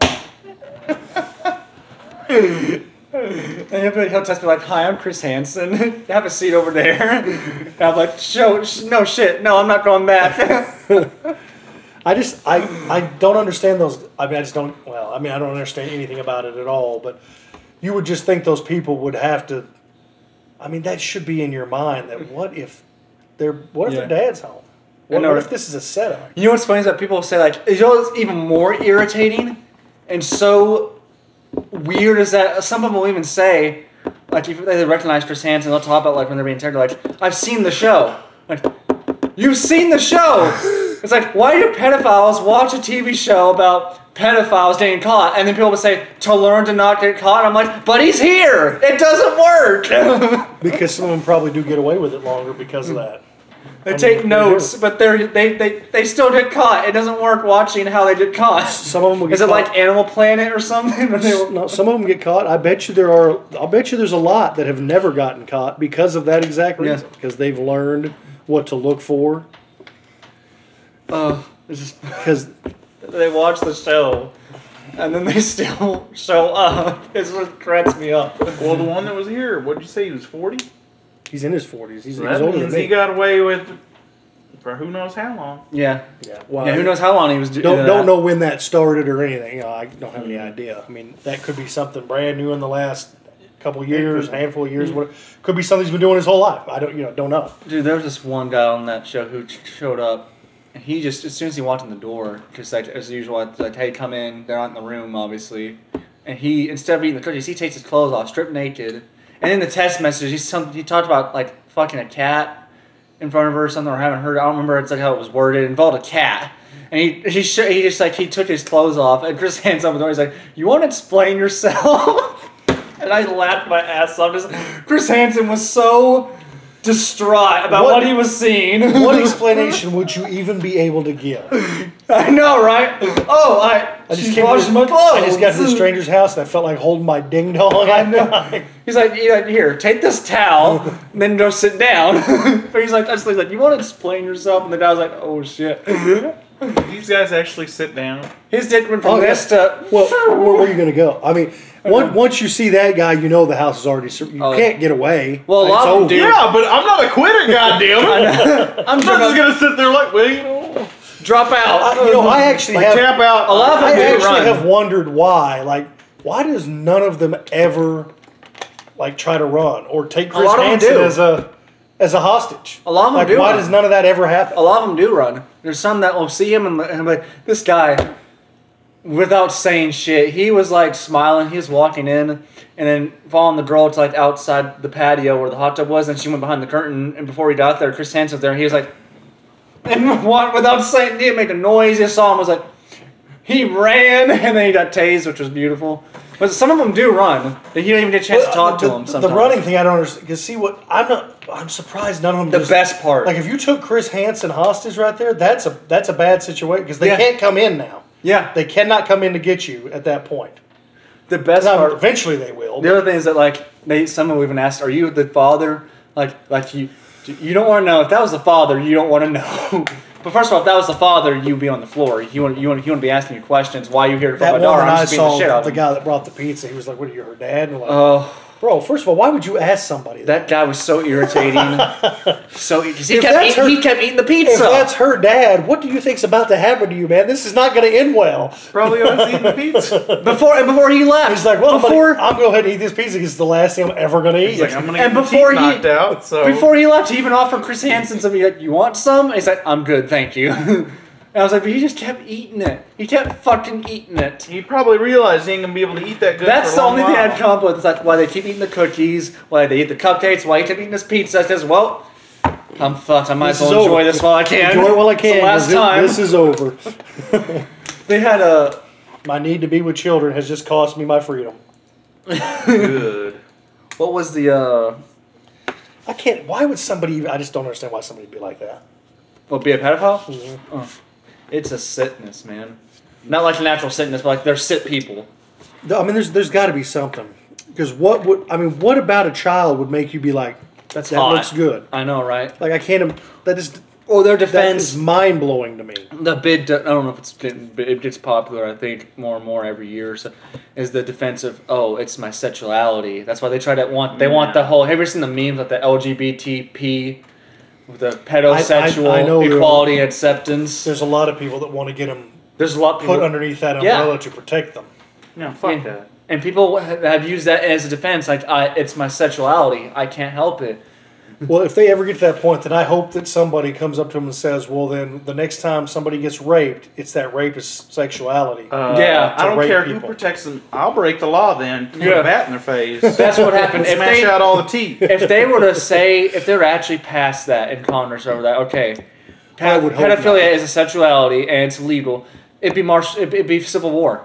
Speaker 1: up. <laughs> And he'll, be, he'll text me like, "Hi, I'm Chris Hansen. <laughs> Have a seat over there." And I'm like, "Show, sh- no shit, no, I'm not going back." <laughs>
Speaker 3: I just I I don't understand those. I mean, I just don't. Well, I mean, I don't understand anything about it at all. But you would just think those people would have to. I mean, that should be in your mind. That what if they're what if
Speaker 1: Yeah.
Speaker 3: their dad's home?
Speaker 1: I
Speaker 3: What,
Speaker 1: know,
Speaker 3: what
Speaker 1: right?
Speaker 3: if this is a setup?
Speaker 1: You know what's funny is that people say like, you know what's even more irritating and so weird is that some of them will even say, like if they recognize Chris Hansen, they'll talk about like when they're being interrogated, like, I've seen the show. Like, you've seen the show. it's like, why do pedophiles watch a TV show about pedophiles getting caught, and then people would say to learn to not get caught. I'm like, but he's here. It doesn't work. <laughs>
Speaker 3: Because some of them probably do get away with it longer because of that.
Speaker 1: they
Speaker 3: mean,
Speaker 1: take
Speaker 3: they
Speaker 1: notes,
Speaker 3: do.
Speaker 1: but they're they, they they still get caught. It doesn't work watching how they get caught. <laughs>
Speaker 3: Some of them will get
Speaker 1: Is it
Speaker 3: caught.
Speaker 1: like Animal Planet or something? <laughs> When they were-
Speaker 3: No, some of them get caught. I bet you there are. I'll bet you there's a lot that have never gotten caught because of that exact
Speaker 1: Yeah.
Speaker 3: reason. Because they've learned what to look for.
Speaker 1: Uh, it's just
Speaker 3: Because
Speaker 1: they watch the show, and then they <laughs> still show up. It's what cracks me up.
Speaker 2: Well, the one that was here, what'd you say he was forty?
Speaker 3: he's in his forties. He's,
Speaker 1: That
Speaker 3: he's older than
Speaker 2: Means
Speaker 3: me.
Speaker 2: he got away with for who knows how long.
Speaker 1: Yeah.
Speaker 3: yeah. Wow.
Speaker 1: Yeah. Who knows how long he was uh, doing
Speaker 3: Don't
Speaker 1: that.
Speaker 3: don't know when that started or anything. You know, I don't have
Speaker 1: Mm-hmm.
Speaker 3: any idea. I mean, that could be something brand new in the last couple years, handful of
Speaker 1: Mm-hmm.
Speaker 3: years. What could be something he's been doing his whole life. I don't. You know,
Speaker 1: <laughs>
Speaker 3: don't know.
Speaker 1: Dude, there was this one guy on that show who ch- showed up. And he just, as soon as he walked in the door, because like, as usual, it's like, hey, come in. They're not in the room, obviously. And he, instead of eating the cookies, he takes his clothes off, stripped naked. And in the text message, he, some, he talked about, like, fucking a cat in front of her or something, or haven't heard. I don't remember it's like how it was worded. It involved a cat. And he, he, sh- he just, like, he took his clothes off. And Chris hands up the door. He's like, you want to explain yourself? <laughs> and I laughed my ass off. Just, Chris Hansen was so distraught about what,
Speaker 3: What-
Speaker 1: he was seeing.
Speaker 3: <laughs> What explanation would you even be able to give?
Speaker 1: <laughs> I know, right? Oh, I,
Speaker 3: I
Speaker 1: she's
Speaker 3: came to
Speaker 1: washing
Speaker 3: this-
Speaker 1: my clothes.
Speaker 3: I just got to the stranger's house and I felt like holding my ding dong. <laughs>
Speaker 1: I know. He's like, yeah, here, take this towel, and then go sit down. <laughs> but he's like, I just like, you want to explain yourself? And the guy was like, oh shit.
Speaker 2: Did these guys actually sit down?
Speaker 1: His dick went from
Speaker 3: Oh, yeah.
Speaker 1: this to
Speaker 3: Well, where were you going to go? I mean, once, once you see that guy, you know the house is already. Sur- you
Speaker 1: Oh.
Speaker 3: can't get away.
Speaker 1: Well, a
Speaker 3: It's
Speaker 1: lot of them
Speaker 3: over.
Speaker 1: do.
Speaker 2: Yeah, but I'm not a
Speaker 1: <laughs>
Speaker 2: quitter, goddamn it.
Speaker 1: I'm
Speaker 2: I'm just
Speaker 1: gonna
Speaker 2: gonna sit there like, well, you know,
Speaker 1: drop out.
Speaker 3: I, you know, I actually
Speaker 2: like
Speaker 3: have.
Speaker 2: tap out.
Speaker 1: A lot of
Speaker 3: I
Speaker 1: them do
Speaker 3: actually
Speaker 1: run.
Speaker 3: have wondered why. Like, why does none of them ever like try to run or take Chris
Speaker 1: lot of them
Speaker 3: Hansen
Speaker 1: do.
Speaker 3: as a as a hostage?
Speaker 1: A lot of them
Speaker 3: like,
Speaker 1: do.
Speaker 3: Why does none of that ever happen?
Speaker 1: a lot of them do run. There's some that will see him and, and like this guy, without saying shit, he was like smiling. He was walking in, and then following the girl to like outside the patio where the hot tub was, and she went behind the curtain. And before he got there, Chris Hansen was there. And he was like, and <laughs> what without saying, he didn't make a noise. He just saw him. Was like, he ran, <laughs> and then he got tased, which was beautiful. But some of them do run. That you don't even get a chance to talk
Speaker 3: the,
Speaker 1: to them.
Speaker 3: the-
Speaker 1: Sometimes
Speaker 3: The running thing, I don't understand. Because see, what I'm not. I'm surprised none of them.
Speaker 1: the
Speaker 3: just-
Speaker 1: best part.
Speaker 3: Like, if you took Chris Hansen hostage right there, that's a that's a bad situation because they
Speaker 1: Yeah.
Speaker 3: can't come in now.
Speaker 1: yeah,
Speaker 3: They cannot come in to get you at that point.
Speaker 1: the best
Speaker 3: Now,
Speaker 1: part.
Speaker 3: eventually they will.
Speaker 1: The other thing is that like they someone even asked, "Are you the father?" Like like you you don't want to know if that was the father. You don't want to know. <laughs> but first of all, if that was the father, you'd be on the floor. You want you want you want to be asking you questions. Why you here to fuck
Speaker 3: that
Speaker 1: my
Speaker 3: woman
Speaker 1: daughter? I'm
Speaker 3: I
Speaker 1: just beating the
Speaker 3: saw,
Speaker 1: shit out
Speaker 3: the,
Speaker 1: of him.
Speaker 3: guy that brought the pizza, he was like, "What are you, her dad?" And like,
Speaker 1: Oh,
Speaker 3: bro, first of all, why would you ask somebody that?
Speaker 1: that guy was so <laughs> irritating. so 'cause he
Speaker 3: If
Speaker 1: kept
Speaker 3: that's
Speaker 1: eating,
Speaker 3: her-
Speaker 1: he kept eating the
Speaker 3: If
Speaker 1: pizza.
Speaker 3: that's her dad, what do you think's about to happen to you, man? This is not going to end well.
Speaker 2: probably always eating pizza.
Speaker 1: before and before he left,
Speaker 3: He's like, "Well, buddy,
Speaker 1: before
Speaker 3: I'm going to go ahead and eat this pizza because it's the last thing I'm ever going to eat."
Speaker 2: He's like, I'm gonna
Speaker 1: And
Speaker 2: get
Speaker 1: before
Speaker 2: before
Speaker 1: he-
Speaker 2: knocked out. So
Speaker 1: Before he left, he even offered Chris Hansen something. He's like, "You want some?" And he's like, "I'm good, thank you." <laughs> and I was like, "But he just kept eating it. He kept fucking eating it."
Speaker 2: he probably realized he ain't gonna be able to eat that good.
Speaker 1: That's
Speaker 2: for a
Speaker 1: the
Speaker 2: long
Speaker 1: only thing
Speaker 2: while.
Speaker 1: I've come up with. It's like why they keep eating the cookies, why they eat the cupcakes, why they keep eating this pizza. It's just, well, I'm fucked. I might
Speaker 3: This
Speaker 1: as
Speaker 3: is
Speaker 1: well enjoy
Speaker 3: over.
Speaker 1: this while I can.
Speaker 3: Enjoy it while I
Speaker 1: It's the
Speaker 3: can. 'cause
Speaker 1: last
Speaker 3: thi-
Speaker 1: time
Speaker 3: This
Speaker 1: <laughs>
Speaker 3: is over.
Speaker 1: they had a
Speaker 3: My need to be with children has just cost me my freedom.
Speaker 2: Good.
Speaker 1: what was the uh,
Speaker 3: I can't. Why would somebody? even- I just don't understand why somebody would be like that.
Speaker 1: what be a pedophile?
Speaker 3: Mm-hmm.
Speaker 1: Oh. It's a sickness, man. Not like a natural sickness, but like they're sick people.
Speaker 3: No, I mean, there's there's got to be something. Because what would I mean? What about a child would make you be like,
Speaker 1: That's
Speaker 3: that
Speaker 1: hot.
Speaker 3: looks good. Oh,
Speaker 1: I know, right?
Speaker 3: Like I can't. im- That is
Speaker 1: Or their
Speaker 3: that
Speaker 1: defense.
Speaker 3: is mind blowing to me.
Speaker 1: the bid do- i don't know if it's getting but it gets popular i think more and more every year so, is the defense of oh it's my sexuality that's why they try to want they want the
Speaker 2: Yeah.
Speaker 1: whole have you ever seen the memes like the lgbtp with the pedosexual
Speaker 3: I know there-
Speaker 1: equality and acceptance
Speaker 3: There's a lot of people that want to get them
Speaker 1: there's a lot of people
Speaker 3: put underneath that
Speaker 1: Yeah.
Speaker 3: umbrella to protect them.
Speaker 2: No, fuck
Speaker 1: Yeah.
Speaker 2: that.
Speaker 1: and people ha- have used that as a defense like I, it's my sexuality i can't help it
Speaker 3: Well, if they ever get to that point, then I hope that somebody comes up to them and says, "Well, then the next time somebody gets raped, it's that rapist's sexuality."
Speaker 2: Uh,
Speaker 1: Yeah,
Speaker 2: I
Speaker 3: to
Speaker 2: don't
Speaker 3: rape
Speaker 2: care who
Speaker 3: people.
Speaker 2: protects them. I'll break the law then. Put
Speaker 1: Yeah.
Speaker 2: a bat in their face.
Speaker 1: that's what happened if
Speaker 2: smash
Speaker 1: they,
Speaker 2: out all the teeth.
Speaker 1: if they were to say if they were actually past that in Congress over that, okay,
Speaker 3: I
Speaker 1: ped-
Speaker 3: would hope
Speaker 1: pedophilia is a sexuality and it's legal. It'd be marsh. It'd, it'd be civil war.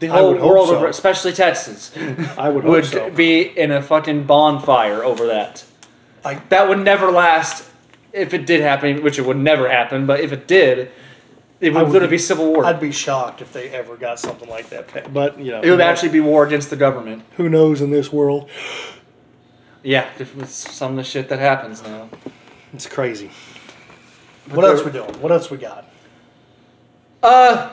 Speaker 1: The
Speaker 3: I
Speaker 1: whole
Speaker 3: would hope
Speaker 1: world,
Speaker 3: so.
Speaker 1: over, especially Texas,
Speaker 3: <laughs> I would hope
Speaker 1: would
Speaker 3: so.
Speaker 1: be in a fucking bonfire over that.
Speaker 3: Like-
Speaker 1: that would never last. If it did happen, which it would never happen, but if it did, it would,
Speaker 3: would
Speaker 1: literally
Speaker 3: be-
Speaker 1: be civil war.
Speaker 3: I'd be shocked if they ever got something like that. pa- But you know,
Speaker 1: it would actually be war against the government.
Speaker 3: who knows in this world?
Speaker 1: Yeah, if it's some of the shit that happens now.
Speaker 3: It's crazy. what else we doing? What else we got?
Speaker 1: Uh,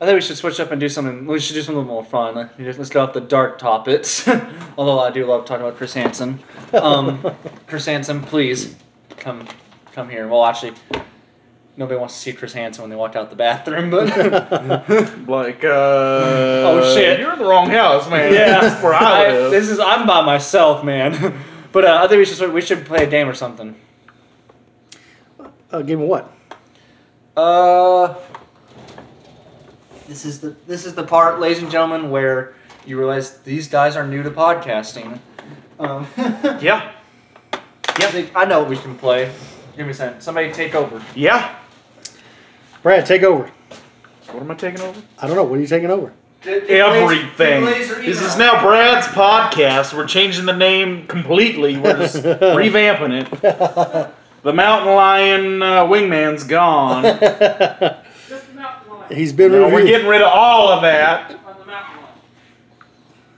Speaker 1: I think we should switch up and do something. We should do something more fun. Like, you just- Let's go off the dark topics. <laughs> Although I do love talking about Chris Hansen. Um, Chris Hansen, please come come here. Well, actually, nobody wants to see Chris Hansen when they walk out the bathroom. But
Speaker 2: Like, uh. Oh,
Speaker 1: shit.
Speaker 2: You're in the wrong house, man. That's where I
Speaker 1: I-
Speaker 2: live.
Speaker 1: this is I'm by myself, man. <laughs> But uh, I think we should sort- we should play a game or something.
Speaker 3: Uh, give me what?
Speaker 1: Uh, this is the this is the part, ladies and gentlemen, where you realize these guys are new to podcasting. Um, <laughs>
Speaker 2: yeah.
Speaker 1: yeah, they, I know what we can play. Give me a second. Somebody take over.
Speaker 2: Yeah.
Speaker 3: Brad, take over.
Speaker 2: What am I taking over?
Speaker 3: I don't know. What are you
Speaker 1: <laughs>
Speaker 3: taking over?
Speaker 2: Everything. This is now Brad's podcast. We're changing the name completely. We're just <laughs> revamping it. The mountain lion uh, wingman's <laughs> gone. Now,
Speaker 5: Just the mountain lion.
Speaker 3: He's been
Speaker 2: we're
Speaker 3: reviewed.
Speaker 2: getting rid of all of that.
Speaker 5: On the mountain lion.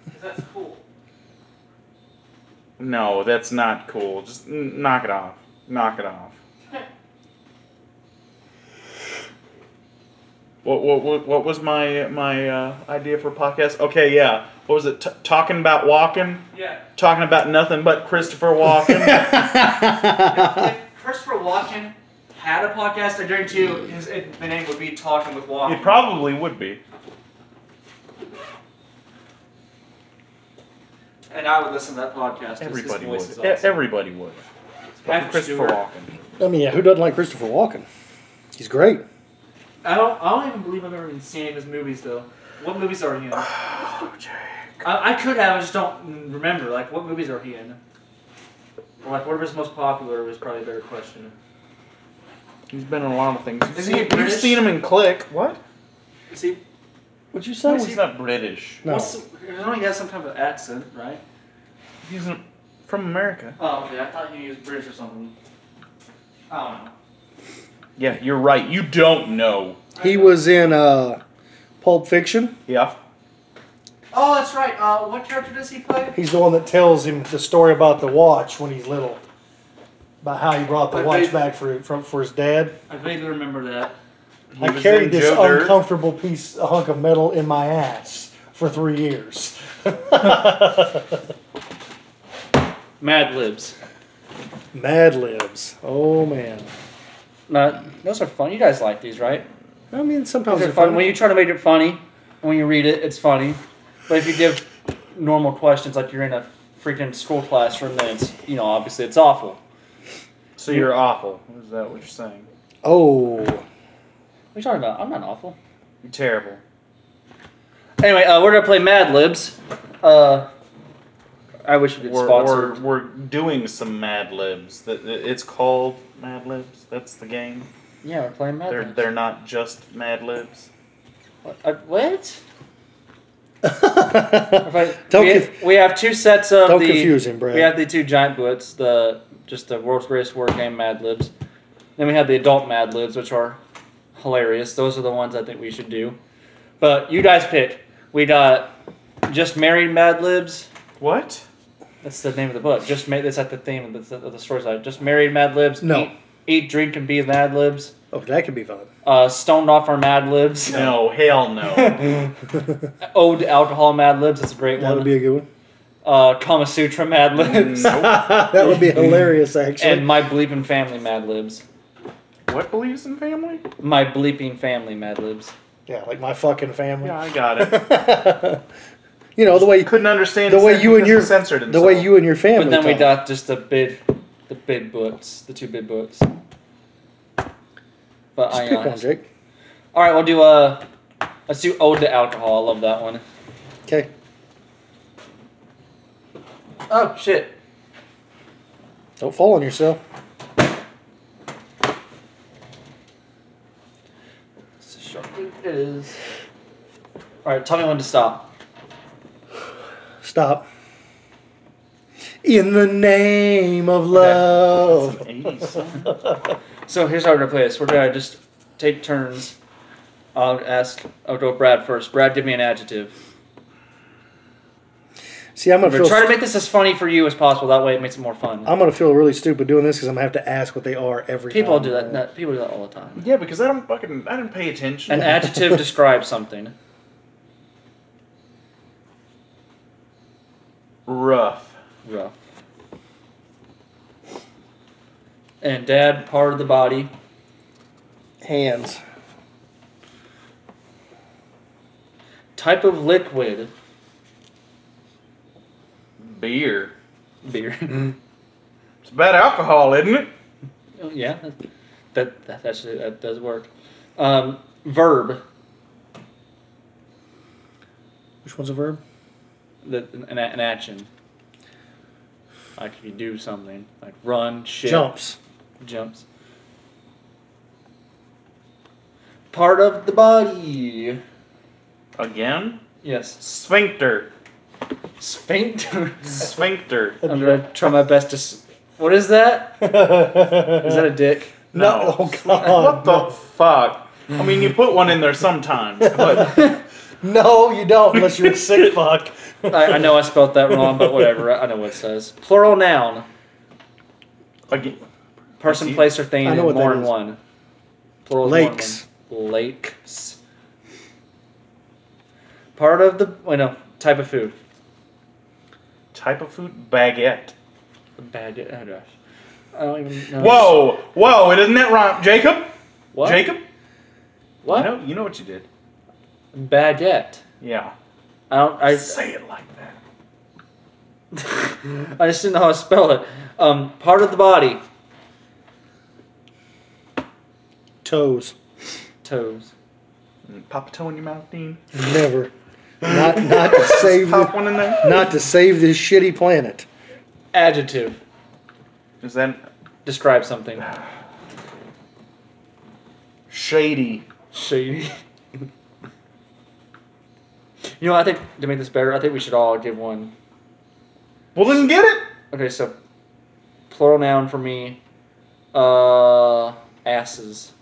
Speaker 5: 'Cause that's cool.
Speaker 2: No, that's not cool. Just n- knock it off. Knock it off. What, what, what, what was my my uh, idea for podcast? Okay, yeah. What was it? T- talking about walking?
Speaker 5: Yeah.
Speaker 2: Talking about nothing but Christopher <laughs> Walken?
Speaker 1: If Christopher Walken had a podcast, I guarantee you his, it, the name would be Talking with Walken.
Speaker 2: it probably would be.
Speaker 1: and I would listen to that podcast. His- his
Speaker 2: Everybody would.
Speaker 1: voice is
Speaker 2: E-
Speaker 1: awesome.
Speaker 2: Everybody would.
Speaker 1: Patrick
Speaker 2: Fucking Christopher
Speaker 1: Stewart.
Speaker 2: Walken.
Speaker 3: I mean, yeah, who doesn't like Christopher Walken? He's great.
Speaker 1: I don't. I don't even believe I've ever even seen any of his movies though. What movies are he <sighs> in? I, I could have. I just don't remember. Like, what movies are he in? Or like, what was most popular? Was probably a better question.
Speaker 2: He's been in a lot of things.
Speaker 1: Is
Speaker 2: You've
Speaker 1: he
Speaker 2: seen-
Speaker 1: British?
Speaker 2: You've seen him in Click. What?
Speaker 1: See,
Speaker 3: Would you
Speaker 2: No,
Speaker 3: say?
Speaker 2: he's not British.
Speaker 3: No.
Speaker 1: what's, I know he has some kind of accent, right?
Speaker 2: He's an, from America.
Speaker 1: Oh, okay. I thought he was British or something. I don't know.
Speaker 2: Yeah, you're right. You don't know.
Speaker 3: He was in uh, Pulp Fiction.
Speaker 2: Yeah.
Speaker 1: Oh, that's right. Uh, what character does he play?
Speaker 3: He's the one that tells him the story about the watch when he's little, about how he brought the
Speaker 1: I
Speaker 3: watch
Speaker 1: think-
Speaker 3: back for from, for his dad.
Speaker 1: I vaguely remember that.
Speaker 2: He
Speaker 3: I
Speaker 2: was in
Speaker 3: carried this
Speaker 2: Joe Dirt.
Speaker 3: uncomfortable piece, a hunk of metal, in my ass for three years. <laughs> Mad
Speaker 1: Mad Libs.
Speaker 3: Libs. Oh man.
Speaker 1: Now, those are fun. You guys like these, right?
Speaker 3: I mean, sometimes
Speaker 1: Those
Speaker 3: they're
Speaker 1: are fun.
Speaker 3: fun.
Speaker 1: When you try to make it funny, and when you read it, it's funny. But if you give normal questions like you're in a freaking school classroom, then it's you know obviously it's awful.
Speaker 2: So you're awful. Is that what you're saying?
Speaker 3: oh,
Speaker 1: What are you talking about? I'm not awful.
Speaker 2: You're terrible.
Speaker 1: Anyway, uh, we're gonna play Mad Libs. Uh, I wish we could
Speaker 2: We're,
Speaker 1: sponsor.
Speaker 2: we're, we're doing some Mad Libs. Th- th- It's called Mad Libs. That's the game.
Speaker 1: Yeah, we're playing Mad
Speaker 2: They're
Speaker 1: Libs.
Speaker 2: they're not just Mad Libs.
Speaker 1: Uh, what? If I-
Speaker 3: <laughs> Don't
Speaker 1: we,
Speaker 3: conf-
Speaker 1: we have two sets of
Speaker 3: don't
Speaker 1: the.
Speaker 3: confuse him, Brad.
Speaker 1: We have the two giant blitz, the just the world's greatest word game Mad Libs. Then we have the adult Mad Libs, which are hilarious. Those are the ones I think we should do. But you guys pick. We got just married Mad Libs.
Speaker 2: What?
Speaker 1: That's the name of the book. Just made. That's at the theme of the, of the story side. Just married Mad Libs.
Speaker 3: No.
Speaker 1: Eat, eat, drink, and be Mad Libs.
Speaker 3: oh, that could be fun.
Speaker 1: Uh, stoned off our Mad Libs. <laughs>
Speaker 2: No, hell no.
Speaker 3: <laughs>
Speaker 1: Ode to alcohol Mad Libs. That's a great
Speaker 3: That
Speaker 1: one.
Speaker 3: would be a good one.
Speaker 1: uh, Kama Sutra Mad Libs.
Speaker 3: that would be hilarious, actually.
Speaker 1: and my bleeping family Mad Libs.
Speaker 2: what believes in family?
Speaker 1: My bleeping family Mad Libs.
Speaker 3: yeah, like my fucking family.
Speaker 2: Yeah, I got it.
Speaker 3: <laughs> you know the way
Speaker 2: couldn't understand
Speaker 3: the
Speaker 2: his
Speaker 3: way
Speaker 2: sentence
Speaker 3: you and
Speaker 2: because he
Speaker 3: your
Speaker 2: censored
Speaker 3: the way you and your family.
Speaker 1: But then we
Speaker 3: talk.
Speaker 1: got just the bid, the bid books, the two bid books. But
Speaker 3: Just
Speaker 1: I,
Speaker 3: pick
Speaker 1: uh,
Speaker 3: one, Jake.
Speaker 1: all right, we'll do uh, let's do Ode to Alcohol. I love that one.
Speaker 3: Okay.
Speaker 1: Oh shit!
Speaker 3: Don't fall on yourself.
Speaker 1: It's a sharp move.
Speaker 4: It is.
Speaker 1: All right, tell me when to stop.
Speaker 3: Stop. In the name of love.
Speaker 1: So here's how we're gonna play this. We're gonna just take turns. I'll ask. I'll go Brad first. Brad, give me an adjective.
Speaker 3: See, I'm
Speaker 1: I'm
Speaker 3: gonna
Speaker 1: gonna
Speaker 3: feel.
Speaker 1: try to make this as funny for you as possible. That way, it makes it more fun.
Speaker 3: I'm gonna feel really stupid doing this because I'm gonna have to ask what they are every
Speaker 1: people
Speaker 3: time.
Speaker 1: do that, that. People do that all the time.
Speaker 2: Yeah, because I don't fucking I didn't pay attention.
Speaker 1: An adjective <laughs> describes something.
Speaker 2: Rough.
Speaker 1: Rough. And dad, part of the body.
Speaker 3: Hands.
Speaker 1: Type of liquid.
Speaker 2: Beer.
Speaker 1: Beer.
Speaker 2: It's bad alcohol, isn't it?
Speaker 1: Oh, <laughs> yeah, that- that that that's, that does work. Um, verb.
Speaker 3: Which one's a verb?
Speaker 1: The, an, a- an action. Like if you do something, like run, shit,
Speaker 3: <laughs> Jumps.
Speaker 1: jumps. Part of the body.
Speaker 2: Again?
Speaker 1: Yes,
Speaker 2: Sphincter.
Speaker 1: sphincter. <laughs>
Speaker 2: Sphincter.
Speaker 1: I'm gonna try my best to. s- What is that?
Speaker 3: is
Speaker 1: Is that a dick?
Speaker 3: no? <laughs> Oh
Speaker 2: what
Speaker 3: God!
Speaker 2: the fuck? I mean, you put one in there
Speaker 3: <laughs>
Speaker 2: sometimes, but
Speaker 3: No, you don't unless you're a <laughs>
Speaker 1: <laughs>
Speaker 3: sick fuck.
Speaker 1: I, I know I spelt that wrong, but whatever. I know what it says. Plural noun.
Speaker 2: again,
Speaker 1: Person,
Speaker 2: see.
Speaker 1: place, or thing
Speaker 3: I
Speaker 1: in
Speaker 3: know what
Speaker 1: more
Speaker 3: that
Speaker 1: than
Speaker 3: is.
Speaker 1: one. Plural is
Speaker 3: Lakes.
Speaker 1: more than one. Lakes. Part of the wait no type of food.
Speaker 2: type of food baguette.
Speaker 1: Bad. Oh gosh. I don't even know.
Speaker 2: Whoa, whoa! Isn't that wrong, Jacob?
Speaker 1: What?
Speaker 2: Jacob?
Speaker 1: What?
Speaker 2: You know, you know what you did.
Speaker 1: Baguette.
Speaker 2: Yeah.
Speaker 1: I don't. I.
Speaker 2: Say it like that.
Speaker 1: I just didn't know how to spell it. Um, part of the body.
Speaker 3: Toes.
Speaker 1: Toes.
Speaker 2: Mm, Pop a toe in your mouth,
Speaker 3: <laughs>
Speaker 2: Dean.
Speaker 3: Never. Not not to save
Speaker 2: Pop
Speaker 3: the,
Speaker 2: one in there.
Speaker 3: not to save this shitty planet.
Speaker 1: Adjective.
Speaker 2: Is that
Speaker 1: Describe something.
Speaker 2: shady?
Speaker 1: Shady. you know, I think to make this better, I think we should all give one.
Speaker 2: Well, then get it.
Speaker 1: Okay, so plural noun for me, uh, asses.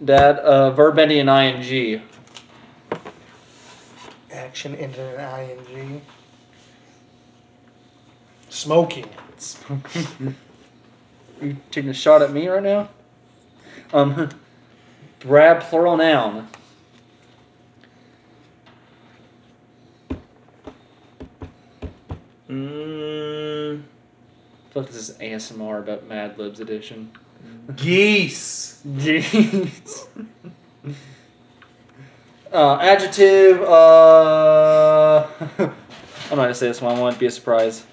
Speaker 1: That uh, verb ending in ing. <laughs>
Speaker 3: Action into an ing. Smoking.
Speaker 1: you taking a shot at me right now? Um, <laughs> Brad plural noun.
Speaker 2: Mm,
Speaker 1: I feel like this is ASMR but Mad Libs edition.
Speaker 2: geese.
Speaker 1: Jeez. Uh, adjective. Uh, <laughs> I'm not gonna say this one. I want it to be a surprise.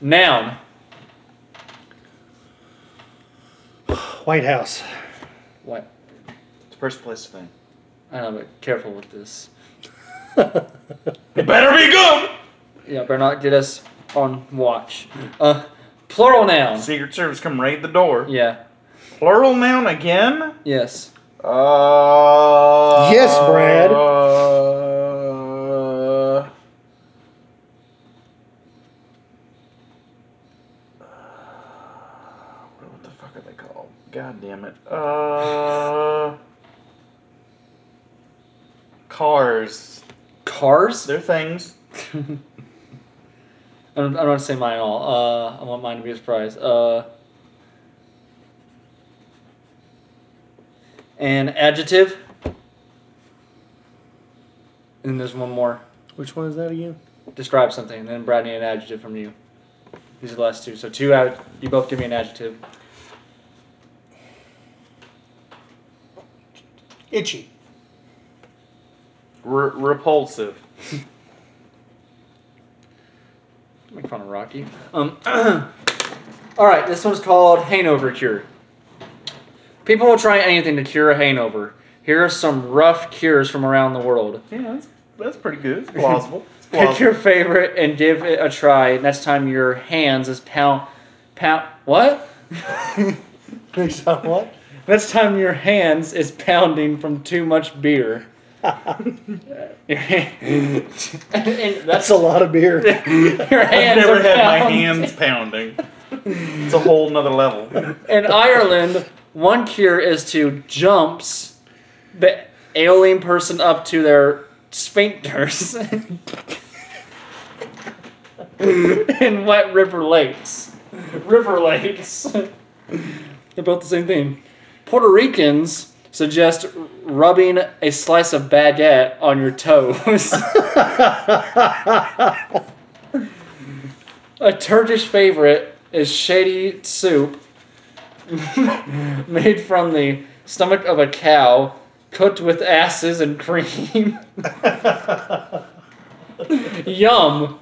Speaker 1: Noun.
Speaker 3: White House.
Speaker 1: What?
Speaker 2: It's first place thing.
Speaker 1: I don't know, but careful with this.
Speaker 2: It better be good.
Speaker 1: Yeah, better not get us on watch. Uh, plural noun.
Speaker 2: Secret Service come raid the door.
Speaker 1: Yeah.
Speaker 2: Plural noun again?
Speaker 1: Yes.
Speaker 2: Uh,
Speaker 3: Yes, Brad.
Speaker 2: Uh, what the fuck are they called? God damn it. Uh, cars.
Speaker 1: Cars.
Speaker 2: They're things.
Speaker 1: <laughs> I don't, I don't want to say mine at all. Uh, I want mine to be a surprise. Uh, an adjective. And then there's one more.
Speaker 3: Which one is that again?
Speaker 1: Describe something. And then Brad, I need an adjective from you. These are the last two. So two out. You both give me an adjective.
Speaker 3: Itchy.
Speaker 2: R- repulsive.
Speaker 1: Make fun of Rocky. Um, <clears throat> all right, this one's called Hangover Cure. People will try anything to cure a hangover. Here are some rough cures from around the world.
Speaker 2: Yeah, that's, that's pretty good. It's <laughs> plausible. It's
Speaker 1: Pick
Speaker 2: plausible.
Speaker 1: your favorite and give it a try. Next time your hands is pound, pound. What?
Speaker 3: Next time what?
Speaker 1: Next time your hands is pounding from too much beer. <laughs>
Speaker 2: <laughs>
Speaker 1: your, hand, and
Speaker 3: That's a lot of <laughs> beer.
Speaker 1: <laughs> your
Speaker 2: I've
Speaker 1: hands
Speaker 2: never
Speaker 1: are
Speaker 2: had my
Speaker 1: pounding.
Speaker 2: hands pounding. It's a whole nother <laughs> level.
Speaker 1: In Ireland, one cure is to jumps the ailing person up to their sphincters <laughs> in wet river lakes. River lakes. <laughs> They're both the same thing. Puerto Ricans suggest rubbing a slice of baguette on your toes. <laughs> A Turkish favorite is shady soup made from the stomach of a cow cooked with asses and cream. <laughs> Yum.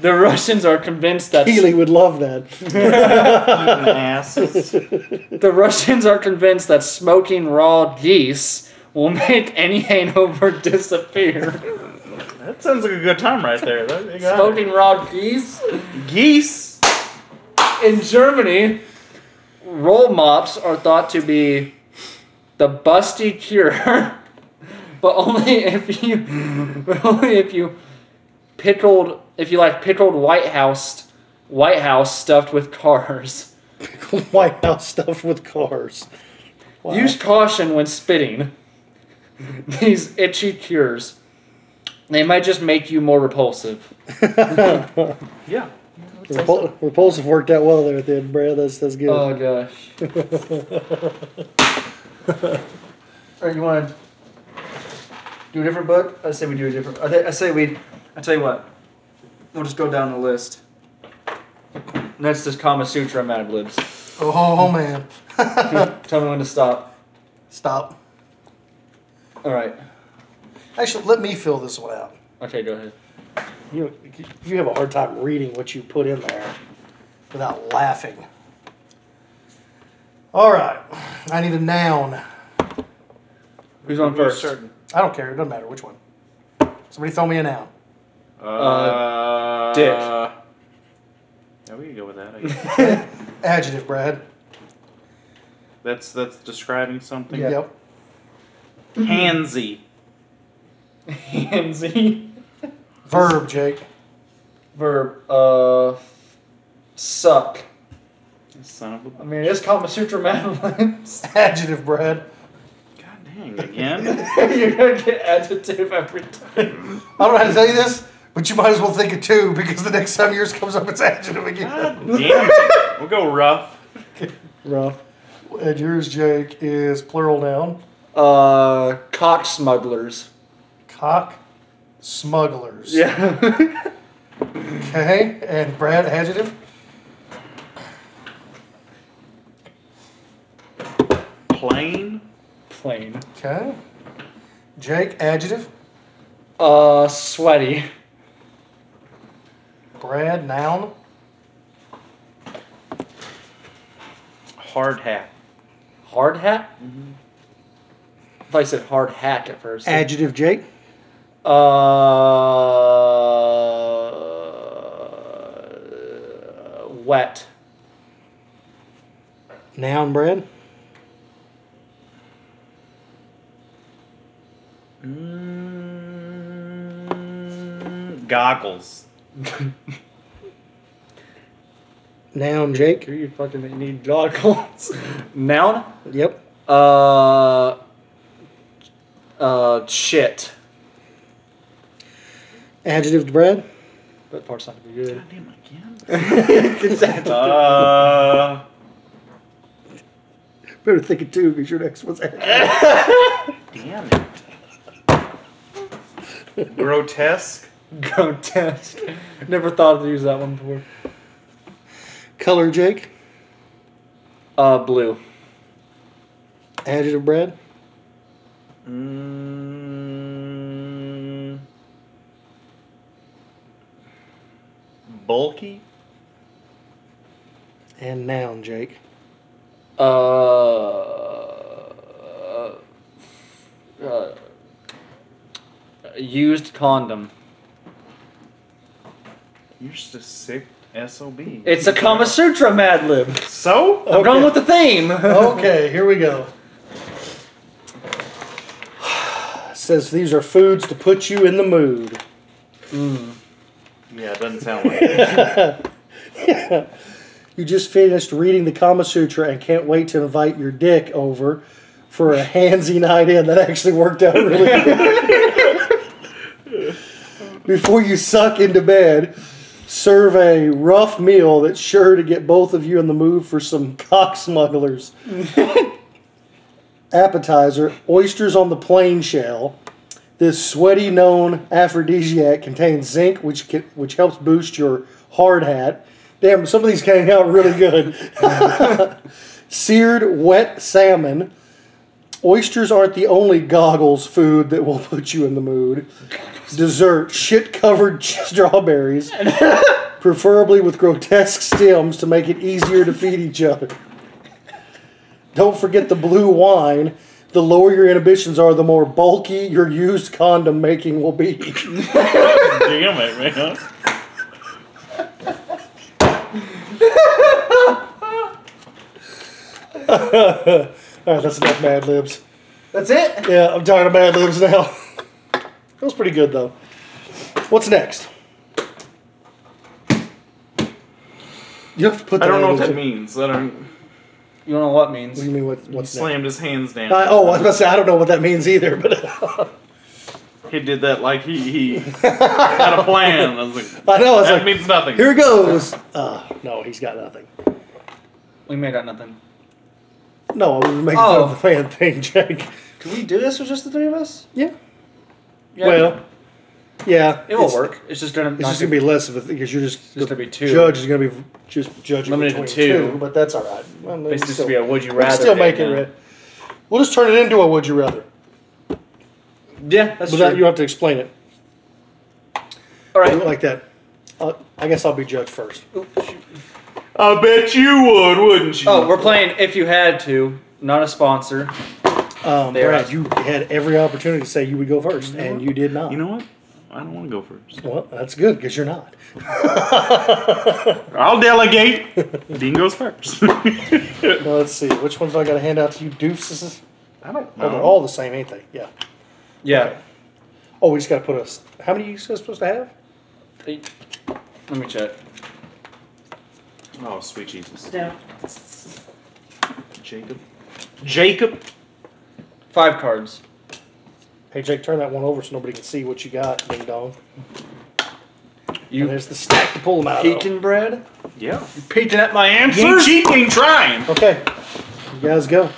Speaker 1: The Russians are convinced that
Speaker 3: Healy would love that. <laughs>
Speaker 2: Asses.
Speaker 1: the Russians are convinced that smoking raw geese will make any hangover <laughs> disappear.
Speaker 2: That sounds like a good time right there. That- you got it.
Speaker 1: smoking raw geese?
Speaker 2: Geese.
Speaker 1: in Germany, roll mops are thought to be the busty cure, <laughs> but only if you, <laughs> but only if you pickled, if you like pickled White House, White House stuffed with cars.
Speaker 3: White House stuff with cars. Wow. <laughs>
Speaker 1: Use caution when spitting. <laughs> These itchy cures, they might just make you more repulsive.
Speaker 2: Yeah.
Speaker 3: Repul- repulsive worked out well there at the end, Brad. That's that's good.
Speaker 1: Oh <laughs> gosh.
Speaker 4: Or you want to do a different book? I say we do a different. I, th- I say we. I tell you what. We'll just go down the list.
Speaker 1: That's just Kama Sutra Mad Libs.
Speaker 6: Oh, oh,
Speaker 3: <laughs>
Speaker 6: man.
Speaker 1: Tell me when to stop.
Speaker 6: Stop.
Speaker 1: All right.
Speaker 6: Actually, let me fill this one out.
Speaker 1: Okay, go ahead.
Speaker 3: You
Speaker 6: You have a hard time reading what you put in there without laughing. All right. I need a noun.
Speaker 1: Who's on first? <laughs>
Speaker 2: Certain.
Speaker 6: I don't care. It doesn't matter which one. Somebody throw me a noun.
Speaker 2: Uh,
Speaker 1: Uh, dick.
Speaker 2: Yeah, we can go with that. I guess.
Speaker 6: Adjective, Brad.
Speaker 2: <laughs> that's that's describing something.
Speaker 6: Yep.
Speaker 1: Mm-hmm.
Speaker 2: Handsy.
Speaker 1: Handsy.
Speaker 6: Verb, Jake. <laughs>
Speaker 1: Verb. Uh. Suck.
Speaker 2: Son of a.
Speaker 1: I mean, it's Kama Sutra Madeline's.
Speaker 6: Adjective, Brad.
Speaker 2: God dang again.
Speaker 1: <laughs> You're gonna get adjective every time.
Speaker 6: I don't know how to tell you this, but you might as well think of two because the next time yours comes up, it's adjective again.
Speaker 2: God damn it. We'll go rough.
Speaker 3: rough.
Speaker 6: And yours, Jake, is plural noun.
Speaker 1: Uh. Cock smugglers.
Speaker 6: Cock smugglers.
Speaker 1: Yeah. <laughs>
Speaker 6: Okay. And Brad, adjective.
Speaker 2: Plain.
Speaker 1: Plain.
Speaker 6: Okay. Jake, adjective.
Speaker 1: Uh. Sweaty.
Speaker 6: Brad, noun.
Speaker 2: Hard hat.
Speaker 1: Hard hat. I thought you said hard hack at first.
Speaker 3: Adjective, Jake.
Speaker 1: uh. Wet.
Speaker 3: Noun, Brad.
Speaker 2: Mm, goggles.
Speaker 3: Noun, Jake.
Speaker 1: Do you fucking need goggles? <laughs> Noun.
Speaker 3: Yep.
Speaker 1: Uh, uh, shit.
Speaker 3: Adjective, Brad.
Speaker 1: That part's not gonna be good.
Speaker 2: God damn again.
Speaker 1: <laughs>
Speaker 2: Uh,
Speaker 3: Better think of two because your next one's adjective.
Speaker 2: damn it.
Speaker 1: <laughs>
Speaker 2: Grotesque.
Speaker 1: Grotesque. Never thought to use that one before.
Speaker 3: <laughs> Color, Jake.
Speaker 1: Uh, blue.
Speaker 3: Adjective, Brad.
Speaker 2: Mm, bulky.
Speaker 3: And noun, Jake.
Speaker 1: Uh, uh, uh, used condom.
Speaker 2: You're just a sick SOB.
Speaker 1: It's a Kama Sutra Mad Lib.
Speaker 2: So?
Speaker 3: Oh.
Speaker 1: I'm going with the <laughs> theme.
Speaker 3: Okay, here we go. <sighs> It says these are foods to put you in the mood.
Speaker 2: Yeah, it doesn't sound like it.
Speaker 3: You just finished reading the Kama Sutra and can't wait to invite your dick over for a handsy night in. That actually worked out really good. Before you suck into bed, serve a rough meal that's sure to get both of you in the mood for some cock smugglers. Appetizer oysters on the plain shell. This sweaty known aphrodisiac contains zinc, which can, which helps boost your hard hat. Damn, some of these came out really good. <laughs> Seared wet salmon. Oysters aren't the only goggles food that will put you in the mood. Dessert, shit covered <laughs> strawberries, preferably with grotesque stems to make it easier to feed each other. Don't forget the blue wine. The lower your inhibitions are, the more bulky your used condom making will
Speaker 2: <laughs>
Speaker 3: be. <laughs>
Speaker 2: Damn it, man.
Speaker 3: All right, Ah, that's enough Mad Libs.
Speaker 4: That's it.
Speaker 3: Yeah, I'm tired of Mad Libs now. <laughs> that was pretty good though. What's next? You have to put.
Speaker 2: I don't know what that
Speaker 3: language <laughs> in.
Speaker 2: means. I don't.
Speaker 1: You don't know what
Speaker 3: What
Speaker 1: means.
Speaker 3: do you mean? What, what's
Speaker 2: he
Speaker 3: next?
Speaker 2: slammed his hands down.
Speaker 3: I, oh, I was about to say I don't know what that means either, but <laughs>
Speaker 2: he did that like he, he had a plan. I was like,
Speaker 3: I know. I was
Speaker 2: that
Speaker 3: like,
Speaker 2: means nothing.
Speaker 3: here it goes. Uh, no, he's got nothing.
Speaker 1: We made out nothing.
Speaker 3: No, I was making fun
Speaker 1: Oh.
Speaker 3: of the fan thing, Jake.
Speaker 1: Can we do this with just the three of us?
Speaker 3: Yeah.
Speaker 1: Yeah.
Speaker 3: Well, yeah.
Speaker 1: it will
Speaker 3: it's-
Speaker 1: work. It's just gonna.
Speaker 3: It's just gonna be less of a thing because you're just
Speaker 1: just
Speaker 3: the
Speaker 1: gonna be two.
Speaker 3: Judge is gonna be v- just judging
Speaker 1: Limited to
Speaker 3: between
Speaker 1: two.
Speaker 3: but that's all right. Well, we
Speaker 1: It's
Speaker 3: can
Speaker 1: just
Speaker 3: still-
Speaker 1: to be a would you
Speaker 3: we can
Speaker 1: rather.
Speaker 3: still
Speaker 1: day
Speaker 3: make it
Speaker 1: now.
Speaker 3: red. We'll just turn it into a would you rather.
Speaker 1: Yeah, that's
Speaker 3: Without you
Speaker 1: true.
Speaker 3: have to explain it
Speaker 1: All right.
Speaker 3: like that. Uh, I guess I'll be judge first.
Speaker 2: I bet you would, wouldn't you?
Speaker 1: Oh, we're playing if you had to. Not a sponsor.
Speaker 3: Um,
Speaker 1: There.
Speaker 3: Brad, you had every opportunity to say you would go first, and you did not.
Speaker 2: You know what? I don't want to go first.
Speaker 3: well, that's good because you're not. <laughs>
Speaker 2: I'll
Speaker 3: <laughs>
Speaker 2: delegate. Dean goes first. <laughs> I
Speaker 3: Now, let's see. Which ones do I got to hand out to you, deuces?
Speaker 2: don't
Speaker 3: Oh, they're
Speaker 2: know.
Speaker 3: all the same, ain't they? Yeah.
Speaker 1: Yeah.
Speaker 3: Oh, we just got to put us. How many you guys supposed to have?
Speaker 1: Let me check.
Speaker 2: Oh, sweet Jesus.
Speaker 5: Down.
Speaker 2: Jacob. Jacob.
Speaker 1: Five cards.
Speaker 3: Hey, Jake, turn that one over so nobody can see what you got, ding dong.
Speaker 1: You-
Speaker 3: And there's the stack to pull them out. Of.
Speaker 1: Pekin bread.
Speaker 2: Yeah.
Speaker 1: Pekin at my
Speaker 2: You ain't cheating, ain't trying.
Speaker 3: Okay, you guys go.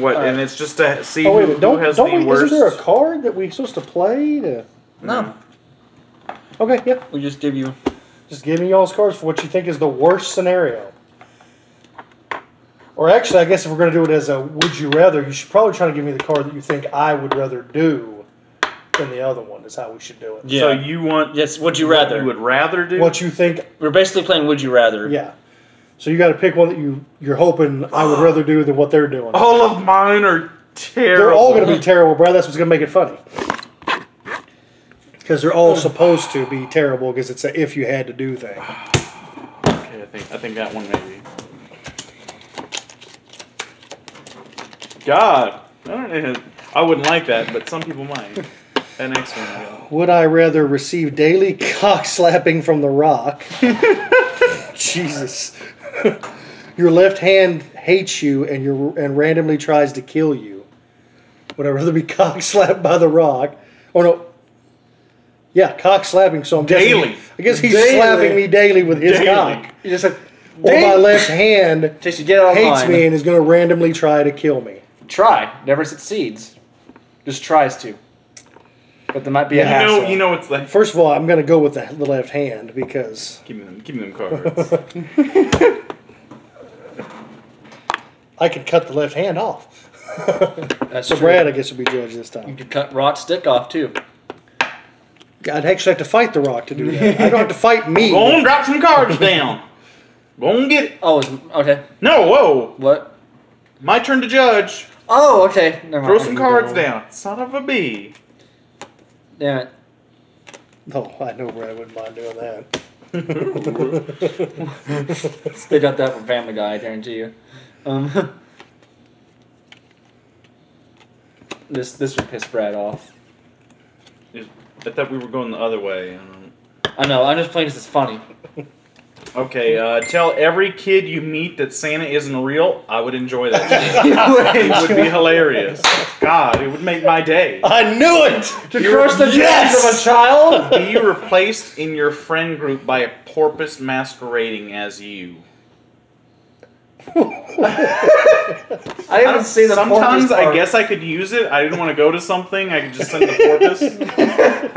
Speaker 2: What? And it's just to see
Speaker 3: Oh wait,
Speaker 2: who,
Speaker 3: a minute,
Speaker 2: who
Speaker 3: don't
Speaker 2: has
Speaker 3: don't
Speaker 2: the
Speaker 3: we?
Speaker 2: worst.
Speaker 3: Isn't there a card that we supposed to play? To...
Speaker 1: No,
Speaker 3: Okay, yeah.
Speaker 1: we just give you.
Speaker 3: Just give me y'all's cards for what you think is the worst scenario. Or actually, I guess if we're gonna do it as a would you rather, you should probably try to give me the card that you think I would rather do than the other one. Is how we should do it.
Speaker 1: Yeah.
Speaker 2: So you want?
Speaker 1: yes. Would you
Speaker 2: what
Speaker 1: rather?
Speaker 2: You would rather do?
Speaker 3: What you think
Speaker 1: We're basically playing Would You Rather.
Speaker 3: Yeah. So you got to pick one that you you're hoping I would rather do than what they're doing.
Speaker 2: All of mine are terrible.
Speaker 3: They're all going to be terrible, Brad. That's what's going to make it funny. Because they're all supposed to be terrible because it's a if you had to do thing.
Speaker 2: Okay, I think I think that one maybe. God, I don't know. I wouldn't like that, but some people
Speaker 3: <laughs>
Speaker 2: might. That next one. yeah.
Speaker 3: Would I rather receive daily <laughs> cock slapping from The Rock? <laughs> Jesus. <laughs> your left hand hates you and your and randomly tries to kill you. Would I rather be <laughs> cock slapped by The Rock? Or no. Yeah, cock slapping. So I'm guessing-
Speaker 2: Daily.
Speaker 3: I guess he's
Speaker 1: Daily.
Speaker 3: slapping me daily with his
Speaker 2: Daily.
Speaker 3: cock.
Speaker 1: You just said,
Speaker 3: Or my left hand
Speaker 1: Just you get it online.
Speaker 3: hates me and is going to randomly try to kill me.
Speaker 1: Try. Never succeeds. Just tries to. But there might be a
Speaker 2: You
Speaker 1: hassle.
Speaker 2: know, you know, it's like
Speaker 3: First of all, I'm going to go with the, the left hand because
Speaker 2: give me them, give me them
Speaker 3: <laughs>
Speaker 2: cards.
Speaker 3: I could cut the left hand off.
Speaker 1: That's
Speaker 3: So
Speaker 1: true.
Speaker 3: Brad, I guess, will be judge this
Speaker 1: You
Speaker 3: time.
Speaker 1: could cut Rot's stick off too.
Speaker 3: I'd actually have to fight The Rock to do that. I don't have to fight me.
Speaker 2: <laughs> Go on, drop some cards down. Go on, get it.
Speaker 1: Oh, is- okay.
Speaker 2: No, whoa,
Speaker 1: What?
Speaker 2: my turn to judge.
Speaker 1: Oh, okay. Never mind.
Speaker 2: Throw some cards down. Son of a bee.
Speaker 1: Damn it.
Speaker 3: No, Oh, I know Brad wouldn't mind
Speaker 2: <laughs>
Speaker 3: doing that.
Speaker 1: They got that from Family Guy, I guarantee you. Um, <laughs> this this would piss Brad off.
Speaker 2: Is- I thought we were going the other way. I don't-
Speaker 1: I know. I'm just playing this. It's funny.
Speaker 2: Okay, uh, tell every kid you meet that Santa isn't real. I would enjoy that. <laughs> it would be hilarious. God, it would make my day.
Speaker 3: I knew it.
Speaker 1: To crush the
Speaker 3: Yes!
Speaker 1: dreams of a child.
Speaker 2: Be replaced in your friend group by a porpoise masquerading as you.
Speaker 1: I
Speaker 2: <laughs>
Speaker 1: haven't seen the
Speaker 2: Sometimes
Speaker 1: porpoise
Speaker 2: I
Speaker 1: part.
Speaker 2: guess I could use it. I didn't want to go to something. I could just send the porpoise.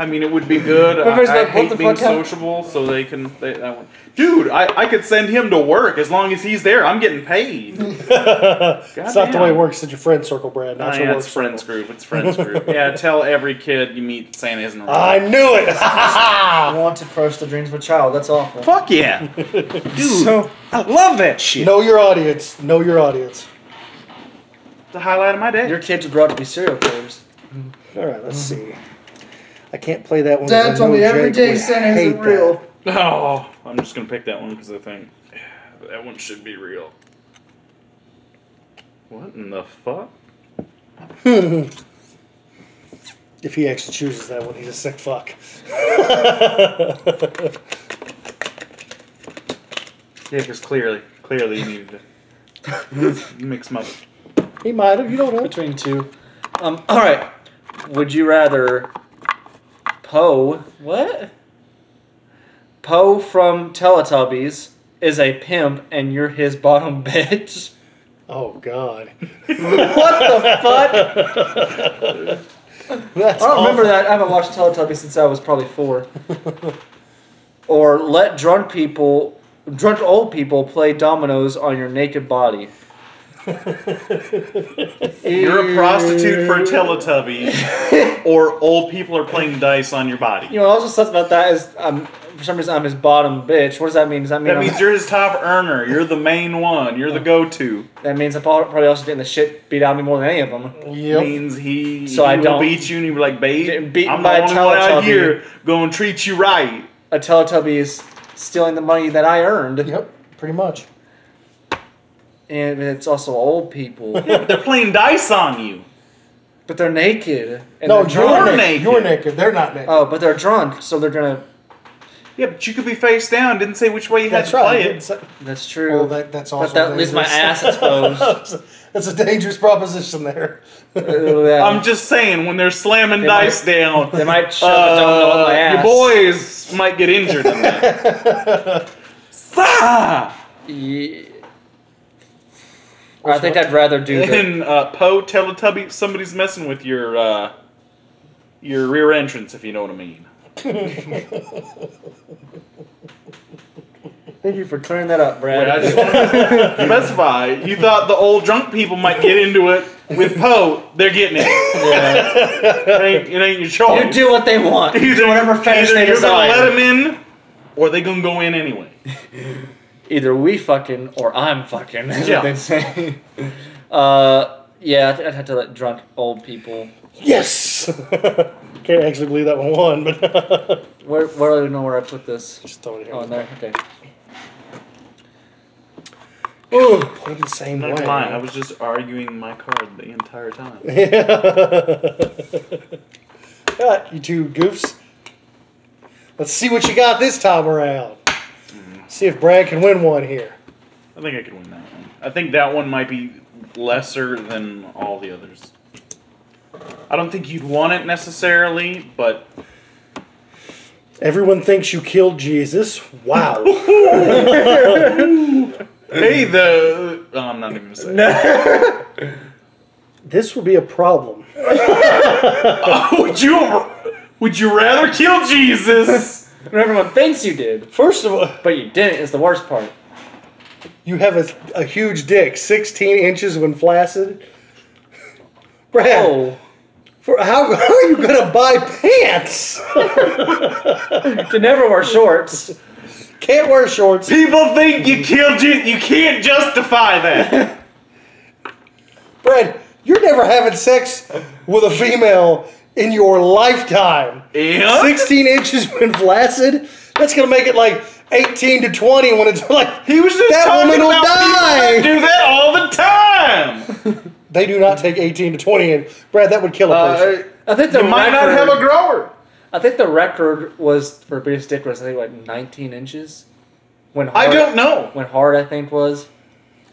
Speaker 2: <laughs> I mean, it would be good. I,
Speaker 1: Porpoise
Speaker 2: I
Speaker 1: like, what
Speaker 2: hate
Speaker 1: the
Speaker 2: being
Speaker 1: fuck happened?
Speaker 2: sociable, so they can. They, I want- Dude, I, I could send him to work as long as he's there. I'm getting paid.
Speaker 3: it's not the way it
Speaker 2: Goddamn.
Speaker 3: works. It's your friend circle,
Speaker 2: Oh,
Speaker 3: Brad. Not your
Speaker 2: yeah,
Speaker 3: work
Speaker 2: it's
Speaker 3: circle.
Speaker 2: friends group. It's friends <laughs> group. yeah, tell every kid you meet Santa isn't real.
Speaker 3: I knew
Speaker 2: <laughs>
Speaker 3: it.
Speaker 4: I want to crush the dreams of a child. That's awful.
Speaker 2: Fuck yeah, dude! I love that shit.
Speaker 3: know your audience. Know your audience.
Speaker 2: The highlight of my day.
Speaker 4: Your kids are brought to be serial killers.
Speaker 3: All right, let's see. I can't play that one. 'cause I
Speaker 4: Dad told
Speaker 3: know
Speaker 4: me every
Speaker 3: Jake
Speaker 4: day
Speaker 3: would
Speaker 4: Santa
Speaker 3: hate
Speaker 4: isn't real.
Speaker 2: Oh, I'm just gonna pick that one because I think that one should be real. What in the fuck?
Speaker 3: that. if he actually chooses that one, he's a sick fuck. I
Speaker 2: Yeah, because clearly, clearly you
Speaker 1: <laughs>
Speaker 2: needed to mix them up.
Speaker 3: <laughs> He might have. You don't know.
Speaker 1: between two. Um, all right. Would you rather Poe what? Poe from Teletubbies is a pimp and you're his bottom <laughs> bitch.
Speaker 3: Oh <laughs> God.
Speaker 1: what the fuck?
Speaker 3: That's
Speaker 1: I don't remember that. I haven't watched Teletubbies since I was probably
Speaker 2: <laughs>
Speaker 1: four. or let drunk people, drunk old people play dominoes on your naked body.
Speaker 2: <laughs> You're a prostitute for a Teletubby, or old people are playing dice on your body.
Speaker 1: You know, I was just thought about that as um, for some reason I'm his bottom bitch. What does that mean? Does that mean
Speaker 2: That
Speaker 1: I'm-
Speaker 2: means you're his top earner. You're the main one. You're the go-to.
Speaker 1: That means I'm prob- probably also getting the shit beat out of me more than any of them.
Speaker 3: Yep.
Speaker 2: Means he
Speaker 1: So
Speaker 2: he
Speaker 1: I
Speaker 2: will
Speaker 1: don't-
Speaker 2: beat you and he'll be like,
Speaker 1: Getting
Speaker 2: babe,
Speaker 1: beaten
Speaker 2: I'm
Speaker 1: by a
Speaker 2: the only one out
Speaker 1: Teletubby."
Speaker 2: here gonna treat you right.
Speaker 1: A Teletubby is stealing the money that I earned,
Speaker 3: Yep. Pretty much.
Speaker 1: and it's also old
Speaker 2: <laughs>
Speaker 1: people,
Speaker 2: They're playing dice on you.
Speaker 1: but they're naked. And
Speaker 3: No,
Speaker 1: they're
Speaker 3: you're
Speaker 1: drunk.
Speaker 2: You're
Speaker 3: naked.
Speaker 2: naked.
Speaker 3: You're naked. They're not naked.
Speaker 1: Oh, but they're drunk, so they're gonna.
Speaker 2: Yeah, but you could be face down. Didn't say which way you
Speaker 3: That's
Speaker 2: had to
Speaker 3: right.
Speaker 2: play
Speaker 3: It's-
Speaker 2: it.
Speaker 1: That's true.
Speaker 3: Well, that, that's also
Speaker 1: but that leaves my
Speaker 3: dangerous.
Speaker 1: ass
Speaker 3: <laughs>
Speaker 1: exposed.
Speaker 3: That's a dangerous proposition there. <laughs>
Speaker 1: Uh, <laughs> yeah.
Speaker 2: I'm just saying, when they're slamming
Speaker 1: They
Speaker 2: dice
Speaker 1: might-
Speaker 2: down,
Speaker 1: They might shove a domino on my
Speaker 2: uh, your
Speaker 1: ass.
Speaker 2: boys might get injured in
Speaker 1: <laughs>
Speaker 2: that. Sah!
Speaker 1: Ye- I think I'd rather do
Speaker 2: <laughs>
Speaker 1: that.
Speaker 2: And uh, Poe Teletubby, somebody's messing with your uh, your rear entrance, if you know what I mean.
Speaker 1: Thank you for clearing that up, Brad.
Speaker 2: Wait, I <laughs> just want to specify. You thought the old drunk people might get into it with Poe. They're getting it.
Speaker 1: Yeah.
Speaker 2: It ain't, it ain't your
Speaker 1: <laughs>
Speaker 2: choice.
Speaker 1: you do what they want. You do whatever fetish
Speaker 2: either
Speaker 1: they
Speaker 2: you're
Speaker 1: desire.
Speaker 2: gonna let them in, or they gonna go in anyway.
Speaker 1: either we fucking or I'm fucking. <laughs> That's
Speaker 2: Yeah.
Speaker 1: what they say. <laughs> Uh, yeah, I think I'd have to let drunk old people.
Speaker 3: Yes. <laughs> Can't actually believe that one won, but <laughs>
Speaker 1: Where, where do I know where I put this?
Speaker 3: just throw it
Speaker 1: Oh, in
Speaker 3: here.
Speaker 1: there.
Speaker 2: <laughs>
Speaker 1: Okay.
Speaker 3: Ooh, played the same
Speaker 2: Never
Speaker 3: way.
Speaker 2: mind.
Speaker 3: <laughs>
Speaker 2: I was just arguing my card the entire time.
Speaker 3: Ah, you two goofs. Let's see what you got this time around. See if Brad can win one here.
Speaker 2: I think I could win that one. I think that one might be lesser than all the others. I don't think you'd want it necessarily, but
Speaker 3: Everyone thinks you killed Jesus. Wow. <laughs>
Speaker 2: hey, the oh, I'm not even gonna say. it.
Speaker 3: this will be a problem.
Speaker 2: <laughs> would you would you rather kill
Speaker 3: <laughs>
Speaker 2: Jesus?
Speaker 1: When everyone thinks you did,
Speaker 3: First of all,
Speaker 1: but you didn't is the worst part.
Speaker 3: you have a, a huge dick, 16 inches when flaccid. Brad,
Speaker 1: Oh,
Speaker 3: for, how, how are you going to buy pants? <laughs>
Speaker 1: to never wear shorts.
Speaker 3: Can't wear shorts.
Speaker 2: People think you killed Jesus. You can't justify that.
Speaker 3: <laughs> Brad, you're never having sex with a female in your lifetime.
Speaker 2: Yeah.
Speaker 3: 16 inches when flaccid. That's gonna make it like 18 to 20 when it's like
Speaker 2: He was just
Speaker 3: that
Speaker 2: talking
Speaker 3: woman will
Speaker 2: about
Speaker 3: die.
Speaker 2: people that do that all the
Speaker 3: <laughs>
Speaker 2: time.
Speaker 3: They do not take 18 to 20 in. Brad, that would kill a person.
Speaker 1: Uh, I think the
Speaker 2: You might not
Speaker 1: record-
Speaker 2: have a grower.
Speaker 1: I think the record was for biggest dick was I think like 19 inches. When
Speaker 2: I
Speaker 1: hard-
Speaker 2: don't know.
Speaker 1: When hard I think was.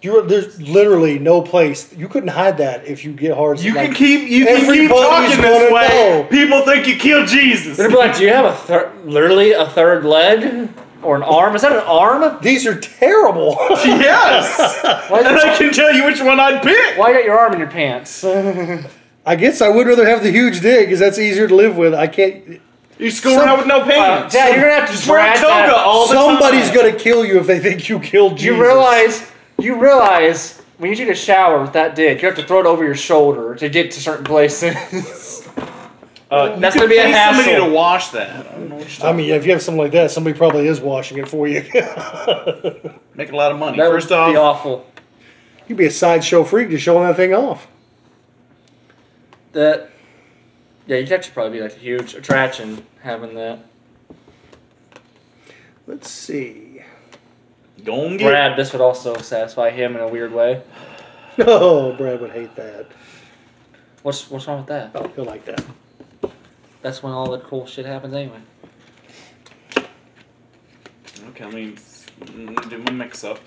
Speaker 3: you are, there's literally no place you couldn't hide that if you get hard.
Speaker 2: You
Speaker 3: like-
Speaker 2: can keep you can keep
Speaker 3: everybody's
Speaker 2: talking
Speaker 3: gonna
Speaker 2: this way.
Speaker 3: know.
Speaker 2: People think you killed Jesus.
Speaker 1: They'd be like, "Do you have a thir- literally a third leg or an arm? Is that an arm?
Speaker 3: These are
Speaker 2: <laughs>
Speaker 3: terrible.
Speaker 2: <laughs> yes.
Speaker 1: Why,
Speaker 2: and I can tell you which one I'd pick.
Speaker 1: why you got your arm in your pants?
Speaker 2: Uh,
Speaker 3: I guess I would rather have the huge dick because that's easier to live with. I can't.
Speaker 2: You school
Speaker 3: Some-
Speaker 2: around with no pants.
Speaker 1: yeah, you're gonna have to
Speaker 2: Just wear a
Speaker 1: drag
Speaker 2: toga Oh,
Speaker 1: that-
Speaker 2: all the
Speaker 3: Somebody's
Speaker 2: time.
Speaker 3: gonna kill you if they think you killed Jesus.
Speaker 1: You realize, you realize when you take a shower with that dick, you have to throw it over your shoulder to get to certain places. <laughs>
Speaker 2: Uh,
Speaker 1: That's
Speaker 2: you
Speaker 1: gonna
Speaker 2: could
Speaker 1: be a
Speaker 2: pay somebody
Speaker 1: hassle.
Speaker 2: to wash that. I don't know what you're
Speaker 3: I mean, if you have something like that, somebody probably is washing it for you. <laughs>
Speaker 2: Make a lot of money.
Speaker 1: that
Speaker 2: First
Speaker 1: would
Speaker 2: off,
Speaker 1: be awful.
Speaker 3: You'd be a sideshow freak just showing that thing off.
Speaker 1: That, yeah, you'd actually probably be like a huge attraction having that.
Speaker 3: Let's see. <laughs>
Speaker 2: don't get
Speaker 1: Brad, this would also satisfy him in a weird way.
Speaker 3: No, Oh, Brad would hate that.
Speaker 1: What's what's wrong with that?
Speaker 3: Oh, he'll like that.
Speaker 1: That's when all the cool shit happens anyway.
Speaker 2: Okay, let me mm, do my mix up.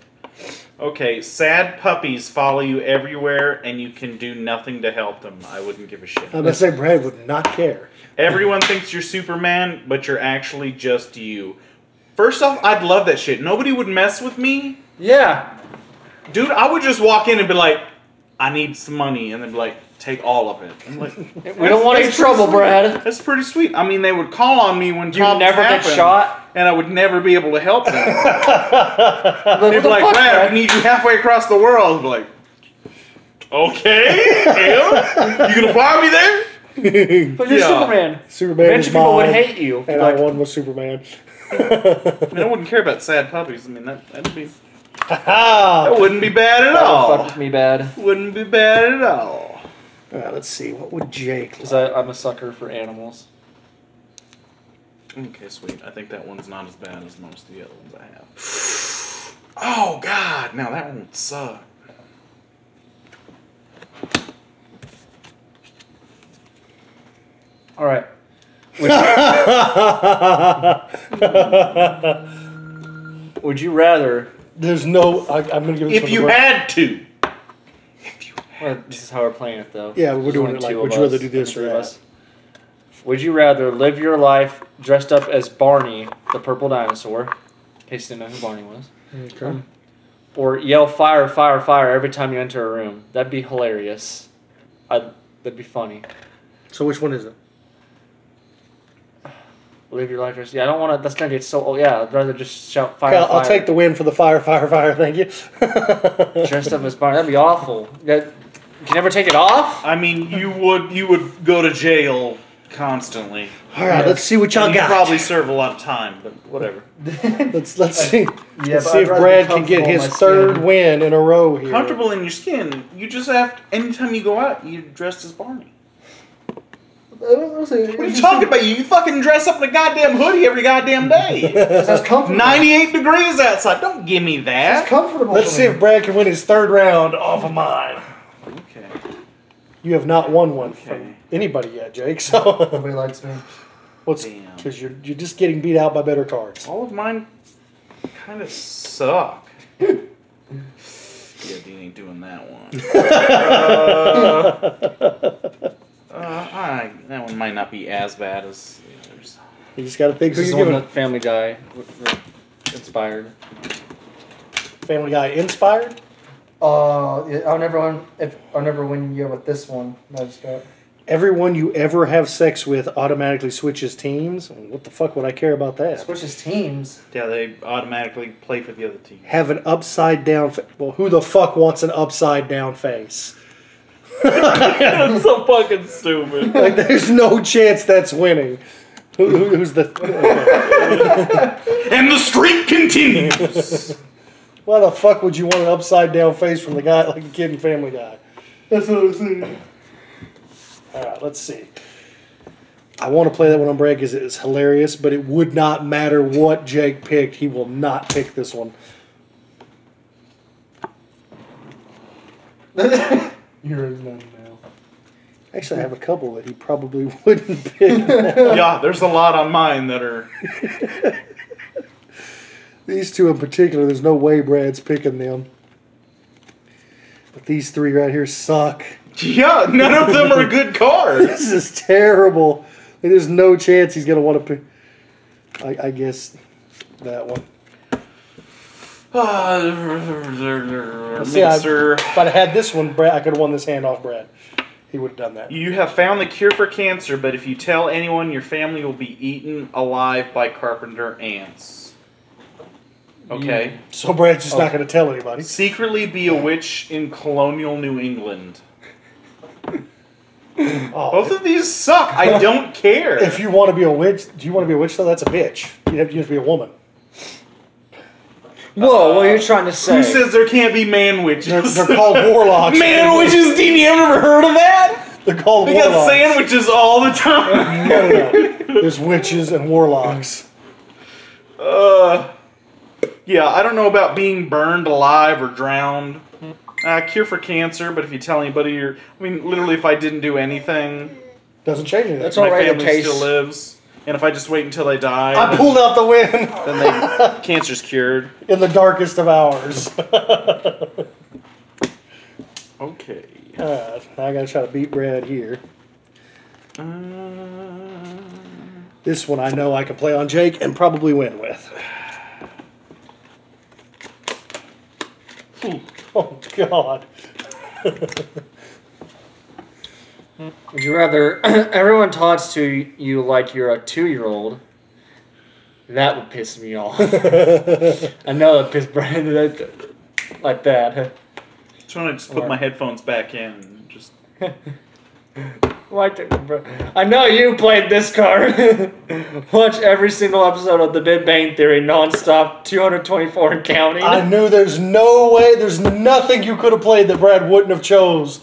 Speaker 2: Okay, sad puppies follow you everywhere and you can do nothing to help them. I wouldn't give a
Speaker 3: I'm
Speaker 2: shit.
Speaker 3: gonna say Brad would not care. <laughs>
Speaker 2: Everyone thinks you're Superman, but you're actually just you. First off, I'd love that shit. Nobody would mess with me.
Speaker 1: Yeah,
Speaker 2: Dude, I would just walk in and be like, I need some money, and then be like, take all of it. I'm like,
Speaker 1: we don't want any trouble, Brad.
Speaker 2: that's pretty sweet. I mean, they would call on me when
Speaker 1: You
Speaker 2: problems
Speaker 1: never get
Speaker 2: happen,
Speaker 1: shot.
Speaker 2: and I would never be able to
Speaker 1: <laughs>
Speaker 2: help them.
Speaker 1: Like,
Speaker 2: They'd
Speaker 1: what
Speaker 2: be
Speaker 1: the
Speaker 2: like,
Speaker 1: fuck,
Speaker 2: Brad,
Speaker 1: Brad?
Speaker 2: we need you halfway across the world. I'd be like, okay, yeah, you gonna fly me there?
Speaker 1: But you're
Speaker 2: Yeah.
Speaker 1: Superman.
Speaker 3: Superman
Speaker 1: Eventually,
Speaker 3: is
Speaker 1: people would
Speaker 3: mine,
Speaker 1: hate you.
Speaker 3: and
Speaker 1: Like,
Speaker 3: I won with Superman.
Speaker 2: I mean, I wouldn't care about sad puppies. I mean, that that'd be
Speaker 3: Ah.
Speaker 2: that wouldn't be bad
Speaker 1: that
Speaker 2: at
Speaker 1: would fuck
Speaker 2: all.
Speaker 1: with me bad.
Speaker 2: Wouldn't be bad at all.
Speaker 3: All right, let's see. What would
Speaker 1: <laughs>
Speaker 3: Jake?
Speaker 1: Because I'm a sucker for animals.
Speaker 2: Okay, sweet. I think that one's not as bad as most of the other ones I have. Oh God, now that one would suck.
Speaker 1: All right. Would you rather?
Speaker 3: There's no. I, I'm gonna give this
Speaker 2: If
Speaker 3: one
Speaker 2: you
Speaker 3: to Brad.
Speaker 2: had to,
Speaker 1: Well, this is how we're playing it, though.
Speaker 3: Yeah, we're
Speaker 1: There's
Speaker 3: doing
Speaker 1: only
Speaker 3: it like,
Speaker 1: two
Speaker 3: would
Speaker 1: of
Speaker 3: you rather
Speaker 1: us,
Speaker 3: do this
Speaker 1: three
Speaker 3: or
Speaker 1: of
Speaker 3: that?
Speaker 1: us. Would you rather live your life dressed up as Barney, the purple dinosaur, in case you didn't know who Barney was,
Speaker 3: Okay.
Speaker 1: or yell fire, fire, fire every time you enter a room? That'd be hilarious. I'd, that'd be funny.
Speaker 3: So which one is it?
Speaker 1: Live your life dressed. Yeah, I don't want to. That's gonna get so old. Yeah, I'd rather just shout fire.
Speaker 3: Okay, I'll,
Speaker 1: fire.
Speaker 3: I'll take the win for the fire, fire, fire. Thank
Speaker 1: <laughs>
Speaker 3: <laughs> you.
Speaker 1: dressed up as Barney. That'd be awful. That, you can never take it off.
Speaker 2: I mean, you would you would go to jail constantly.
Speaker 3: All right, let's see what y'all
Speaker 2: And you'd
Speaker 3: got.
Speaker 2: probably serve a lot of time, but whatever.
Speaker 3: Let's let's see.
Speaker 4: Yeah,
Speaker 3: let's
Speaker 4: but
Speaker 3: see
Speaker 4: I'd
Speaker 3: if
Speaker 4: rather
Speaker 3: Brad
Speaker 4: be
Speaker 3: can get
Speaker 4: comfortable in
Speaker 3: his
Speaker 4: my
Speaker 3: third
Speaker 4: skin.
Speaker 3: win in a row here.
Speaker 2: comfortable in your skin. You just have anytime you go out, you dressed as Barney. What are you talking about? You fucking dress up in a goddamn hoodie every goddamn day.
Speaker 4: That's comfortable.
Speaker 2: 98 degrees outside. Don't give me
Speaker 4: That's
Speaker 2: that.
Speaker 4: comfortable.
Speaker 3: Let's
Speaker 4: for
Speaker 3: see
Speaker 4: me.
Speaker 3: if Brad can win his third round off of mine.
Speaker 2: Okay.
Speaker 3: You have not won one
Speaker 2: Okay.
Speaker 3: from anybody yet, Jake. So <laughs>
Speaker 4: Nobody likes me.
Speaker 3: what's
Speaker 2: Damn.
Speaker 3: because you're you're just getting beat out by better cards.
Speaker 2: All of mine kind of suck. yeah, Dean ain't doing that one. uh, uh, I, that one might not be as bad as the others.
Speaker 3: You just got to think
Speaker 1: This
Speaker 3: who
Speaker 1: is
Speaker 3: you're
Speaker 1: the one
Speaker 3: giving.
Speaker 1: that Family Guy w- w- inspired.
Speaker 3: Family Guy inspired.
Speaker 4: Uh, yeah, I'll never win. If I'll never win you with this one, that's got.
Speaker 3: Everyone you ever have sex with automatically switches teams. What the fuck would I care about that?
Speaker 4: Switches teams.
Speaker 2: Yeah, they automatically play for the other team.
Speaker 3: Have an upside down. Fa- well, who the fuck wants an upside down face?
Speaker 2: <laughs>
Speaker 3: <laughs>
Speaker 2: That's so fucking stupid.
Speaker 3: Like, there's no chance that's winning. Who, who, who's the?
Speaker 2: And the streak continues.
Speaker 3: Why the fuck would you want an upside down face from the guy like a kid in Family Guy?
Speaker 4: That's what I'm saying.
Speaker 3: All right, let's see. I want to play that one on break because it's hilarious, but it would not matter what Jake picked. He will not pick this one.
Speaker 6: <laughs> You're a nun now.
Speaker 3: Actually, I have a couple that he probably <laughs> wouldn't pick.
Speaker 6: <laughs>
Speaker 2: yeah, there's a lot on mine that are.
Speaker 3: these two in particular, there's no way Brad's picking them. But these three right here suck. <laughs>
Speaker 2: Yeah, none of them are good <laughs> cards.
Speaker 3: This is terrible. There's no chance he's gonna want to pick. I, I guess that one.
Speaker 2: Ah,
Speaker 3: see, I-
Speaker 2: Mixer.
Speaker 3: If I'd had this one, Brad, I could have won this hand off Brad. He would have done that.
Speaker 2: You have found the cure for cancer, but if you tell anyone, your family will be eaten alive by carpenter ants. Okay.
Speaker 3: So Brad's just
Speaker 2: Oh.
Speaker 3: not gonna tell anybody.
Speaker 2: Secretly be a witch in colonial New England. Both
Speaker 3: Oh,
Speaker 2: of these suck.
Speaker 3: <laughs>
Speaker 2: I don't care.
Speaker 3: if you want to be a witch, do you want to be a witch though? That's a bitch. You have, you have to be a woman.
Speaker 1: Whoa, what are you trying to say?
Speaker 2: Who says there can't be man
Speaker 3: They're,
Speaker 2: witches? <laughs>
Speaker 3: they're called warlocks.
Speaker 2: man witches, Dean, you ever heard of that?
Speaker 3: They're called
Speaker 2: We got
Speaker 3: warlocks.
Speaker 2: sandwiches all the time.
Speaker 3: <laughs> No, no, no. There's witches and warlocks.
Speaker 2: Uh, yeah, I don't know about being burned alive or drowned.
Speaker 3: Hmm.
Speaker 2: Uh, cure for cancer, but if you tell anybody, you're. I mean, literally, if I didn't do anything,
Speaker 3: Doesn't change anything.
Speaker 1: That's
Speaker 2: my
Speaker 1: all right,
Speaker 2: family
Speaker 1: okay.
Speaker 2: still lives. And if I just wait until they die,
Speaker 3: I pulled out the win <laughs>
Speaker 2: then they, <laughs> cancer's cured.
Speaker 3: in the darkest of hours. <laughs> Alright,
Speaker 2: Okay.
Speaker 3: now I gotta try to beat Brad here.
Speaker 2: Uh,
Speaker 3: This one I know I can play on Jake and probably win with. <laughs> Oh God!
Speaker 1: Would you rather <clears throat> everyone talks to you like you're a two year old? That would piss me off. <laughs> I know it pissed Brandon that- like that.
Speaker 2: just want to just put
Speaker 1: Or-
Speaker 2: my headphones back in. and Just
Speaker 1: Why did- I know you played this card. <laughs> Watch every single episode of The Big Bang Theory nonstop, 224 and counting.
Speaker 3: I knew there's no way, there's nothing you could have played that Brad wouldn't have chose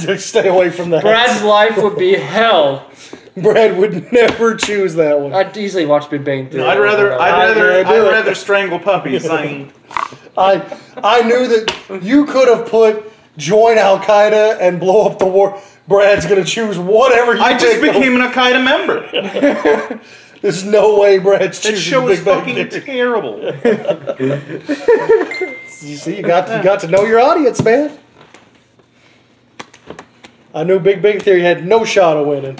Speaker 3: to stay away from that. <laughs>
Speaker 1: Brad's life would be hell.
Speaker 3: Brad would never choose that one.
Speaker 1: I'd easily watch Big Bang Theory.
Speaker 2: I'd rather, I'd
Speaker 1: I-
Speaker 2: rather,
Speaker 3: I do
Speaker 2: I'd
Speaker 3: it.
Speaker 2: rather strangle
Speaker 3: <laughs>
Speaker 2: puppies. I mean,
Speaker 3: I I knew that you could have put join Al Qaeda and blow up the war. Brad's gonna choose whatever you
Speaker 2: I just
Speaker 3: pick, though.
Speaker 2: became an Al Qaeda
Speaker 3: <laughs>
Speaker 2: member.
Speaker 3: There's no way Brad's
Speaker 2: That
Speaker 3: choosing
Speaker 2: show
Speaker 3: Big
Speaker 2: is
Speaker 3: Bang
Speaker 2: fucking
Speaker 3: Theory. <laughs>
Speaker 2: terrible.
Speaker 3: You see, you got you got to know your audience, man. I knew Big Bang Theory had no shot of winning.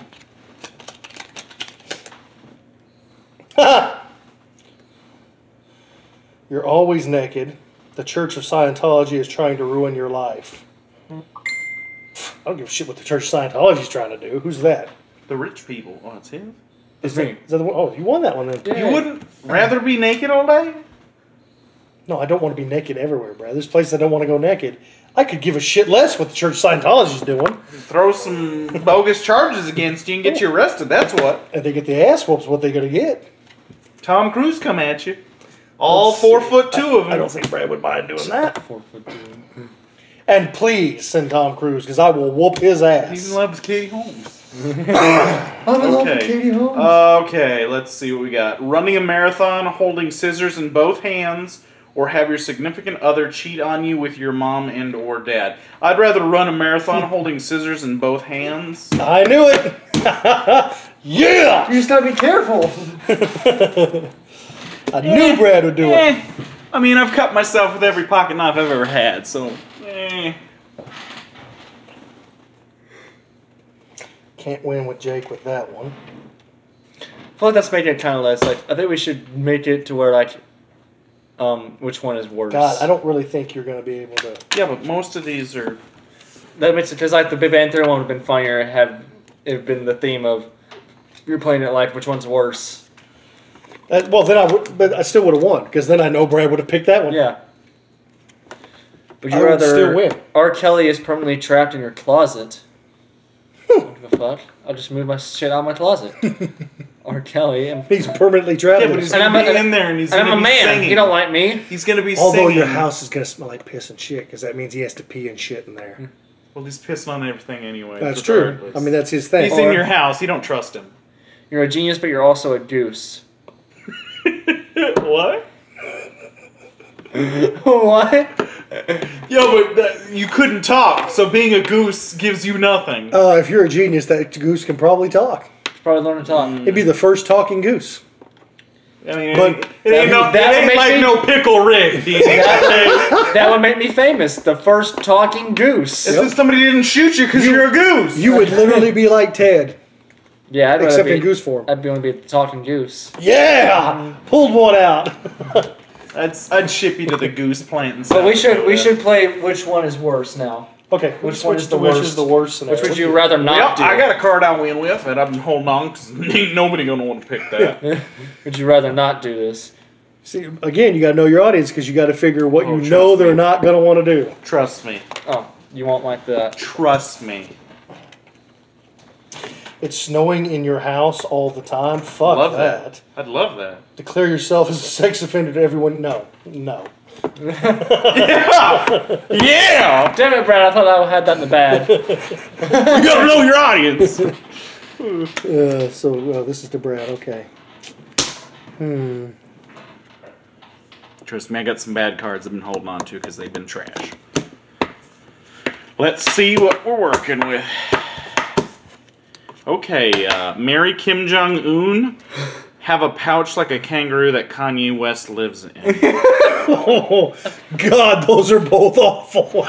Speaker 3: <laughs> You're always naked. The Church of Scientology is trying to ruin your life. I don't give a shit what the Church of Scientology is trying to do. Who's that?
Speaker 2: The rich people. Oh, it's him.
Speaker 1: It's me.
Speaker 3: Is that the one? Oh, you won that one then.
Speaker 2: You wouldn't rather be naked all day?
Speaker 3: No, I don't want to be naked everywhere, Brad. There's places I don't want to go naked. I could give a shit less what the Church of Scientology is doing.
Speaker 2: Throw
Speaker 3: <laughs>
Speaker 2: some bogus charges against you and get you arrested. That's what.
Speaker 3: and they get the ass whoops what they gonna get.
Speaker 2: Tom Cruise come at you. All
Speaker 3: Let's
Speaker 2: four
Speaker 3: see.
Speaker 2: foot two of
Speaker 3: I don't
Speaker 2: them.
Speaker 3: think Brad would mind doing that.
Speaker 1: Four foot two.
Speaker 3: And please send Tom Cruise because I will whoop his ass.
Speaker 2: He's in love with Katie Holmes.
Speaker 4: I'm in love with
Speaker 2: Okay.
Speaker 4: Katie Holmes.
Speaker 2: Okay, let's see what we got. Running a marathon, holding scissors in both hands, or have your significant other cheat on you with your mom and or dad. I'd rather run a marathon holding scissors in both hands.
Speaker 3: I knew it. <laughs> yeah. <laughs>
Speaker 4: you just gotta be careful.
Speaker 3: I knew Brad would do it.
Speaker 2: Eh. I mean, I've cut myself with every pocket knife I've ever had, so. Eh.
Speaker 3: Can't win with Jake with that one.
Speaker 1: <laughs> I feel like that's making it kind of less. Like I think we should make it to where like, um, which one is worse?
Speaker 3: God, I don't really think you're gonna be able to.
Speaker 2: Yeah, but most of these are.
Speaker 1: That makes it because like the Big Bang Theory one would have been funnier had it been the theme of you're playing it like which one's worse.
Speaker 3: Uh, well, then I would, but I still would have won because then I know Brad would have picked that one.
Speaker 1: Yeah. Would
Speaker 3: I
Speaker 1: you
Speaker 3: would
Speaker 1: rather
Speaker 3: still win.
Speaker 1: R. Kelly is permanently trapped in your closet? I don't give a fuck. I'll just move my shit out of my closet. R. Kelly, and,
Speaker 3: <laughs> He's permanently traveling.
Speaker 2: Yeah, but he's
Speaker 1: And
Speaker 2: gonna
Speaker 1: I'm a-
Speaker 2: be in there and he's
Speaker 1: and
Speaker 2: gonna
Speaker 1: I'm a
Speaker 2: be
Speaker 1: man.
Speaker 2: singing.
Speaker 1: You don't like me.
Speaker 2: He's gonna be
Speaker 3: Although
Speaker 2: singing.
Speaker 3: your house is gonna smell like piss and shit because that means he has to pee and shit in
Speaker 2: Mm-hmm.
Speaker 3: there.
Speaker 2: Well, he's pissing on everything anyway.
Speaker 3: That's true. I mean, that's his thing.
Speaker 2: he's in your house. You don't trust him.
Speaker 1: You're a genius, but you're also a deuce.
Speaker 2: <laughs> what?
Speaker 1: what?
Speaker 2: Yo, but that, you couldn't talk, so being a goose gives you nothing.
Speaker 3: Uh, if you're a genius, that goose can probably talk.
Speaker 1: Probably learn to talk.
Speaker 3: It'd be the first talking goose.
Speaker 2: I mean,
Speaker 3: but
Speaker 2: it, it ain't,
Speaker 1: that
Speaker 2: no,
Speaker 1: would
Speaker 2: it ain't
Speaker 1: make
Speaker 2: like
Speaker 1: me-
Speaker 2: no pickle Rick. dude. it's
Speaker 1: That would make me famous. The first talking goose.
Speaker 2: just somebody didn't shoot you because you, are a goose.
Speaker 3: You would literally be like Ted,
Speaker 1: Yeah, I'd rather
Speaker 3: except
Speaker 1: be,
Speaker 3: in goose form.
Speaker 1: I'd be want to be the talking goose.
Speaker 3: Yeah, pulled one out.
Speaker 2: I'd, I'd ship you to the goose plant. And
Speaker 4: But we should we should play which one is worse now.
Speaker 3: Okay,
Speaker 4: Which one is the
Speaker 3: which
Speaker 4: worst?
Speaker 3: is the worst scenario?
Speaker 1: Which would you rather not do?
Speaker 2: I got a card I win with, and I'm holding on 'cause <laughs> ain't nobody gonna want to pick that.
Speaker 1: Would you rather not do this?
Speaker 3: See, again, you got to know your audience because you got to figure what
Speaker 1: Oh,
Speaker 3: you know
Speaker 1: trust
Speaker 3: they're
Speaker 1: me.
Speaker 3: not going to want to do.
Speaker 2: Trust me.
Speaker 1: Oh, you won't like that.
Speaker 2: Trust me.
Speaker 3: It's snowing in your house all the time. Fuck
Speaker 2: Love
Speaker 3: that.
Speaker 2: that. I'd love that.
Speaker 3: Declare yourself as a sex offender to everyone. No, no.
Speaker 2: Yeah! yeah!
Speaker 1: Damn it, Brad! I thought I had that in the <laughs> bag.
Speaker 2: You gotta know your audience.
Speaker 3: Uh, so uh, this is to Brad. Okay. <laughs> Hmm.
Speaker 2: Trust me, I got some bad cards I've been holding on to because they've been trash. Let's see what we're working with. Okay, uh, marry Kim Jong Un, have a pouch like a kangaroo that Kanye West lives in.
Speaker 3: Oh God, those are both awful.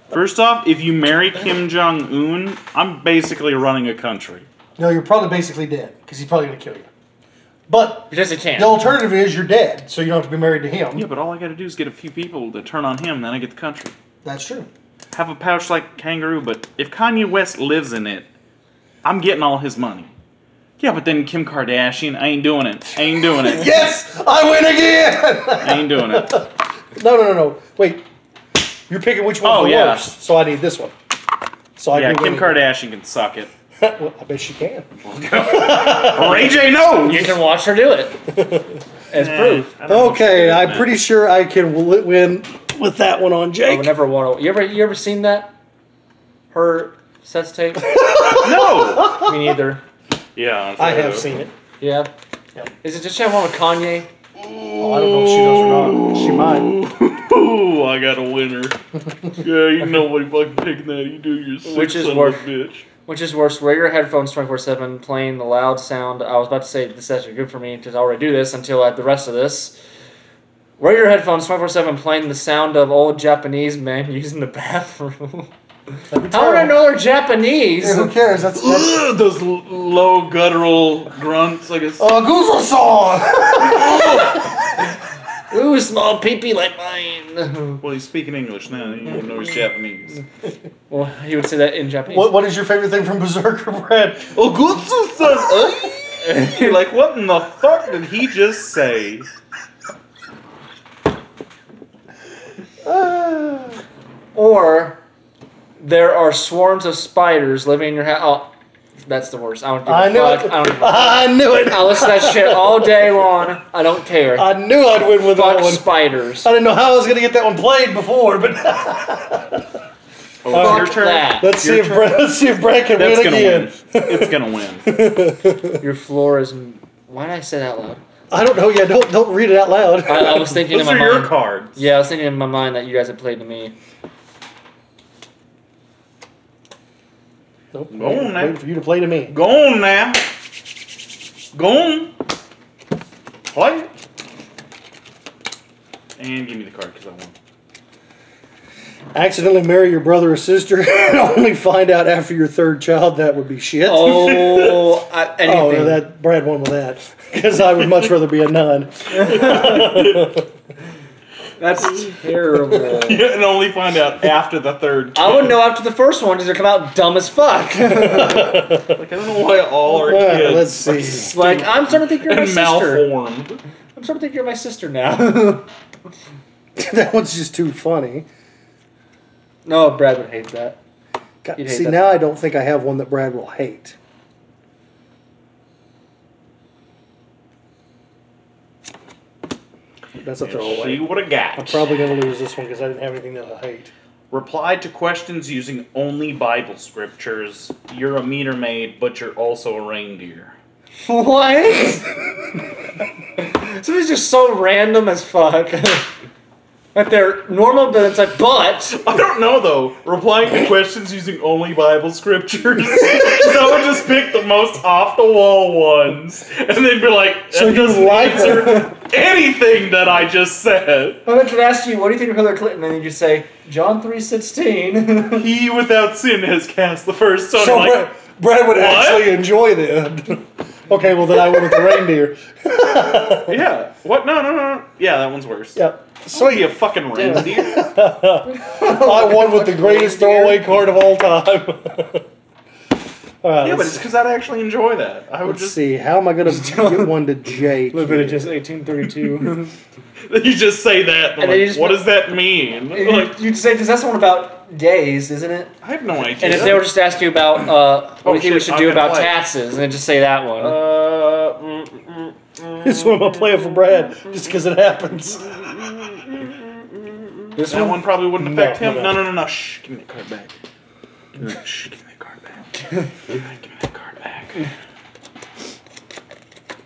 Speaker 3: <laughs>
Speaker 2: First off, if you marry Kim Jong Un, I'm basically running a country.
Speaker 6: No, you're probably basically dead because he's probably gonna kill you.
Speaker 3: but
Speaker 1: Because you can't.
Speaker 6: The alternative is you're dead, so you don't have to be married to him.
Speaker 2: Yeah, but all I gotta do is get a few people to turn on him, then I get the country.
Speaker 6: That's true.
Speaker 2: Have a pouch like kangaroo, but if Kanye West lives in it, I'm getting all his money. Yeah, but then Kim Kardashian, I ain't doing it. I ain't doing it.
Speaker 6: Yes, I win again.
Speaker 2: I ain't doing it.
Speaker 3: <laughs> no, no, no, no. Wait, you're picking which one's
Speaker 2: Oh,
Speaker 3: the
Speaker 2: yeah.
Speaker 3: worst. So I need this one. So I
Speaker 2: Yeah,
Speaker 3: do
Speaker 2: Kim
Speaker 3: win.
Speaker 2: Kardashian can suck it. <laughs>
Speaker 3: <laughs> well, I bet she can.
Speaker 2: Ray J, no!
Speaker 1: You
Speaker 2: <laughs>
Speaker 1: can Eh, watch her do <laughs> it. As proof.
Speaker 3: Okay, I'm pretty sure I can wi- win with that one on
Speaker 1: I
Speaker 3: Jake.
Speaker 2: Oh,
Speaker 1: would never want to. You ever you ever seen that? Her sex tape.
Speaker 2: <laughs>
Speaker 1: <laughs>
Speaker 2: No!
Speaker 1: Me neither.
Speaker 2: Yeah.
Speaker 3: I have seen it.
Speaker 1: Yeah. Is it just that one with Kanye?
Speaker 3: Oh, I don't know if she does or not. She might.
Speaker 2: Ooh, I got a winner.
Speaker 3: <laughs>
Speaker 2: Yeah, you nobody fucking picking that. You do your sick
Speaker 1: Which is
Speaker 2: son of a
Speaker 1: worth-
Speaker 2: bitch. <gasps>
Speaker 1: Which is worse, wear your headphones 24 7, playing the loud sound. I was about to say this is actually good for me because I already do this until I have the rest of this. Wear your headphones 24 7, playing the sound of old Japanese men <laughs> using the bathroom. How would I know they're Japanese?
Speaker 6: Yeah, who cares? That's,
Speaker 3: <gasps>
Speaker 6: that's
Speaker 2: Ugh, those l- low guttural grunts, I
Speaker 3: Oh,
Speaker 2: guess.
Speaker 6: a goose song.
Speaker 3: <laughs>
Speaker 1: Ooh, small peepee like mine. <laughs>
Speaker 2: Well, he's speaking English now. You don't know he's Japanese.
Speaker 1: Well, he would say that in Japanese.
Speaker 6: What, what is your favorite thing from Berserker,
Speaker 3: <sighs>
Speaker 6: Brad?
Speaker 2: Oh, Ogutsu says, "Oi." "Oh!" <laughs> like, what in the fuck did he just say?
Speaker 3: Ah.
Speaker 1: Or there are swarms of spiders living in your house. Oh, that's the worst. I don't give a
Speaker 3: I knew
Speaker 1: fuck.
Speaker 3: it.
Speaker 1: I don't give a
Speaker 3: <laughs> I knew it.
Speaker 1: I listen to that shit all day long. I don't care.
Speaker 3: I knew I'd win with that
Speaker 1: Fuck
Speaker 3: one.
Speaker 1: spiders.
Speaker 3: I didn't know how I was gonna get that one played before, but <laughs>
Speaker 2: Oh,
Speaker 1: Fuck
Speaker 2: your turn.
Speaker 1: that.
Speaker 3: let's see if Brad, let's see if Brad can
Speaker 2: That's
Speaker 3: win
Speaker 2: gonna
Speaker 3: again.
Speaker 2: win. It's gonna
Speaker 1: <laughs>
Speaker 2: win.
Speaker 1: Your floor is. Why did I say that loud?
Speaker 3: I don't know. Yeah, don't don't read it out loud.
Speaker 1: I, I was thinking
Speaker 2: Those
Speaker 1: in
Speaker 2: are
Speaker 1: my
Speaker 2: your
Speaker 1: mind.
Speaker 2: cards.
Speaker 1: Yeah, I was thinking in my mind that you guys had played to me.
Speaker 3: Nope.
Speaker 2: Go on, man.
Speaker 3: Waiting for you to play to me.
Speaker 2: Go on now. Go on. Play it. And give me the card because I won.
Speaker 3: Accidentally marry your brother or sister <laughs> and only find out after your third child. That would be shit.
Speaker 1: Oh, I, anything.
Speaker 3: <laughs> Oh, <laughs> that Brad won with that because I would much rather be
Speaker 1: <laughs>
Speaker 3: a nun. <laughs>
Speaker 1: That's terrible.
Speaker 2: <laughs> Yeah, and only find out after the third.
Speaker 1: I wouldn't know after the first one because they come out dumb as
Speaker 3: <laughs>
Speaker 1: fuck.
Speaker 2: Like, I don't know why all our
Speaker 3: Well,
Speaker 2: kids
Speaker 3: let's see. <laughs>
Speaker 1: like, I'm starting to think you're my <laughs>
Speaker 2: and
Speaker 1: sister.
Speaker 2: <laughs> malformed.
Speaker 1: I'm starting to think you're my sister now. <laughs>
Speaker 3: that one's just too funny.
Speaker 1: no, Brad would hate that. <laughs>
Speaker 3: God,
Speaker 1: You'd hate
Speaker 3: see,
Speaker 1: that.
Speaker 3: now I don't think I have one that Brad will hate. That's up to
Speaker 2: See
Speaker 3: way.
Speaker 2: what I
Speaker 3: I'm
Speaker 2: got.
Speaker 3: probably going to lose this one because I didn't have anything that I hate.
Speaker 2: Reply to questions using only Bible scriptures. You're a meter maid, but you're also a reindeer.
Speaker 1: What? <laughs> this is just so random as fuck. <laughs> like they're normal, but it's like, but
Speaker 2: I don't know though. Replying to questions using only Bible scriptures. <laughs> I would just pick the most off the wall ones, and they'd be like, "So
Speaker 1: you like
Speaker 2: anything that I just said?"
Speaker 4: I meant to ask you, what do you think of Hillary Clinton? And then you say,
Speaker 1: <laughs>
Speaker 4: John 316.
Speaker 2: He without sin has cast the first stone.
Speaker 3: So
Speaker 2: like,
Speaker 3: Brad, Brad would
Speaker 2: what?
Speaker 3: actually enjoy the. okay, well then I went with
Speaker 1: <laughs>
Speaker 3: the reindeer.
Speaker 2: yeah. What? No, no, no. no. Yeah, that one's worse.
Speaker 3: Yeah.
Speaker 2: So you fucking reindeer.
Speaker 3: I won with the greatest throwaway card of all time. all right,
Speaker 2: yeah, but <laughs>
Speaker 3: let's,
Speaker 2: it's because I'd actually enjoy that. I would
Speaker 3: let's
Speaker 2: just.
Speaker 3: see. How am I going to get one to Jake?
Speaker 1: a little bit of just <laughs>
Speaker 2: <laughs>
Speaker 1: 1832.
Speaker 2: You just say that. And I'm
Speaker 4: And
Speaker 2: like,
Speaker 4: they just-
Speaker 2: what does that mean?
Speaker 4: you,
Speaker 2: Like,
Speaker 4: you'd say, because that's the one about days, isn't it?
Speaker 2: I have no idea.
Speaker 1: and if they were just asking you about uh, what
Speaker 2: Oh,
Speaker 1: do you think we
Speaker 2: shit,
Speaker 1: should
Speaker 2: I'm
Speaker 1: do
Speaker 2: gonna
Speaker 1: about
Speaker 2: play.
Speaker 1: taxes, and then just say that one.
Speaker 2: Uh, mm, mm, mm.
Speaker 3: This one I'm playing for Brad just because it happens.
Speaker 1: this
Speaker 2: That one probably wouldn't
Speaker 3: No,
Speaker 2: affect him.
Speaker 3: no,
Speaker 2: No,
Speaker 3: no.
Speaker 2: no, no, no. Shh, give me that card back. Give me that, shh, give me that card back. <laughs> Give me that card back.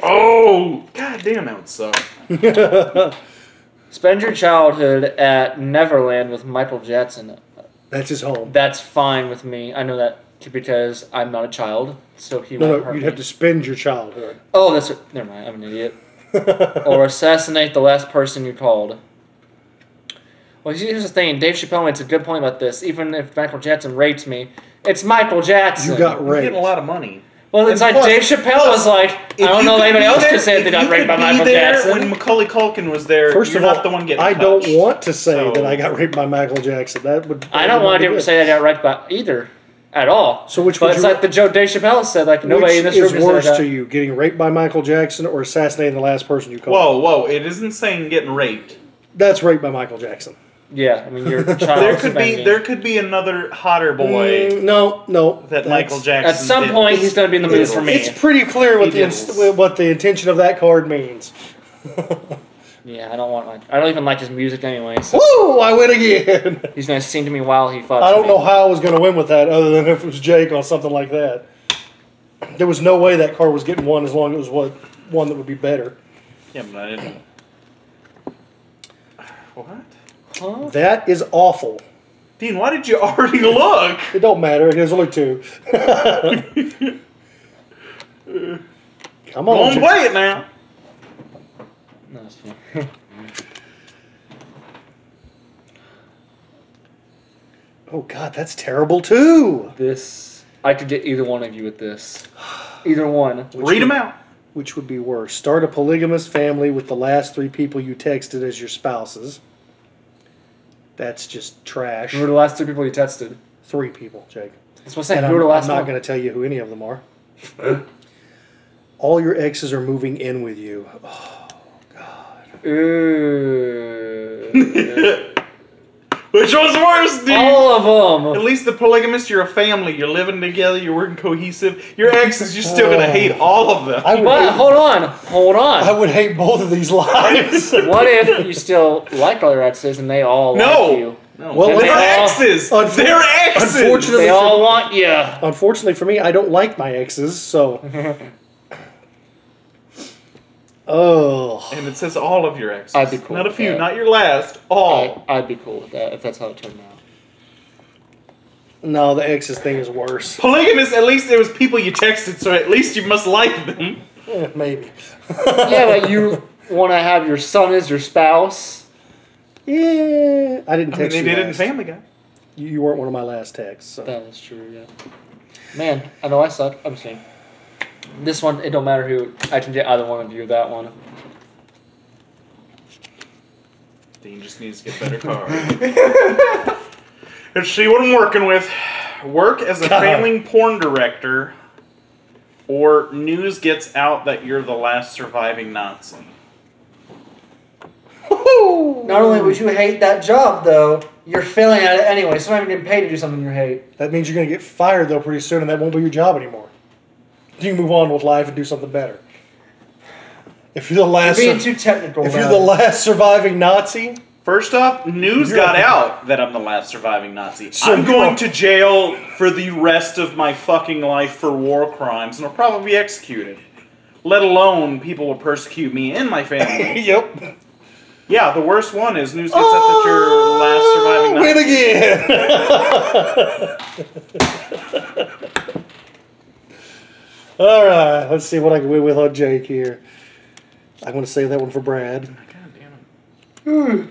Speaker 2: Oh, god damn, that would suck.
Speaker 1: Spend your childhood at Neverland with Michael Jackson.
Speaker 3: That's his home.
Speaker 1: That's fine with me. I know that because I'm not a child, so he
Speaker 3: No,
Speaker 1: won't
Speaker 3: no,
Speaker 1: hurt
Speaker 3: you'd
Speaker 1: me.
Speaker 3: have to spend
Speaker 2: <laughs>
Speaker 3: your childhood.
Speaker 1: Oh, that's never mind. I'm an idiot.
Speaker 3: <laughs>
Speaker 1: or assassinate the last person you called. Well, here's the thing. Dave Chappelle makes a good point about this. Even if Michael Jackson rapes me, it's Michael Jackson.
Speaker 3: You got
Speaker 2: You're getting a
Speaker 3: raped.
Speaker 2: lot of money.
Speaker 1: well, it's
Speaker 3: and
Speaker 1: like
Speaker 3: plus-
Speaker 1: Dave Chappelle was like, I don't know if anybody else could say they got raped by Michael Jackson.
Speaker 2: When Macaulay Culkin was there,
Speaker 3: First
Speaker 2: you're
Speaker 3: of all,
Speaker 2: not the one getting
Speaker 3: I
Speaker 2: touched.
Speaker 3: don't want to say
Speaker 2: So-
Speaker 3: that I got raped by Michael Jackson. That would.
Speaker 1: I
Speaker 3: that
Speaker 1: don't
Speaker 3: would
Speaker 1: want
Speaker 3: not be
Speaker 1: to
Speaker 3: good.
Speaker 1: say I got raped by either at all.
Speaker 3: So which
Speaker 1: But
Speaker 3: would
Speaker 1: it's
Speaker 3: you-
Speaker 1: like the Joe Dave Chappelle said, like nobody in
Speaker 3: Which
Speaker 1: this
Speaker 3: is
Speaker 1: room
Speaker 3: worse
Speaker 1: is
Speaker 3: to you, getting raped by Michael Jackson or assassinating the last person you called?
Speaker 2: Whoa, whoa! It isn't saying getting raped.
Speaker 3: That's rape by Michael Jackson.
Speaker 1: Yeah, I mean
Speaker 3: <laughs>
Speaker 1: you're a child.
Speaker 2: There could be
Speaker 1: banging.
Speaker 2: there could be another hotter boy
Speaker 3: Mm, no, no.
Speaker 2: that
Speaker 3: that's-
Speaker 2: Michael Jackson.
Speaker 1: at some
Speaker 2: did.
Speaker 1: point he's gonna be in the mood
Speaker 3: It's,
Speaker 1: for me.
Speaker 3: it's pretty clear what
Speaker 2: He
Speaker 3: the inst-
Speaker 2: doodles.
Speaker 3: what the intention of that card means. <laughs>
Speaker 1: Yeah, I don't want like I don't even like his music anyway. So
Speaker 3: Woo! I win again.
Speaker 1: he's gonna sing to me while he fucks.
Speaker 3: <laughs> I don't
Speaker 1: me.
Speaker 3: know how I was going to win with that, other than if it was Jake on something like that. There was no way that card was getting one as long as it was what one that would be better.
Speaker 2: Yeah, but I didn't. What?
Speaker 1: Huh?
Speaker 3: That is awful.
Speaker 2: Dean, why did you
Speaker 1: <laughs>
Speaker 2: already look?
Speaker 3: It don't matter. There's only two. <laughs> Come
Speaker 2: Go
Speaker 3: on,
Speaker 2: and
Speaker 3: Jake.
Speaker 2: play it now.
Speaker 1: No, it's fine.
Speaker 3: <laughs> Oh God, that's terrible too.
Speaker 1: this I could get either one of you with this. Either one.
Speaker 2: Read them out.
Speaker 3: Which would be worse? Start a polygamous family with the last three people you texted as your spouses. That's just trash.
Speaker 1: Who were the last two people you tested?
Speaker 3: Three people, Jake.
Speaker 1: That's what I'm saying.
Speaker 3: And
Speaker 1: Who
Speaker 3: I'm,
Speaker 1: were the
Speaker 3: I'm
Speaker 1: last
Speaker 3: not
Speaker 1: one?
Speaker 3: going to tell you who any of them are. All your exes are moving in with you. <laughs>
Speaker 1: Ooh.
Speaker 2: <laughs> Which one's worse, Dean?
Speaker 1: All of
Speaker 2: At
Speaker 1: them.
Speaker 2: least the polygamist, you're a family. You're living together. You're working cohesive. Your exes, you're still gonna hate
Speaker 1: Oh.
Speaker 2: all of <laughs> them.
Speaker 3: I would,
Speaker 1: But
Speaker 3: hate,
Speaker 1: hold on, hold on.
Speaker 3: I would hate both of these <laughs> lives.
Speaker 1: What if you still like all your exes and they all like
Speaker 2: no.
Speaker 1: you?
Speaker 2: No.
Speaker 3: Well,
Speaker 2: they're
Speaker 1: they all-
Speaker 2: exes.
Speaker 3: Unfor-
Speaker 2: they're exes.
Speaker 3: Unfortunately-
Speaker 1: They all want you. <laughs>
Speaker 3: Unfortunately for me, I don't like my exes, so. oh.
Speaker 2: And it says all of your exes.
Speaker 1: I'd be cool
Speaker 2: Not a
Speaker 1: with
Speaker 2: few.
Speaker 1: that.
Speaker 2: Not your last. All.
Speaker 1: I, would Oh, be cool with that if that's how it turned out.
Speaker 3: No, the exes thing is worse.
Speaker 2: Polygamous. At least it was people you texted, so at least you must like them.
Speaker 3: Eh, maybe.
Speaker 1: yeah, but you want to have your son as your spouse.
Speaker 3: <laughs> Yeah.
Speaker 2: I
Speaker 3: I didn't
Speaker 2: mean,
Speaker 3: text
Speaker 2: they did
Speaker 3: you.
Speaker 2: it in
Speaker 3: last.
Speaker 2: Family Guy.
Speaker 3: You- you weren't one of my last texts, so.
Speaker 1: That is true. Yeah. Man, I know I suck. I'm just kidding. This one, it don't matter who. I can get either one of you. That one.
Speaker 2: Dean just needs to get better cards. <laughs> Let's see what I'm working with. Work as a <laughs> failing porn director, or news gets out that you're the last surviving Nazi.
Speaker 4: Not only would you hate that job, though, you're failing at it anyway. So you're not even getting paid to do something you hate.
Speaker 3: That means you're going to get fired, though, pretty soon, and that won't be your job anymore. You can move on with life and do something better. If you're the
Speaker 4: You're
Speaker 3: last,
Speaker 4: being
Speaker 3: sur-
Speaker 4: too technical.
Speaker 3: if you're
Speaker 4: about
Speaker 3: the
Speaker 2: <laughs>
Speaker 4: it.
Speaker 3: last surviving Nazi,
Speaker 2: First off, news
Speaker 3: You're
Speaker 2: got
Speaker 3: up.
Speaker 2: out that I'm the last surviving Nazi.
Speaker 3: So
Speaker 2: I'm
Speaker 3: you're
Speaker 2: going
Speaker 3: up.
Speaker 2: to jail for the rest of my fucking life for war crimes, and I'll probably be executed. Let alone people will persecute me and my
Speaker 3: <laughs>
Speaker 2: family.
Speaker 3: yep.
Speaker 2: yeah, the worst one is news gets out that you're the last surviving
Speaker 3: Win
Speaker 2: Nazi.
Speaker 3: again.
Speaker 2: <laughs>
Speaker 3: All right, let's see what I can win with on Jake here. I'm going to save that one for Brad.
Speaker 2: God damn it.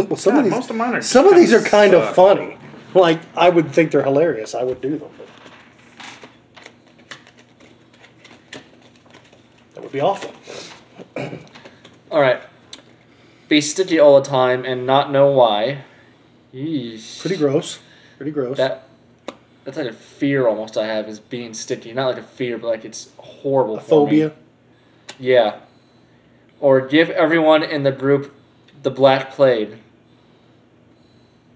Speaker 3: <laughs> well, some
Speaker 2: God,
Speaker 3: of these,
Speaker 2: most of mine are
Speaker 3: some of these are
Speaker 2: kinda
Speaker 3: kind of
Speaker 2: suck.
Speaker 3: funny. Like I would think they're hilarious. I would do them. but- That would be awful.
Speaker 1: All right. Be sticky all the time and not know why. Yeesh.
Speaker 3: Pretty gross. Pretty gross.
Speaker 1: That that's like a fear almost I have is being sticky. Not like a fear, but like it's horrible.
Speaker 3: a
Speaker 1: for me.
Speaker 3: phobia.
Speaker 1: Yeah. Or give everyone in the group the black plague.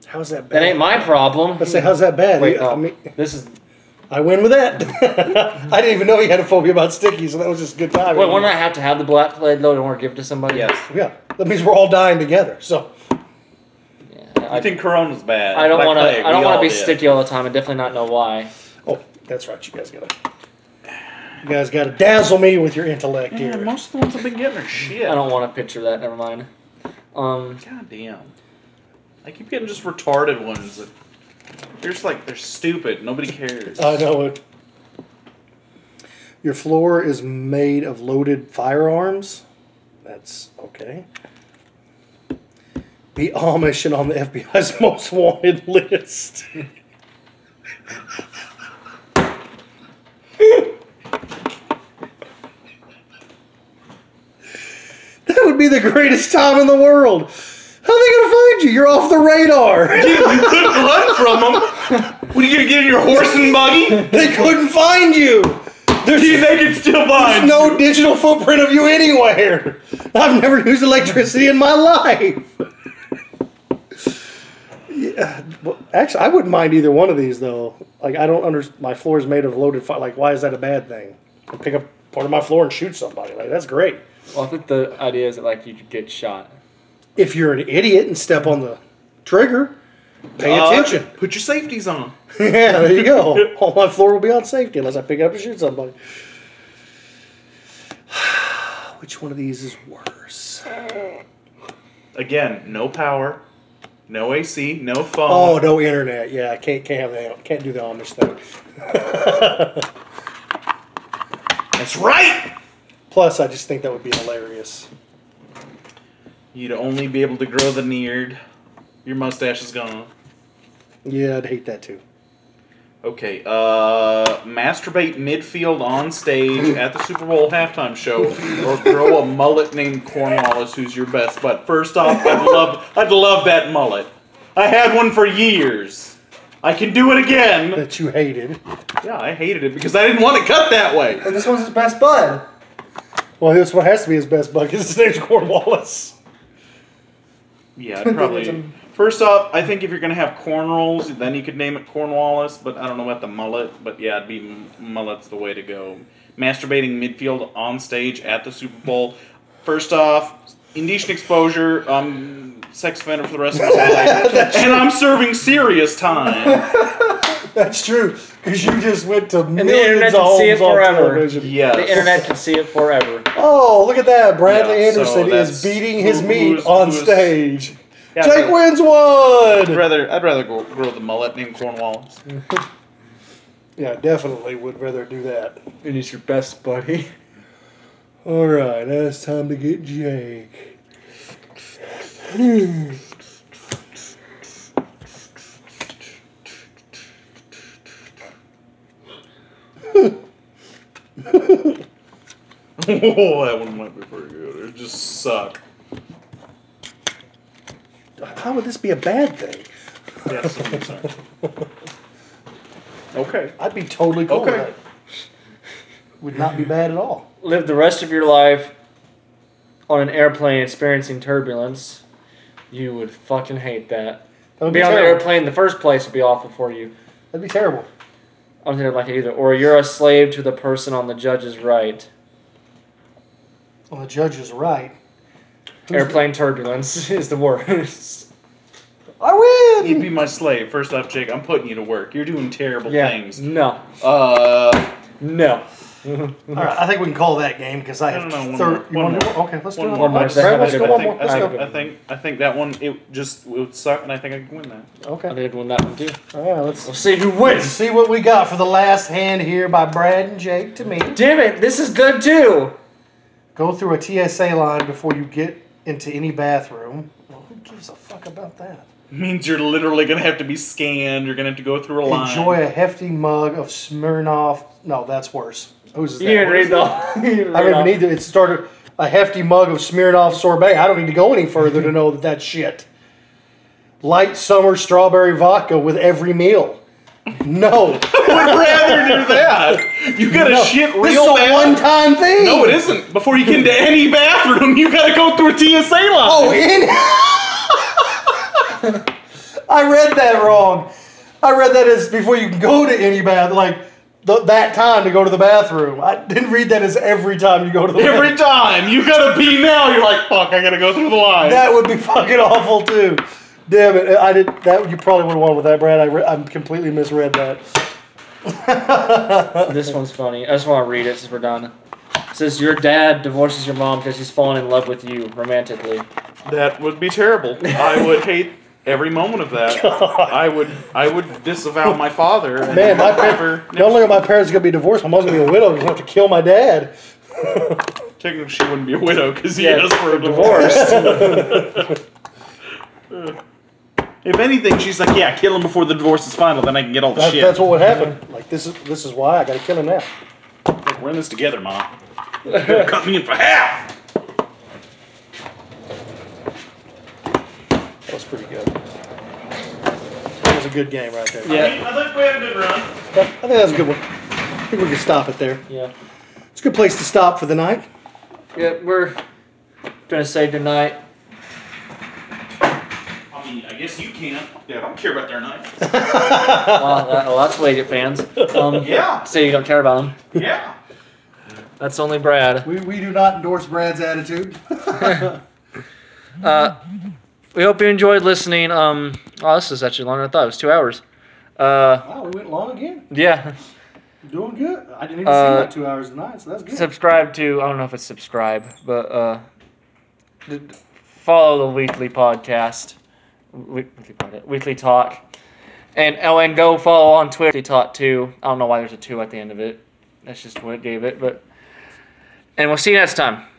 Speaker 3: How's that bad?
Speaker 1: That ain't my problem.
Speaker 3: Let's say, how's that bad?
Speaker 1: Wait,
Speaker 3: You-
Speaker 1: no.
Speaker 3: I, mean,
Speaker 1: this is.
Speaker 3: I win with that. <laughs> I didn't even know you had a phobia about sticky, so that was just good timing.
Speaker 1: Wait, wouldn't I have to have the black plague though in order to give it to somebody?
Speaker 2: Yes.
Speaker 3: Yeah, that means we're all dying together. So
Speaker 1: Yeah,
Speaker 2: I
Speaker 1: I,
Speaker 2: think Corona's bad.
Speaker 1: I don't
Speaker 2: Black
Speaker 1: want to.
Speaker 2: Plague,
Speaker 1: I don't
Speaker 2: we
Speaker 1: want to
Speaker 2: all
Speaker 1: be
Speaker 2: did.
Speaker 1: sticky all the time and definitely not know why.
Speaker 3: Oh, that's right. You guys gotta. You guys gotta dazzle me with your intellect
Speaker 2: Yeah,
Speaker 3: here.
Speaker 2: most of the ones I've been getting are shit.
Speaker 1: I don't want to picture that. Never mind. Um,
Speaker 2: God damn. I keep getting just retarded ones. that- They're just like, they're stupid. Nobody cares.
Speaker 3: I know it. Your floor is made of loaded firearms. That's okay. Be Amish and on the FBI's <laughs> most wanted list. that would be the greatest time in the world. How are they gonna find you? You're off the radar. <laughs>
Speaker 2: you couldn't run from them. What are you gonna get in your horse and buggy?
Speaker 3: they couldn't find you. There's
Speaker 2: They can still
Speaker 3: There's
Speaker 2: bind.
Speaker 3: no digital footprint of you anywhere. I've never used electricity in my life. Yeah, well, actually, I wouldn't mind either one of these though. Like, I don't understand. My floor is made of loaded fire. Like, why is that a bad thing? I pick up part of my floor and shoot somebody. Like, that's great.
Speaker 1: well, I think the idea is that like you could get shot.
Speaker 3: If you're an idiot and step on the trigger, pay
Speaker 2: Uh,
Speaker 3: attention. <laughs>
Speaker 2: Put your safeties on.
Speaker 3: yeah, there you go. All my floor will be on safety unless I pick it up and shoot somebody. <sighs> Which one of these is worse?
Speaker 2: Again, no power, no AC, no phone.
Speaker 3: Oh, no internet. Yeah, I can't can't have that. Can't do the Amish thing.
Speaker 2: That's right.
Speaker 3: <laughs> Plus, I just think that would be hilarious.
Speaker 2: You'd only be able to grow the beard. Your mustache is gone.
Speaker 3: Yeah, I'd hate that too.
Speaker 2: Okay, uh, masturbate midfield on stage at the Super Bowl halftime show, or grow a mullet named Cornwallis, who's your best. But first off, I'd love, I'd love that mullet. I had one for years. I can do it
Speaker 3: <laughs>
Speaker 2: again.
Speaker 3: That you hated.
Speaker 2: Yeah, I hated it because I didn't want it cut that way.
Speaker 4: But this one's his best bud.
Speaker 3: Well, that's what has to be his best buck. His name's Cornwallis.
Speaker 2: Yeah, I'd probably. First off, I think if you're gonna have corn rolls, then you could name it Cornwallis. But I don't know about the mullet. But yeah, it'd be m- mullet's the way to go. Masturbating midfield on stage at the Super Bowl. First off, indecent exposure. Um, sex offender for the rest of my life, and I'm serving serious time.
Speaker 3: That's true. Because you just went to millions
Speaker 1: internet
Speaker 3: of
Speaker 1: can
Speaker 3: homes
Speaker 1: see it
Speaker 3: on
Speaker 1: forever.
Speaker 3: television.
Speaker 2: Yes.
Speaker 1: The internet can see it forever.
Speaker 3: Oh, look at that. Bradley
Speaker 2: Yeah, so
Speaker 3: Anderson
Speaker 2: that's-
Speaker 3: is beating his
Speaker 2: who-
Speaker 3: meat
Speaker 2: who's-
Speaker 3: on
Speaker 2: who's-
Speaker 3: stage.
Speaker 2: Yeah,
Speaker 3: Jake
Speaker 2: but-
Speaker 3: wins
Speaker 2: I'd
Speaker 3: one.
Speaker 2: rather I'd rather go, grow the mullet named Cornwallis.
Speaker 3: Yeah, definitely would rather do that.
Speaker 1: And he's your best buddy.
Speaker 3: All right, now it's time to get Jake.
Speaker 2: oh, that one might be pretty good. It just suck.
Speaker 3: How would this be a bad thing?
Speaker 2: Yes, I'm sorry. Okay.
Speaker 3: I'd be totally cool
Speaker 2: Okay.
Speaker 3: with that. Would not be bad at all.
Speaker 1: Live the rest of your life on an airplane experiencing turbulence. You would fucking hate that.
Speaker 3: That would be,
Speaker 1: Be on an
Speaker 3: terrible.
Speaker 1: airplane in the first place would be awful for you.
Speaker 3: That'd be terrible.
Speaker 1: I don't think I'd like it either. Or you're a slave to the <laughs> person on the judge's right.
Speaker 3: Well, the judge is right.
Speaker 7: Airplane
Speaker 1: <laughs>
Speaker 7: turbulence is the worst.
Speaker 8: I
Speaker 2: You'd be my slave. First off, Jake, I'm putting you to work. You're doing terrible
Speaker 7: yeah.
Speaker 3: Mm-hmm.
Speaker 2: things.
Speaker 7: No.
Speaker 2: Uh,
Speaker 7: No.
Speaker 3: All right, I think we can call that game because I
Speaker 2: No,
Speaker 3: have
Speaker 2: no, no, one
Speaker 3: third.
Speaker 2: more, one
Speaker 3: you wanna do
Speaker 2: more.
Speaker 3: one? Okay, let's
Speaker 2: One
Speaker 3: do
Speaker 2: more.
Speaker 3: one. more.
Speaker 7: Let's
Speaker 3: All right,
Speaker 7: have
Speaker 3: let's
Speaker 7: it
Speaker 3: go
Speaker 7: at
Speaker 2: I
Speaker 3: one
Speaker 2: think,
Speaker 3: more.
Speaker 2: I,
Speaker 3: Let's
Speaker 2: think,
Speaker 3: go.
Speaker 2: I think I think that one it just it would suck, and I think I can win that.
Speaker 7: I
Speaker 3: Okay.
Speaker 7: did win that one too.
Speaker 3: All right, let's
Speaker 7: We'll see who
Speaker 3: let's
Speaker 7: wins.
Speaker 3: see what we got for the last hand here by Brad and Jake to me.
Speaker 7: Damn it, this is good too.
Speaker 3: Go through a TSA line before you get into any bathroom. Well, who gives a fuck about that?
Speaker 2: means you're literally gonna have to be scanned. You're gonna have to go through a line.
Speaker 3: Enjoy a hefty mug of Smirnoff. No, that's worse. Who's that?
Speaker 7: You didn't
Speaker 3: What is
Speaker 7: read the.
Speaker 1: <laughs>
Speaker 7: you didn't
Speaker 3: I
Speaker 7: read
Speaker 3: don't even
Speaker 7: all-
Speaker 3: need to. It started a hefty mug of Smirnoff sorbet. I don't need to go any further to know that that's shit. Light summer strawberry vodka with every meal. No,
Speaker 2: I'd rather do that. You gotta
Speaker 3: No.
Speaker 2: shit
Speaker 3: this is
Speaker 2: real
Speaker 3: a
Speaker 2: bad.
Speaker 3: one-time thing.
Speaker 2: no, it isn't. Before you get into any bathroom, you gotta go through a TSA line.
Speaker 3: Oh, in. <laughs> I read that wrong. I read that as before you can go to any bath, like th- that time to go to the bathroom. I didn't read that as every time you go to the bathroom.
Speaker 2: Every time you gotta pee now, you're like, fuck, I gotta go through the line.
Speaker 3: That would be fucking awful too. Damn it! I did that. You probably would have won with that, Brad. I re- I'm completely misread that.
Speaker 1: This one's funny. I just want to read it since we're done. It says your dad divorces your mom because he's fallen in love with you romantically.
Speaker 2: That would be terrible. I
Speaker 3: <laughs>
Speaker 2: would hate every moment of that. I would I would disavow my father. And
Speaker 3: Man, my
Speaker 2: never,
Speaker 3: parents. Not only are my parents gonna be divorced, my mom's gonna be a widow. You're gonna have to kill my dad.
Speaker 2: technically she wouldn't be a widow because he
Speaker 1: Yeah,
Speaker 2: asked for a divorce.
Speaker 1: Divorced.
Speaker 2: If anything, she's like, yeah, kill him before the divorce is final. Then I can get all the
Speaker 3: That,
Speaker 2: shit.
Speaker 3: That's what would happen. Like this is this is why I gotta kill him now.
Speaker 2: Like, We're in this together,
Speaker 3: <laughs>
Speaker 2: mom. You're cut me in for half.
Speaker 3: That was pretty good. That was a good game right there.
Speaker 1: <laughs> yeah.
Speaker 2: I think we had a good run.
Speaker 3: I think that was a good one. I think we can stop it there.
Speaker 1: Yeah.
Speaker 3: It's a good place to stop for the night.
Speaker 1: Yeah, we're gonna say goodnight.
Speaker 2: I mean, I guess you can. Yeah, I don't care about their night.
Speaker 1: Wow, that, well, that's way fans. <laughs> Um,
Speaker 2: Yeah,
Speaker 1: Say you don't care about him.
Speaker 2: yeah.
Speaker 1: That's only Brad.
Speaker 9: We, we do not endorse Brad's attitude.
Speaker 1: Uh, we hope you enjoyed listening. Um, oh, this is actually longer than I thought. It was two hours. Uh,
Speaker 9: Wow, Oh, we went long again.
Speaker 1: yeah. <laughs>
Speaker 9: Doing good. I didn't even
Speaker 1: Uh,
Speaker 9: see that two hours tonight, so that's good.
Speaker 1: Subscribe to I don't know if it's subscribe, but uh, d- d- follow the weekly podcast, we- weekly podcast, weekly talk, and oh, and go follow on Twitter. Weekly Talk too. I don't know why there's a two at the end of it. That's just what it gave it, but. And we'll see you next time.